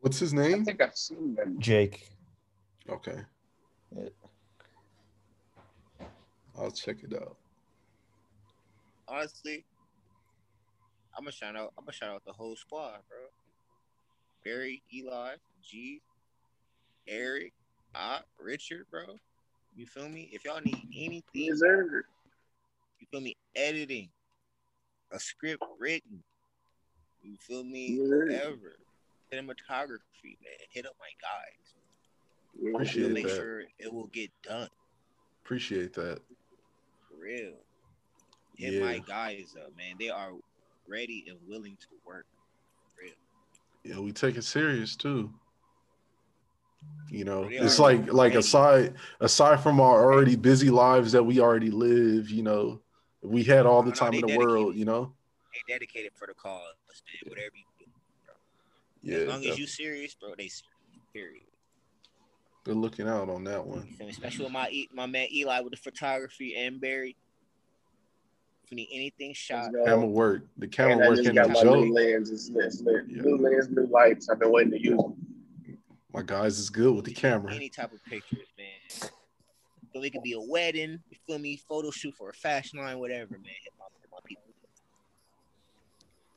A: What's his name? I
B: think I've seen
D: A.
B: them.
D: Jake.
A: Okay. I'll check it out.
C: Honestly, I'm gonna shout out. I'm gonna shout out the whole squad, bro. Barry, Eli, G, Eric, I, Richard, bro. You feel me? If y'all need anything, you feel me? Editing, a script written. You feel me?
B: Yeah.
C: Whatever. Cinematography, man. Hit up my guys. We'll
A: Appreciate
C: make
A: that.
C: sure it will get done.
A: Appreciate that.
C: For real. Hit
A: Yeah.
C: my guys up, man. They are ready and willing to work. For real.
A: Yeah, we take it serious too. You know,
C: They
A: it's
C: are
A: like like
C: ready.
A: aside aside from our already busy lives that we already live, you know, if we had all the
C: No,
A: time
C: they
A: in the world, you know.
C: They dedicated for the cause, man. Whatever you do.
A: Yeah,
C: as long as
A: definitely.
C: you serious, bro, they serious. Period.
A: good looking out on that one.
C: You feel me? Especially with my E- my man Eli with the photography and Barry. If you need anything shot,
A: Camera work, the
C: And
A: camera
C: I
A: work
C: just
A: ain't
C: got
A: no
C: my
A: joke.
C: new
F: Lens, it's, it's, it's,
A: Yeah.
F: new lens, new lights. I've been waiting to use them.
A: My guys is good with the camera.
C: any type of pictures, man. So it could be a wedding, you feel me? Photo shoot for a fashion line, whatever, man. Hit my, hit my people.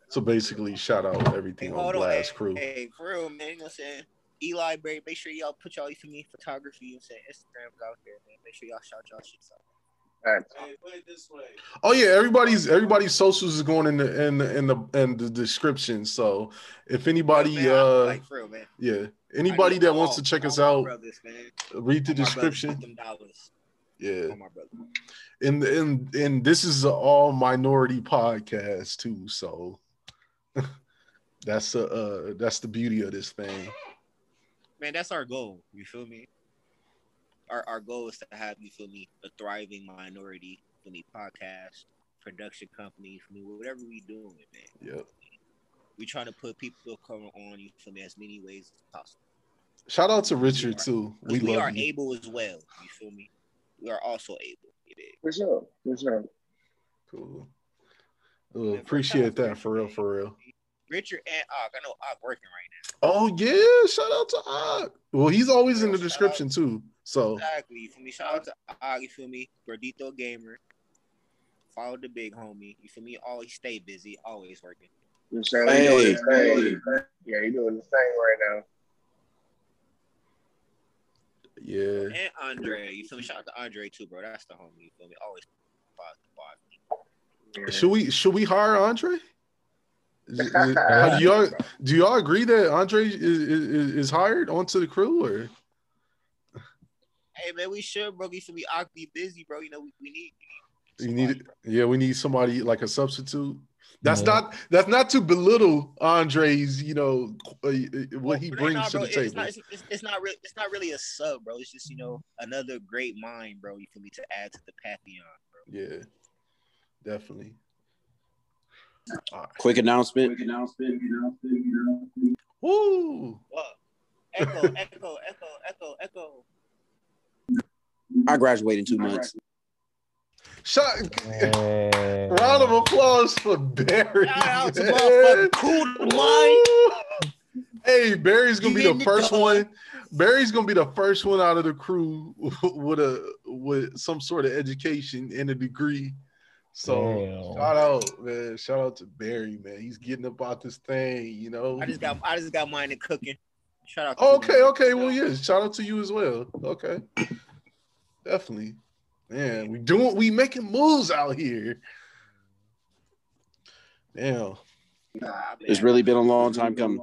A: So basically, shout out
C: Hey,
A: everything on
C: hold on, hey,
A: Blast Crew.
C: hey, for real, man. You know what I'm saying? Eli, Barry, make sure y'all put y'all, you feel me, photography, you know what I'm saying? Instagrams out there, man. Make sure y'all shout y'all shit out.
L: Hey, put it this way.
A: Oh yeah, everybody's everybody's socials is going in the in the in the in the description. So if anybody,
C: Oh, Man, I-
A: uh,
C: like, for real, man.
A: yeah,
C: I
A: anybody
C: need
A: that wants to
C: all-
A: check
C: all
A: us
C: my
A: out,
C: brothers, man.
A: read the
C: All my brothers,
A: description.
C: put them dollars.
A: Yeah,
C: All my brothers.
A: and and and this is a all minority podcast too. So that's uh, uh that's the beauty of this thing.
C: man, that's our goal. You feel me? Our our goal is to have you feel me a thriving minority, you feel me podcast, production company, you feel me whatever we doing, man.
A: Yep.
C: We trying to put people of color on you feel me as many ways as possible.
A: Shout out to Richard
C: are-
A: too.
C: 'Cause
A: We,
C: we
A: love
C: are
A: you.
C: able as well. You feel me? We are also able. You dig?
F: For sure. For sure.
A: Cool. Uh, appreciate that for real, for real.
C: Richard and Og, I know Og working right
A: Oh yeah, shout out to Og. Well, he's always in the
C: Shout out.
A: description too. So
C: now. Exactly. You feel me? Shout out to Og. You feel me? Gordito Gamer. Follow the big homie. You feel me? Always stay busy. Always working.
F: You know what I'm saying? He doing
B: Hey,
F: his thing. Yeah, he's doing the thing right now.
A: yeah,
C: And Andre, you feel me? Shout out to Andre too, bro. That's the homie. You feel me? Always positive vibe.
A: should we should we hire Andre? Is- is- do y'all do y'all agree that Andre is, is, is hired onto the crew or
C: Hey man, we should, bro. You feel me? I'll be busy, bro. You know we, we need.
A: you need yeah we need somebody like a substitute? That's
D: Yeah.
A: not that's not to belittle Andre's you know uh, uh, what he
C: But
A: brings
C: nah,
A: to
C: bro,
A: the
C: it's
A: table.
C: Not, it's, it's, it's not really. It's not really a sub, bro. It's just you know another great mind, bro. You feel me? To add to the pantheon.
A: yeah, definitely. All right.
J: Quick announcement.
A: Woo!
C: Whoa. Echo, echo, echo, echo, echo.
J: I graduate in two months.
A: Shut.
D: Hey.
A: Round of applause for Barry.
C: Shout out to
A: man.
C: motherfucking Cool Mike.
A: Woo! Hey, Barry's gonna
C: You
A: be
C: in
A: the
C: the
A: first
C: dog.
A: one. Barry's gonna be the first one out of the crew with a with some sort of education and a degree. So
D: Damn.
A: shout out, man. Shout out to Barry, man. He's getting about this thing, you know.
C: I just got. I just got mine in cooking. Shout out. to Cool
A: Okay,
C: Mike.
A: okay. Well, yeah. Shout out to you as well. Okay, definitely. Man, we doing. We making moves out here. Damn.
C: Nah, man.
J: It's really been a long time coming.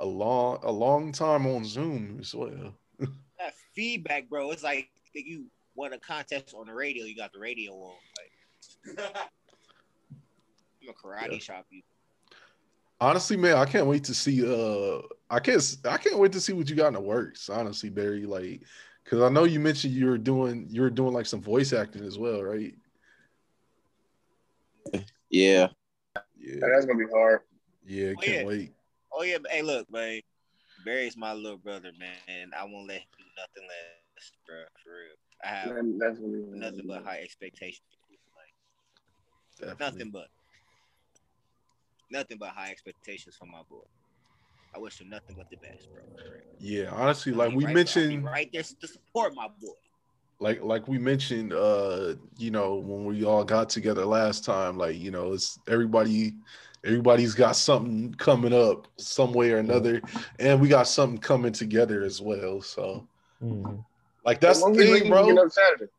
A: a long a long time on Zoom as well.
C: that feedback, bro. It's like if you won a contest on the radio, you got the radio on. Like, I'm a karate
A: Yeah.
C: shop you.
A: Honestly, man, I can't wait to see uh I can't. s- I can't wait to see what you got in the works. Honestly, Barry, like, because I know you mentioned you were doing you were doing like some voice acting as well, right?
J: Yeah.
A: Yeah.
B: That's gonna be hard.
A: Yeah,
C: Oh, yeah.
A: can't wait.
C: Oh yeah, but, hey, look, man. Barry's my little brother, man. I won't let him do nothing less, bro. For real, I have
B: Man, that's gonna be
C: nothing but high expectations. Like,
A: Definitely.
C: nothing but, nothing but high expectations for my boy. I wish him nothing but the best, bro. for real.
A: Yeah, honestly, like
C: Be
A: we
C: right- I'll be
A: mentioned,
C: right there to support my boy.
A: like like we mentioned uh you know when we all got together last time like you know it's everybody everybody's got something coming up some way or another and we got something coming together as well so
D: Hmm.
A: like that's the
B: When we
A: thing
B: leaving, we
A: bro
B: get up Saturday.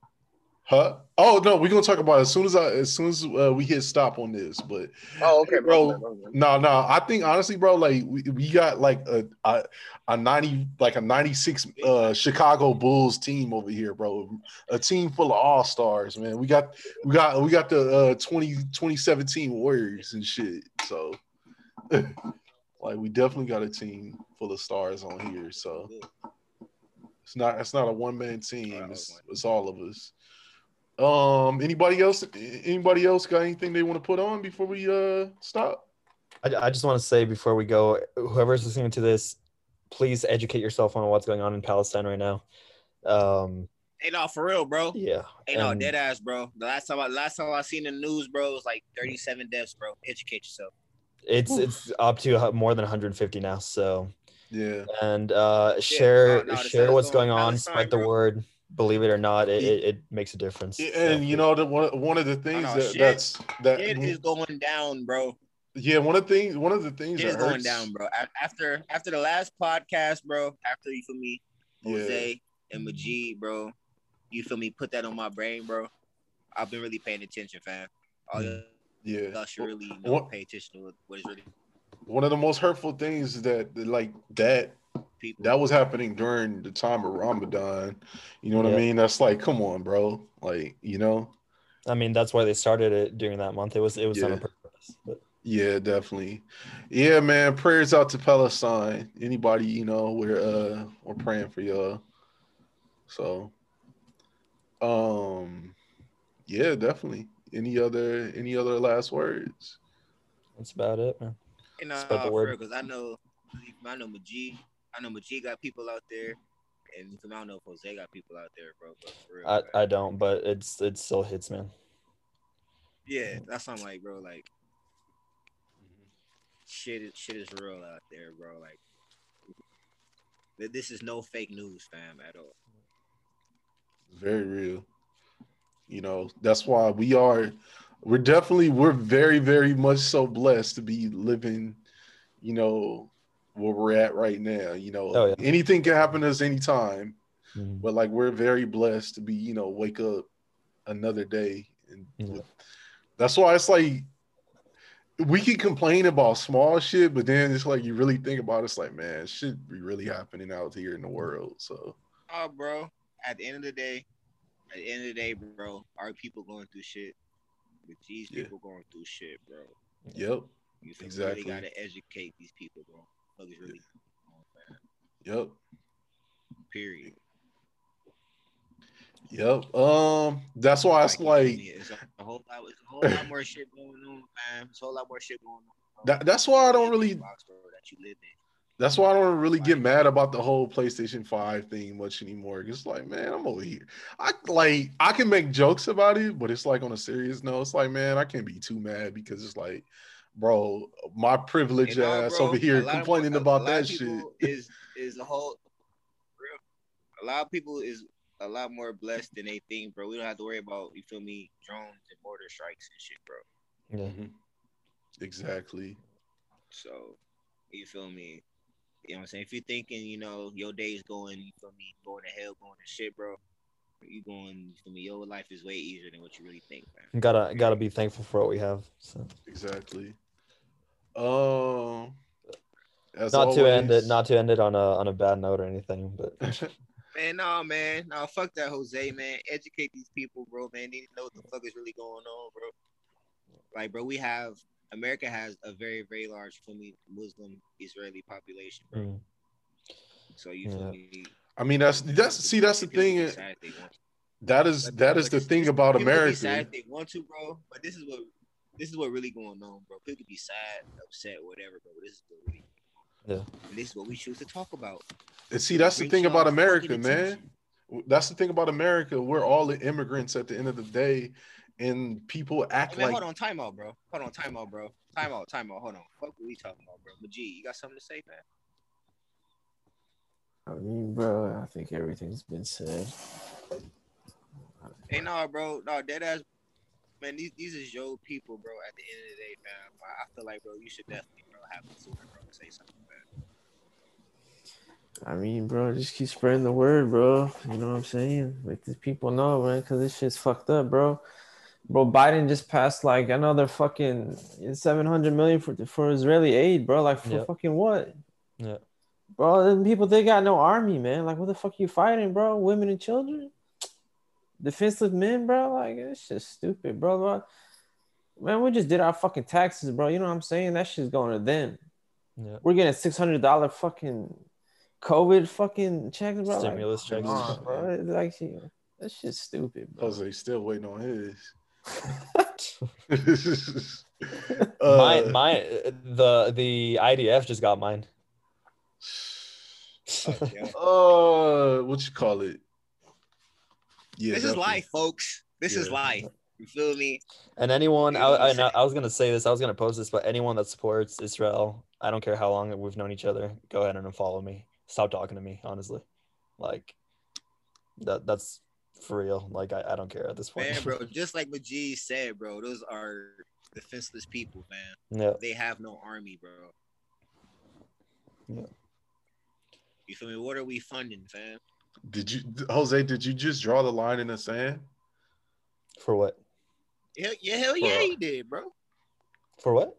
A: huh oh no we're gonna talk about it as soon as i as soon as uh, we hit stop on this but
B: Oh, okay,
A: Bro,
B: my bad, my bad.
A: no, no. I think honestly, bro, like we, we got like a, a a ninety, like a ninety six uh, Chicago Bulls team over here, bro. A team full of all stars, man. We got we got we got the uh, 20, 2017 Warriors and shit. So, like, we definitely got a team full of stars on here. So, it's not it's not a one man team. It's, it's all of us. Um, anybody else? Anybody else got anything they want to put on before we uh stop?
D: I, I just want to say before we go, whoever's listening to this, please educate yourself on what's going on in Palestine right now. Um,
C: Ain't all for real, bro.
D: yeah.
C: Ain't all
D: and-
C: dead ass, bro. The last time I last time I seen the news, bro, it was like 37 deaths, bro. Educate yourself.
D: it's it's up to hu- more than 150 now so
A: yeah
D: and uh share
C: no, no, the
D: share
C: sun's
D: what's
C: going
D: going on
C: Palestine,
D: spread the
C: bro.
D: word believe it or not it, it, it makes a difference
A: Yeah, and you know the one one of the things
C: no,
A: that
C: shit.
A: that's that
C: It
D: Mm-hmm.
C: is going down, bro.
A: yeah one of the things one of the things
C: It
A: that
C: is going
A: hurts-
C: down, bro. A- After after the last podcast, bro. After you feel me,
A: yeah
C: Jose and Majid, bro. You feel me? Put that on my brain, bro. I've been really paying attention, fam. All y'all-
D: Mm.
A: yeah
C: y'all should really you know,
A: What-
C: pay attention to what- what is really
A: one of the most hurtful things is that like that
C: people.
A: that was happening during the time of Ramadan you know what I
D: Yeah.
A: mean that's like come on bro like you know
D: i mean that's why they started it during that month it was it was on a
A: Yeah.
D: purpose but
A: yeah definitely yeah man prayers out to Palestine anybody you know we're uh we're praying for y'all so um yeah definitely any other any other last words
D: that's about it man
C: And uh,
D: Spread the word.
C: because I know, I know Majid, I know Majid got people out there, and I don't know if Jose got people out there, bro. But for real,
D: i
C: man.
D: i don't but it's it still hits man
C: yeah, that's what I'm like, bro. Like, Mm-hmm. shit, is, shit is real out there, bro. Like, th- this is no fake news, fam, at all.
A: very real you know that's why we are we're definitely we're very very much so blessed to be living you know where we're at right now you know
D: Oh, yeah.
A: anything can happen to us anytime
D: Mhm.
A: but like we're very blessed to be you know wake up another day and
D: Yeah.
A: with- that's why it's like we can complain about small shit but then it's like you really think about it, it's like man shit be really happening out here in the world so
C: Oh, bro. At the end of the day, at the end of the day, bro, our people going through shit. Majid's
A: Yeah.
C: people going through shit, bro.
A: yep
C: You feel
A: Exactly.
C: me? Really gotta educate these people, bro. Fuck is really going on, fam.
A: yep
C: Period.
A: Yep. Um, that's why it's like
C: it's a whole lot, it's a whole lot more shit going on, man. It's a whole lot more shit going on.
A: that, that's why I don't really
C: Box, bro, that you live in.
A: that's why I don't really get mad about the whole PlayStation 5 thing much anymore. 'Cause It's like, man, I'm over here. I like I can make jokes about it, but it's like on a serious note, it's like, man, I can't be too mad because it's like, bro, my privilege
C: And all,
A: ass
C: bro,
A: over here
C: a lot of-
A: complaining
C: a-
A: about
C: a lot
A: that
C: of
A: shit.
C: people Is is a whole real- a lot of people is a lot more blessed than they think, bro. We don't have to worry about you feel me drones and border strikes and shit, bro.
D: yeah
A: Exactly.
C: So you feel me? You know what I'm saying? If you're thinking, you know, your day is going, you feel me, going to hell, going to shit, bro. You going, you feel me, your life is way easier than what you really think, man.
D: gotta gotta be thankful for what we have so
A: Exactly. Um as
D: not to end it
A: always-
D: not to end it on a on a bad note or anything but
C: Man, no, man, no, fuck that, Jose, man. Educate these people, bro, man. They need to know what the fuck is really going on, bro. Like, bro, we have America has a very, very large feel me, Muslim Israeli population. bro.
A: Mm.
C: So you feel me?
A: I mean, that's that's see, that's the thing. uh, That is that is the thing about
C: People can be sad
A: America.
C: if they want to, bro. But this is what this is what really going on, bro. People could be sad, upset, whatever, bro. But this is what really
A: Yeah.
C: and this is what we choose to talk about.
A: And see, that's the
C: Bring
A: thing about
C: y'all fucking
A: America,
C: attention.
A: man. That's the thing about America. We're all immigrants at the end of the day, and people
C: Hey,
A: act
C: man,
A: like
C: hold on, time out, bro. Hold on, time out, bro. Time out, time out. Hold on. Fuck what we talking about, bro. But G, you got something to say, man?
H: I mean, bro, I think everything's been said.
C: Hey, nah, bro, no, dead ass. Man, these these is your people, bro. At the end of the day, man, I I feel like, bro, you should definitely, bro, have a tour, bro, and say something, man.
H: I mean, bro, just keep spreading the word, bro. You know what I'm saying? Like these people know, man, because this shit's fucked up, bro. Bro, Biden just passed like another fucking 700 million for for Israeli aid, bro. Like for
D: Yep.
H: fucking what,
D: Yeah.
H: bro? Them people they got no army, man. Like what the fuck you fighting, bro? Women and children, defenseless men, bro. Like it's just stupid, bro. bro. Man, we just did our fucking taxes, bro. You know what I'm saying? That shit's going to them.
D: Yeah.
H: We're getting six hundred dollar fucking COVID fucking checks, bro. like,
D: Stimulus checks.
H: come on, bro. It's like she, that shit's stupid, bro.
A: Jose still waiting on his.
D: my
A: Uh,
D: my the the IDF just got mine.
A: uh, what you call it? Yeah,
C: this
A: definitely.
C: is life, folks. This is
A: Yeah.
C: life. You feel me?
D: And anyone, I,
C: Yeah,
D: I,
C: exactly.
D: I was gonna say this, I was gonna post this, but anyone that supports Israel, I don't care how long we've known each other, go ahead and unfollow me. Stop talking to me, honestly. Like that, that's for real. Like I, I don't care at this point.
C: Man, bro, just like what G said, bro, those are defenseless people, man.
D: Yeah.
C: They have no army, bro.
D: Yeah.
C: You feel me? What are we funding, fam?
A: Did you, Jose? Did you just draw the line in the sand?
D: For what?
C: Hell yeah, hell yeah, he did, bro.
D: For what?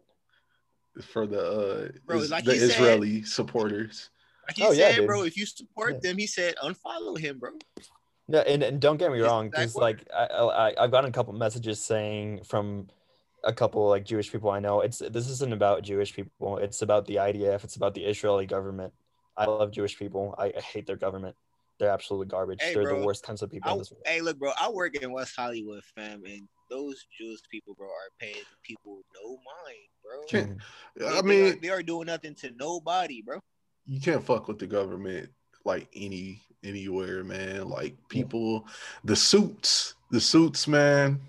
A: For the uh,
C: Bro,
A: is-
C: like
A: the
C: he said-
A: Israeli supporters.
C: Like he
D: Oh, yeah,
C: said,
D: dude.
C: bro, if you support
D: Yeah.
C: them, he said unfollow him, bro.
D: No, and, and don't get me
C: It's
D: wrong, because like I, I I've gotten a couple messages saying from a couple like Jewish people I know, it's this isn't about Jewish people. It's about the IDF. It's about the Israeli government. I love Jewish people. I, I hate their government. They're absolutely garbage.
C: Hey,
D: They're
C: bro.
D: the worst kinds of people
C: I,
D: in this world.
C: hey, look, bro, I work in West Hollywood, fam, and those Jewish people, bro, are paying people no mind, bro.
D: Mm-hmm.
A: Can't-
C: They-
A: I
C: they are-
A: mean,
C: they are doing nothing to nobody, bro.
A: you can't fuck with the government like any anywhere, man. Like people, the suits, the suits, man.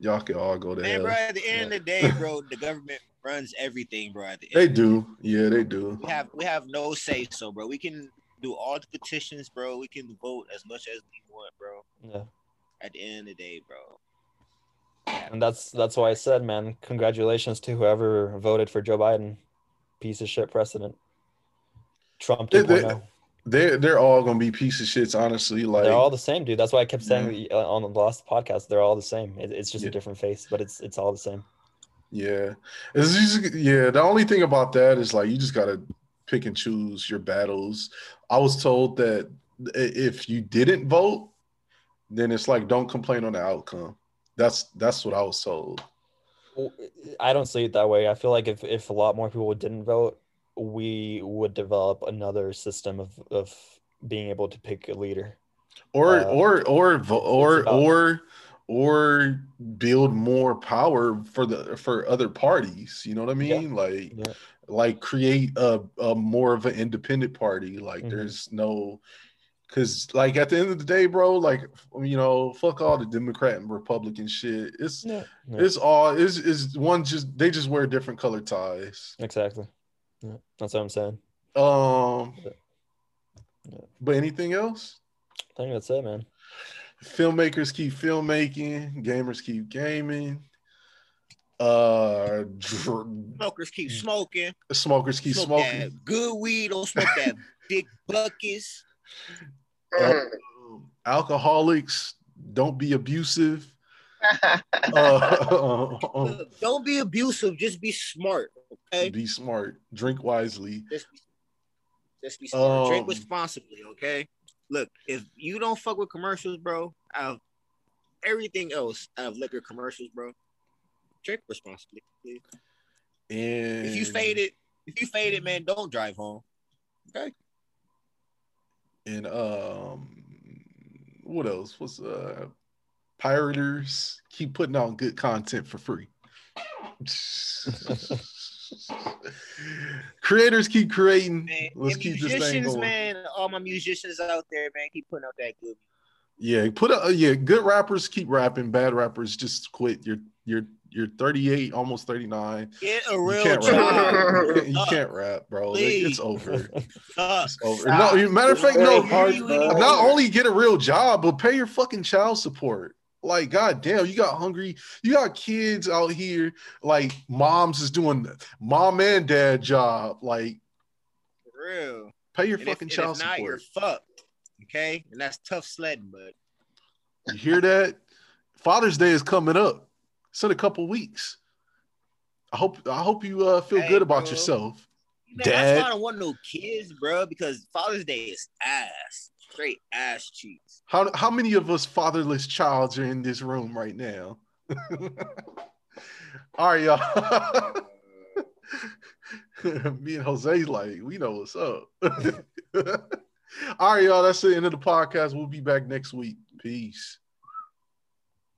A: Y'all can all go to
C: Man,
A: hell.
C: bro, at the end of the day, bro, the government runs everything, bro. At the
A: They
C: end,
A: do, yeah, they do.
C: we have we have no say, so bro, we can do all the petitions, bro. We can vote as much as we want, bro.
D: Yeah.
C: At the end of the day, bro.
D: And that's that's why I said, man, congratulations to whoever voted for Joe Biden. Piece of shit precedent. Trump
A: They,
D: 2.0.
A: they, they're they're all gonna be piece of shits, honestly. Like
D: they're all the same, dude. That's why I kept saying uh, on the last podcast, they're all the same. It, it's just a different face, but it's it's all the same.
A: Yeah, it's just, yeah. The only thing about that is like you just gotta pick and choose your battles. I was told that i- if you didn't vote, then it's like don't complain on the outcome. That's that's what I was told.
D: Well, I don't see it that way. I feel like if, if a lot more people didn't vote, we would develop another system of, of being able to pick a leader.
A: Or
D: Uh,
A: or or vo- or
D: about-
A: or or build more power for the for other parties. You know what I mean? Like like create a, a more of an independent party. Like
D: Mm-hmm.
A: there's no Cause like at the end of the day, bro, like you know, fuck all the Democrat and Republican shit. It's
D: Yeah. Yeah.
A: it's all is is one just they just wear different color ties.
D: Exactly. Yeah, that's what I'm saying.
A: Um, but anything else?
D: I think that's it, man.
A: Filmmakers keep filmmaking, gamers keep gaming. Uh, dr-
C: Smokers keep smoking.
A: smokers Mm. keep
C: Smoke
A: smoking.
C: that good weed. Don't smoke that big buckets.
A: Um, alcoholics, don't be abusive. Uh, um,
C: Don't be abusive. Just be smart. Okay.
A: be smart. Drink wisely.
C: Just be, just be smart.
A: Um,
C: Drink responsibly, okay? Look, if you don't fuck with commercials, bro, out of everything else out of liquor commercials, bro, Drink responsibly. please.
A: And
C: If you faded, if you faded, man, don't drive home. Okay.
A: and um what else was uh pirators keep putting out good content for free creators keep creating let's
C: And
A: keep this thing
C: musicians,
A: going
C: man, all my musicians out there, man, keep putting out that good.
A: yeah put a yeah good rappers keep rapping bad rappers just quit you're you're you're 38 almost 39
C: Get a
A: you
C: real
A: can't rap
C: job.
A: you can't, you can't rap bro Like, it's
C: please.
A: over
C: Suck.
A: over. No,
C: Stop.
A: you- matter of fact, no.
C: It's very hard,
A: not
C: bro.
A: only get a real job, but pay your fucking child support. Like, goddamn, you got hungry. You got kids out here. Like, moms is doing mom and dad job. Like,
C: For real.
A: pay your
C: And if-
A: fucking
C: and
A: child
C: if not,
A: support.
C: You're fucked. Okay, and that's tough sledding, bud.
A: You hear that? Father's Day is coming up. It's in a couple weeks. I hope I hope you uh, feel
C: Hey,
A: good about
C: bro.
A: yourself.
C: Man,
A: Dad.
C: That's why I don't want no kids, bro. Because Father's Day is ass, straight ass cheeks.
A: How how many of us fatherless childs are in this room right now? All right, y'all. Me and Jose, like, we know what's up. All right, y'all. That's the end of the podcast. We'll be back next week. Peace.